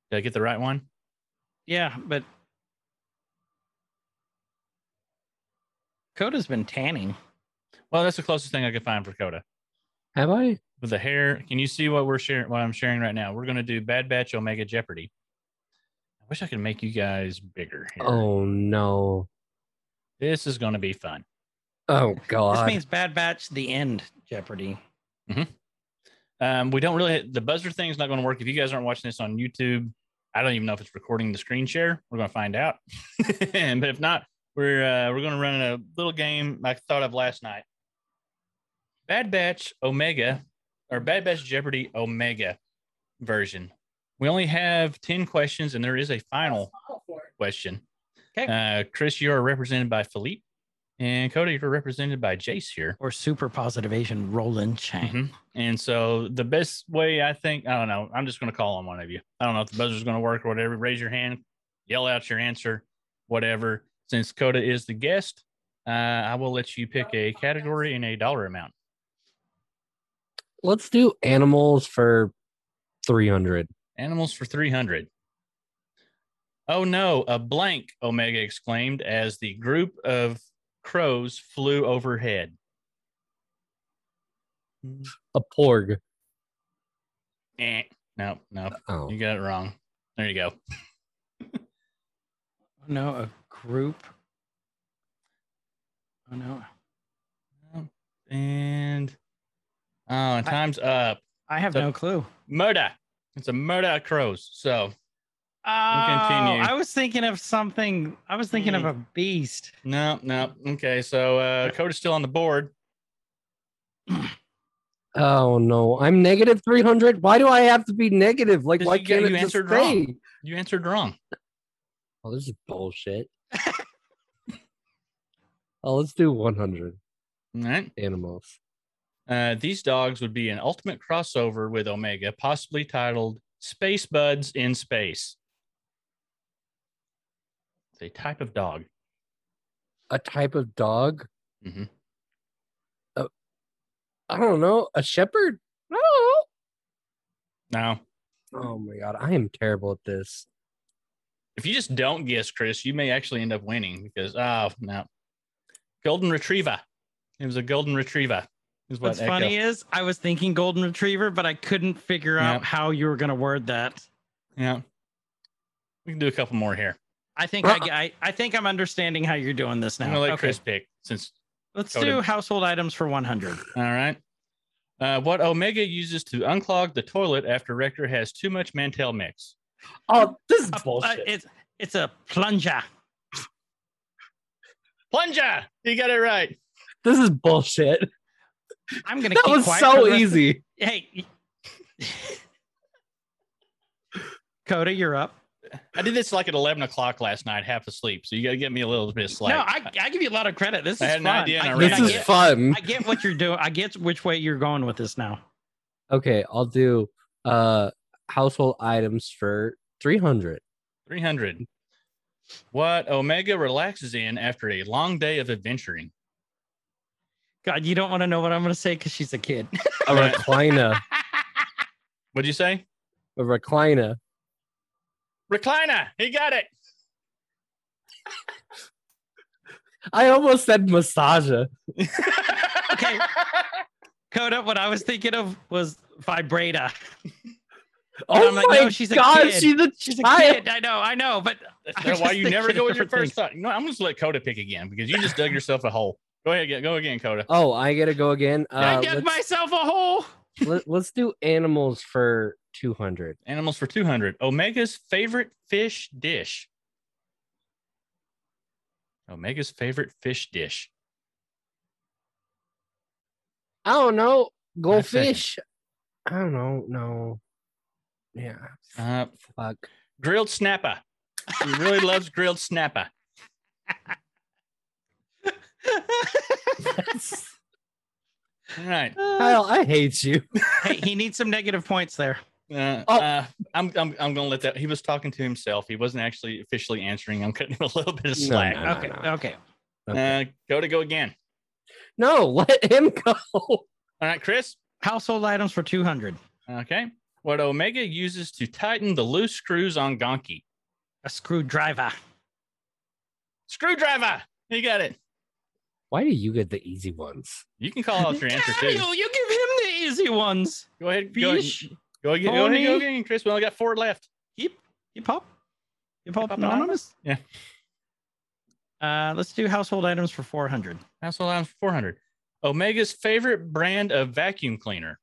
Speaker 3: did I get the right one?
Speaker 2: yeah, but Coda's been tanning.
Speaker 3: Well, that's the closest thing I could find for Coda.
Speaker 4: Have I?
Speaker 3: with the hair. Can you see what we're sharing? What I'm sharing right now? We're gonna do Bad Batch Omega Jeopardy. I wish I could make you guys bigger. Here.
Speaker 4: Oh no.
Speaker 3: this is gonna be fun.
Speaker 4: Oh
Speaker 2: This
Speaker 4: god.
Speaker 2: means Bad Batch, the end, Jeopardy.
Speaker 3: Um, we don't really the buzzer thing's not gonna work if you guys aren't watching this on YouTube. I don't even know if it's recording the screen share. We're gonna find out. but if not, we're uh, we're gonna run a little game I thought of last night. Bad Batch Omega or Bad Batch Jeopardy Omega version. We only have 10 questions and there is a final question.
Speaker 2: Okay.
Speaker 3: Uh, Chris, you are represented by Philippe. And Cody, you're represented by Jace here.
Speaker 2: or super positive Asian Roland Chang.
Speaker 3: Mhm. And so the best way I think, I don't know, I'm just going to call on one of you. I don't know if the buzzer's going to work or whatever. Raise your hand, yell out your answer, whatever. Since Coda is the guest, uh, I will let you pick a category and a dollar amount.
Speaker 4: Let's do animals for 300.
Speaker 3: Animals for 300. Oh no, a blank, Omega exclaimed as the group of crows flew overhead.
Speaker 4: A porg.
Speaker 3: Eh, no, no,
Speaker 4: Oh.
Speaker 3: you got it wrong. There you go.
Speaker 2: Oh no, a group. Oh no.
Speaker 3: And oh, and time's up.
Speaker 2: I have
Speaker 3: So-
Speaker 2: no clue.
Speaker 3: Murder. It's a murder of crows. So
Speaker 2: Oh,
Speaker 3: continue. Mm.
Speaker 2: I was thinking of something. I was thinking of a beast.
Speaker 3: no, no. Okay, so uh Coda's still on the board.
Speaker 4: Oh no, I'm negative 300. Why do I have to be negative? Like,
Speaker 3: Because
Speaker 4: why
Speaker 3: you got-
Speaker 4: can't
Speaker 3: you
Speaker 4: it just
Speaker 3: answered
Speaker 4: stay?
Speaker 3: wrong. You answered wrong.
Speaker 4: Oh, this is bullshit. oh, let's do 100
Speaker 3: All right.
Speaker 4: animals.
Speaker 3: Uh, these dogs would be an ultimate crossover with Omega, possibly titled Space Buds in Space. It's a type of dog.
Speaker 4: A type of dog?
Speaker 2: Mm-hmm.
Speaker 3: Mhm.
Speaker 4: A- I don't know. A shepherd? I don't
Speaker 3: Now,
Speaker 4: know. Oh my god, I am terrible at this.
Speaker 3: if you just don't guess, Chris, you may actually end up winning because, oh, no. Golden Retriever. It was a Golden Retriever. Is what
Speaker 2: What's funny is I was thinking golden retriever, but I couldn't figure
Speaker 3: Yeah.
Speaker 2: out how you were going to word that.
Speaker 3: Yeah. We can do a couple more here.
Speaker 2: I think I, I, I think I'm understanding how you're doing this
Speaker 3: I'm
Speaker 2: now.
Speaker 3: going to let
Speaker 2: Okay.
Speaker 3: Chris pick since
Speaker 2: Let's
Speaker 3: Cody.
Speaker 2: do household items for 100.
Speaker 3: All right. Uh, what Omega uses to unclog the toilet after Rector has too much Mantel mix.
Speaker 4: Oh, this is
Speaker 2: A- uh,
Speaker 4: bullshit.
Speaker 2: it's it's a plunger.
Speaker 3: Plunger! You got it right.
Speaker 4: This is bullshit.
Speaker 2: I'm gonna.
Speaker 4: That
Speaker 2: keep
Speaker 4: was
Speaker 2: quiet for
Speaker 4: so
Speaker 2: the rest-
Speaker 4: easy.
Speaker 2: Hey, y- Coda, you're up.
Speaker 3: I did this like at 11 o'clock last night, half asleep. So you got to get me a little bit of slack.
Speaker 2: no, I, I give you a lot of credit. This is
Speaker 3: I had an
Speaker 2: fun.
Speaker 3: idea and I
Speaker 2: I,
Speaker 3: ran
Speaker 2: I
Speaker 4: This is
Speaker 2: get,
Speaker 4: fun.
Speaker 2: I get what you're doing. I get which way you're going with this now.
Speaker 4: Okay, I'll do uh household items for 300.
Speaker 3: 300. What Omega relaxes in after a long day of adventuring.
Speaker 2: God, you don't want to know what I'm gonna say because she's a kid.
Speaker 4: A
Speaker 3: Right.
Speaker 4: recliner.
Speaker 3: What'd you say?
Speaker 4: A recliner.
Speaker 3: Recliner. He got it.
Speaker 4: I almost said massager.
Speaker 2: okay. Coda, what I was thinking of was vibrator.
Speaker 4: Oh
Speaker 2: I'm
Speaker 4: my
Speaker 2: like, no, she's a
Speaker 4: god,
Speaker 2: kid.
Speaker 4: she's a
Speaker 2: She's a
Speaker 4: child.
Speaker 2: kid. I know, I know, but I
Speaker 3: That's
Speaker 2: was
Speaker 3: why
Speaker 2: just
Speaker 3: you never
Speaker 2: thinking
Speaker 3: go with
Speaker 2: of
Speaker 3: your
Speaker 2: different
Speaker 3: first thought. No, I'm going to let Coda pick again because you just dug yourself a hole. Go ahead. Go again, Coda.
Speaker 4: Oh, I gotta go again. Uh,
Speaker 2: I dug
Speaker 4: let's,
Speaker 2: myself a hole.
Speaker 4: let, us do animals for 200.
Speaker 3: Animals for 200. Omega's favorite fish dish. Omega's favorite fish dish.
Speaker 4: I don't know.
Speaker 3: Five seconds.
Speaker 4: Goldfish. I don't know. No. Yeah.
Speaker 3: Uh,
Speaker 4: Fuck.
Speaker 3: grilled snapper. He really loves grilled snapper. All right.
Speaker 4: Kyle, I hate you.
Speaker 2: hey, he needs some negative points there.
Speaker 3: Uh,
Speaker 4: Oh.
Speaker 3: uh, I'm, I'm, I'm going to let that. He was talking to himself. He wasn't actually officially answering. I'm cutting him a little bit of
Speaker 4: No,
Speaker 3: slack.
Speaker 4: no.
Speaker 2: Okay, okay.
Speaker 4: Okay.
Speaker 3: Uh, Coda, go again.
Speaker 4: No, let him go.
Speaker 3: All right, Chris.
Speaker 2: Household items for 200.
Speaker 3: Okay. What Omega uses to tighten the loose screws on Gonki.
Speaker 2: A screwdriver.
Speaker 3: Screwdriver. You got it.
Speaker 4: Why do you get the easy ones?
Speaker 3: You can call out your answer too.
Speaker 2: Daniel, you give him the easy ones.
Speaker 3: Go ahead. Go ahead.
Speaker 2: Fish.
Speaker 3: Go again. Go ahead. Go
Speaker 2: Pony.
Speaker 3: again, Chris. We only got four left.
Speaker 2: Hip, hip hop. Hip hop
Speaker 3: Hip Hop
Speaker 2: anonymous.
Speaker 3: Anonymous?
Speaker 2: Uh, let's do household items for 400.
Speaker 3: Household items four hundred. Omega's favorite brand of vacuum cleaner.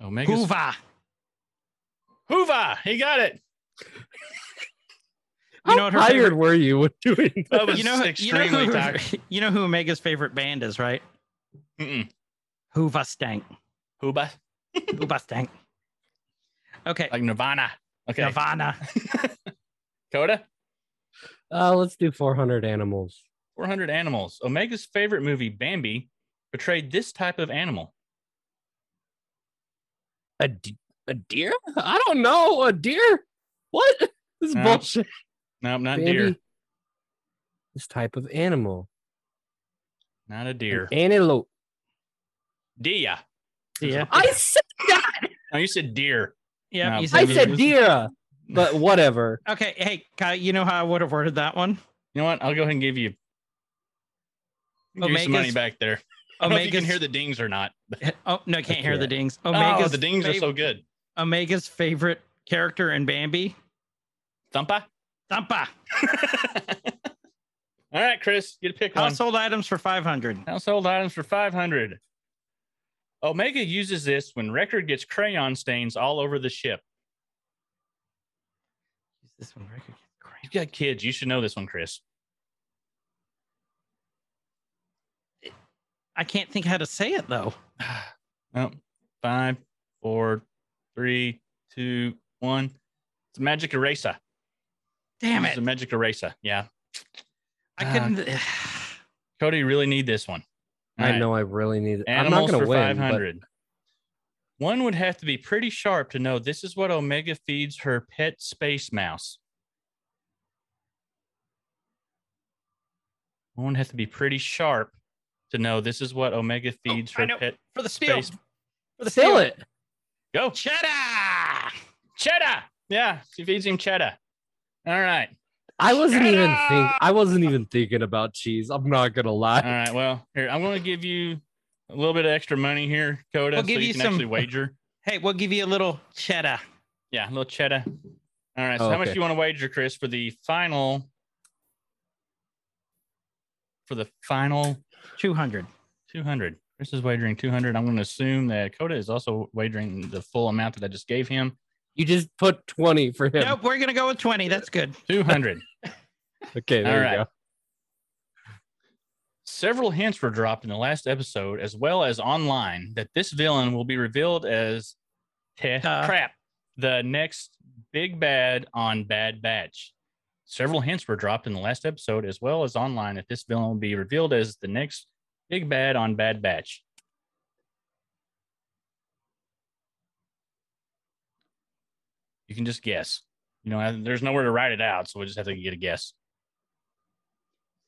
Speaker 3: Omega's
Speaker 2: Hoover.
Speaker 3: Hoover. He got it.
Speaker 4: How
Speaker 2: You know what her
Speaker 4: tired
Speaker 2: favorite-
Speaker 4: were you with doing
Speaker 3: That was
Speaker 2: You know, you know,
Speaker 3: extremely
Speaker 2: who,
Speaker 3: tight.
Speaker 2: you know who Omega's favorite band is, right?
Speaker 3: Mm-mm.
Speaker 2: Hoover Stank.
Speaker 3: Hoover,
Speaker 2: Hoover Stank. Okay.
Speaker 3: like Nirvana. Okay,
Speaker 2: Nirvana.
Speaker 3: Coda.
Speaker 4: Uh, let's do 400 animals.
Speaker 3: 400 animals. Omega's favorite movie, Bambi, portrayed this type of animal.
Speaker 4: A, d- a deer? I don't know. A deer? What? This is
Speaker 2: Mm,
Speaker 3: No,
Speaker 4: bullshit.
Speaker 3: No, not deer.
Speaker 4: Bambi. This type of animal.
Speaker 3: Not a
Speaker 4: An
Speaker 3: deer.
Speaker 4: antelope.
Speaker 3: Deer.
Speaker 2: Yeah.
Speaker 4: I said that.
Speaker 3: No, you said deer.
Speaker 2: Yeah.
Speaker 3: No,
Speaker 2: you
Speaker 4: I
Speaker 2: said
Speaker 3: Bambi.
Speaker 4: said deer, but whatever.
Speaker 2: Okay, hey, Kyle, you know how I would have worded that one?
Speaker 3: You know what? I'll go ahead and give you, give you some
Speaker 2: Omega's-
Speaker 3: money back there. I don't know if you can
Speaker 2: Omega's-
Speaker 3: hear the dings or not.
Speaker 2: Oh no, can't hear the
Speaker 4: can't.
Speaker 2: dings.
Speaker 3: Omega's
Speaker 2: Omega's
Speaker 3: oh, the dings are
Speaker 2: fav-
Speaker 3: so good.
Speaker 2: Omega's favorite character in Bambi,
Speaker 3: Thumpa.
Speaker 2: Thumpa.
Speaker 3: All right, Chris, get a pick one.
Speaker 2: Household items for five hundred.
Speaker 3: Household items for 500. Omega uses this when Record gets crayon stains all over the ship.
Speaker 2: Use this one. Rick. Crap.
Speaker 3: You've got kids. You should know this one, Chris.
Speaker 2: I can't think how to say it though.
Speaker 3: Oh, five, four, three, two, one. It's a magic eraser.
Speaker 2: Damn
Speaker 3: It's
Speaker 2: it!
Speaker 3: a magic eraser. Yeah.
Speaker 2: I couldn't.
Speaker 3: Cody, you really need this one. All
Speaker 4: I
Speaker 3: right.
Speaker 4: know I really need it. I'm not
Speaker 3: Animals
Speaker 4: going to
Speaker 3: for
Speaker 4: win. but
Speaker 3: 500. One would have to be pretty sharp to know this is what Omega feeds her pet space mouse. One would have to be pretty sharp to know this is what Omega feeds
Speaker 2: Oh, I
Speaker 3: her
Speaker 2: know.
Speaker 3: pet.
Speaker 2: for the steal.
Speaker 3: Space.
Speaker 2: For the
Speaker 4: Fill
Speaker 2: steal.
Speaker 4: it.
Speaker 3: Go,
Speaker 2: Cheddar.
Speaker 3: cheddar. Yeah, she feeds him cheddar. All right.
Speaker 4: I wasn't
Speaker 3: Shut
Speaker 4: even think.
Speaker 3: up!
Speaker 4: I wasn't even thinking about cheese. I'm not gonna lie.
Speaker 3: All right. Well, here, I'm going to give you a little bit of extra money here, Coda,
Speaker 2: We'll
Speaker 3: so
Speaker 2: give
Speaker 3: you,
Speaker 2: you
Speaker 3: can
Speaker 2: some-
Speaker 3: actually wager.
Speaker 2: Hey, we'll give you a little cheddar.
Speaker 3: Yeah, a little cheddar. All right. So,
Speaker 4: Oh,
Speaker 3: how much
Speaker 4: okay.
Speaker 3: do you want to wager, Chris, for the final? For the final
Speaker 2: Two hundred.
Speaker 3: 200. Chris is wagering 200. I'm going to assume that Coda is also wagering the full amount that I just gave him
Speaker 4: You just put twenty for him.
Speaker 2: Nope, we're gonna go with twenty. That's good.
Speaker 3: 200.
Speaker 4: Okay, there
Speaker 3: All
Speaker 4: you
Speaker 3: right.
Speaker 4: go.
Speaker 3: Several hints were dropped in the last episode, as well as online, that this villain will be revealed as Teh
Speaker 2: Uh.
Speaker 3: Crap, the next big bad on Bad Batch. Several hints were dropped in the last episode, as well as online, that this villain will be revealed as the next big bad on Bad Batch. You can just guess. You know, I- there's nowhere to write it out, so we just have to get a guess.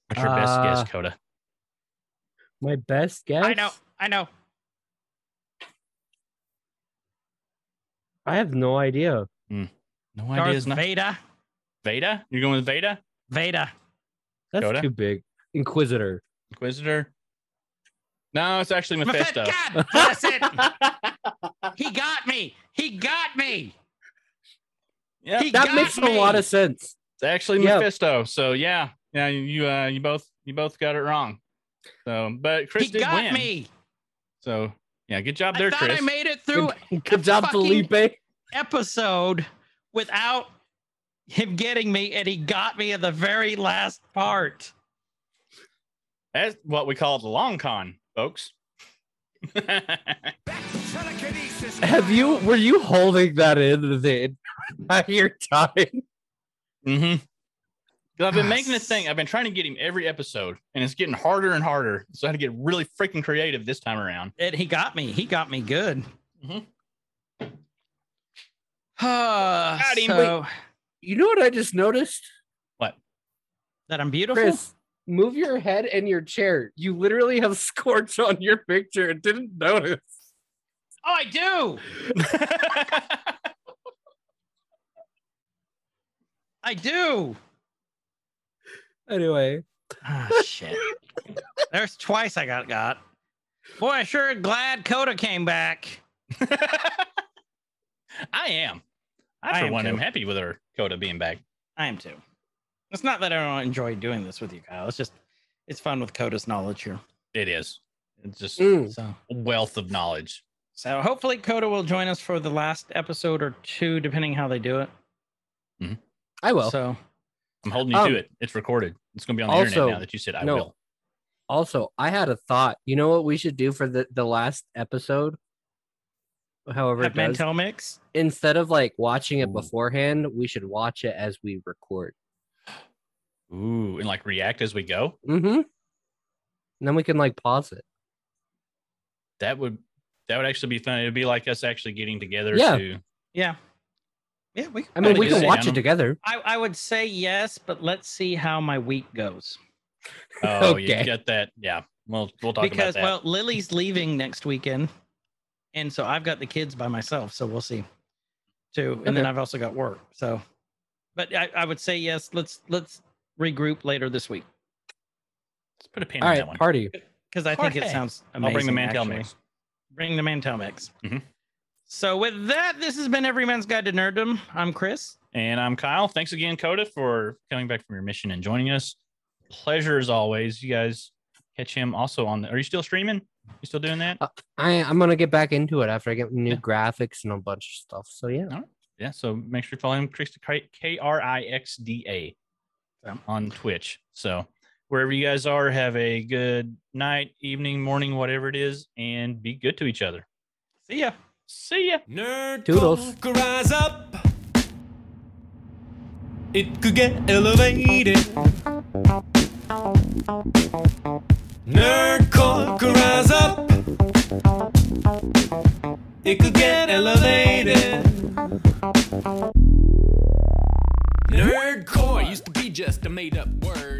Speaker 3: What's your best
Speaker 4: Uh,
Speaker 3: guess, Coda?
Speaker 4: My best guess.
Speaker 2: I know. I know.
Speaker 4: I have no idea.
Speaker 3: No idea
Speaker 2: Darth
Speaker 3: is not
Speaker 2: Veda.
Speaker 3: Veda. You're going with Veda,
Speaker 2: Veda.
Speaker 4: That's
Speaker 3: Yoda?
Speaker 4: too big. Inquisitor.
Speaker 3: Inquisitor. No, it's actually Mephisto.
Speaker 2: Mephisto. God, that's it. He got me. He got me.
Speaker 3: Yeah,
Speaker 2: He
Speaker 4: That
Speaker 2: got
Speaker 4: makes
Speaker 2: me.
Speaker 4: a lot of sense.
Speaker 3: it's actually
Speaker 4: Yeah.
Speaker 3: Mephisto. So yeah, yeah, you uh, you both you both got it wrong. So, but Chris
Speaker 2: he
Speaker 3: did
Speaker 2: got
Speaker 3: win.
Speaker 2: me.
Speaker 3: So yeah, good job
Speaker 2: I
Speaker 3: there,
Speaker 2: thought
Speaker 3: Chris.
Speaker 2: I made it through
Speaker 4: Good job,
Speaker 2: fucking-
Speaker 4: Felipe.
Speaker 2: episode without him getting me, and he got me at the very last part.
Speaker 3: That's what we call the long con, folks. I
Speaker 4: Have you? Were you holding that in the entire time?
Speaker 3: Mm-hmm. I've been making this thing. I've been trying to get him every episode, and it's getting harder and harder. So I had to get really freaking creative this time around.
Speaker 2: And he got me. He got me good.
Speaker 3: Mhm.
Speaker 2: Uh,
Speaker 3: Got him.
Speaker 2: so
Speaker 4: You know what I just noticed,
Speaker 2: that I'm beautiful.
Speaker 4: Chris. Move your head and your chair. You literally have scorch on your picture and didn't notice.
Speaker 2: Oh, I do. I do.
Speaker 4: Anyway,
Speaker 2: Ah, shit. There's twice I got got. Boy, I sure glad Coda came back.
Speaker 3: I am. I,
Speaker 2: I
Speaker 3: for
Speaker 2: am
Speaker 3: one,
Speaker 2: too.
Speaker 3: am happy with her Coda being back.
Speaker 2: I am too. It's not that I don't enjoy doing this with you, Kyle. It's just it's fun with Coda's knowledge here.
Speaker 3: It is. It's just
Speaker 4: Mm.
Speaker 2: So
Speaker 3: a wealth of knowledge.
Speaker 2: so hopefully Coda will join us for the last episode or two, depending how they do it.
Speaker 4: I will.
Speaker 2: so
Speaker 3: I'm holding you
Speaker 4: Um,
Speaker 3: to it. It's recorded. It's going to be on the internet
Speaker 4: also,
Speaker 3: now that you said I
Speaker 4: no.
Speaker 3: will.
Speaker 4: Also, I had a thought. You know what we should do for the, the last episode? However,
Speaker 2: have
Speaker 4: it does,
Speaker 2: Mantel mix.
Speaker 4: instead of like watching
Speaker 3: Ooh.
Speaker 4: it beforehand, we should watch it as we record.
Speaker 3: Ooh, and like react as we go.
Speaker 4: Mm-hmm. And then we can like pause it.
Speaker 3: That would that would actually be fun. It'd be like us actually getting together
Speaker 4: Yeah.
Speaker 3: to
Speaker 2: Yeah. Yeah, we
Speaker 4: I mean,
Speaker 3: we
Speaker 4: we
Speaker 3: can
Speaker 4: can
Speaker 3: sit
Speaker 4: watch
Speaker 3: down
Speaker 4: it
Speaker 3: and-
Speaker 4: together.
Speaker 2: I, I would say yes, but let's see how my week goes.
Speaker 3: Oh,
Speaker 4: Okay.
Speaker 3: you get that. Yeah. We'll we'll talk
Speaker 2: because,
Speaker 3: about that.
Speaker 2: well, Lily's leaving next weekend. And so I've got the kids by myself. So we'll see too. And then
Speaker 4: Okay.
Speaker 2: I've also got work. So, but I, I would say yes. Let's, let's regroup later this week
Speaker 3: Let's put a pin
Speaker 4: All
Speaker 3: in
Speaker 4: right,
Speaker 3: that one.
Speaker 4: party.
Speaker 2: because I think it
Speaker 3: Okay.
Speaker 2: sounds amazing.
Speaker 3: I'll bring the Mantel
Speaker 2: actually.
Speaker 3: mix.
Speaker 2: Bring the Mantel mix.
Speaker 3: Mhm.
Speaker 2: So, with that, this has been Every Man's Guide to Nerddom. I'm Chris.
Speaker 3: And I'm Kyle. Thanks again, Coda, for coming back from your mission and joining us. Pleasure as always. You guys catch him also on the are you still streaming? You still doing that?
Speaker 4: Uh, I I'm gonna get back into it after I get new
Speaker 3: Yeah.
Speaker 4: graphics and a bunch of stuff. So yeah.
Speaker 3: Yeah, so make sure you follow him, Chris K R I X D A
Speaker 2: Yeah.
Speaker 3: on Twitch. So wherever you guys are, have a good night, evening, morning, whatever it is, and be good to each other.
Speaker 2: See ya.
Speaker 3: See ya.
Speaker 6: Nerd
Speaker 4: Toodles.
Speaker 6: culture, rise up. It could get elevated. Nerd culture, rise up. It could get elevated. Nerdcore used to be just a made up word.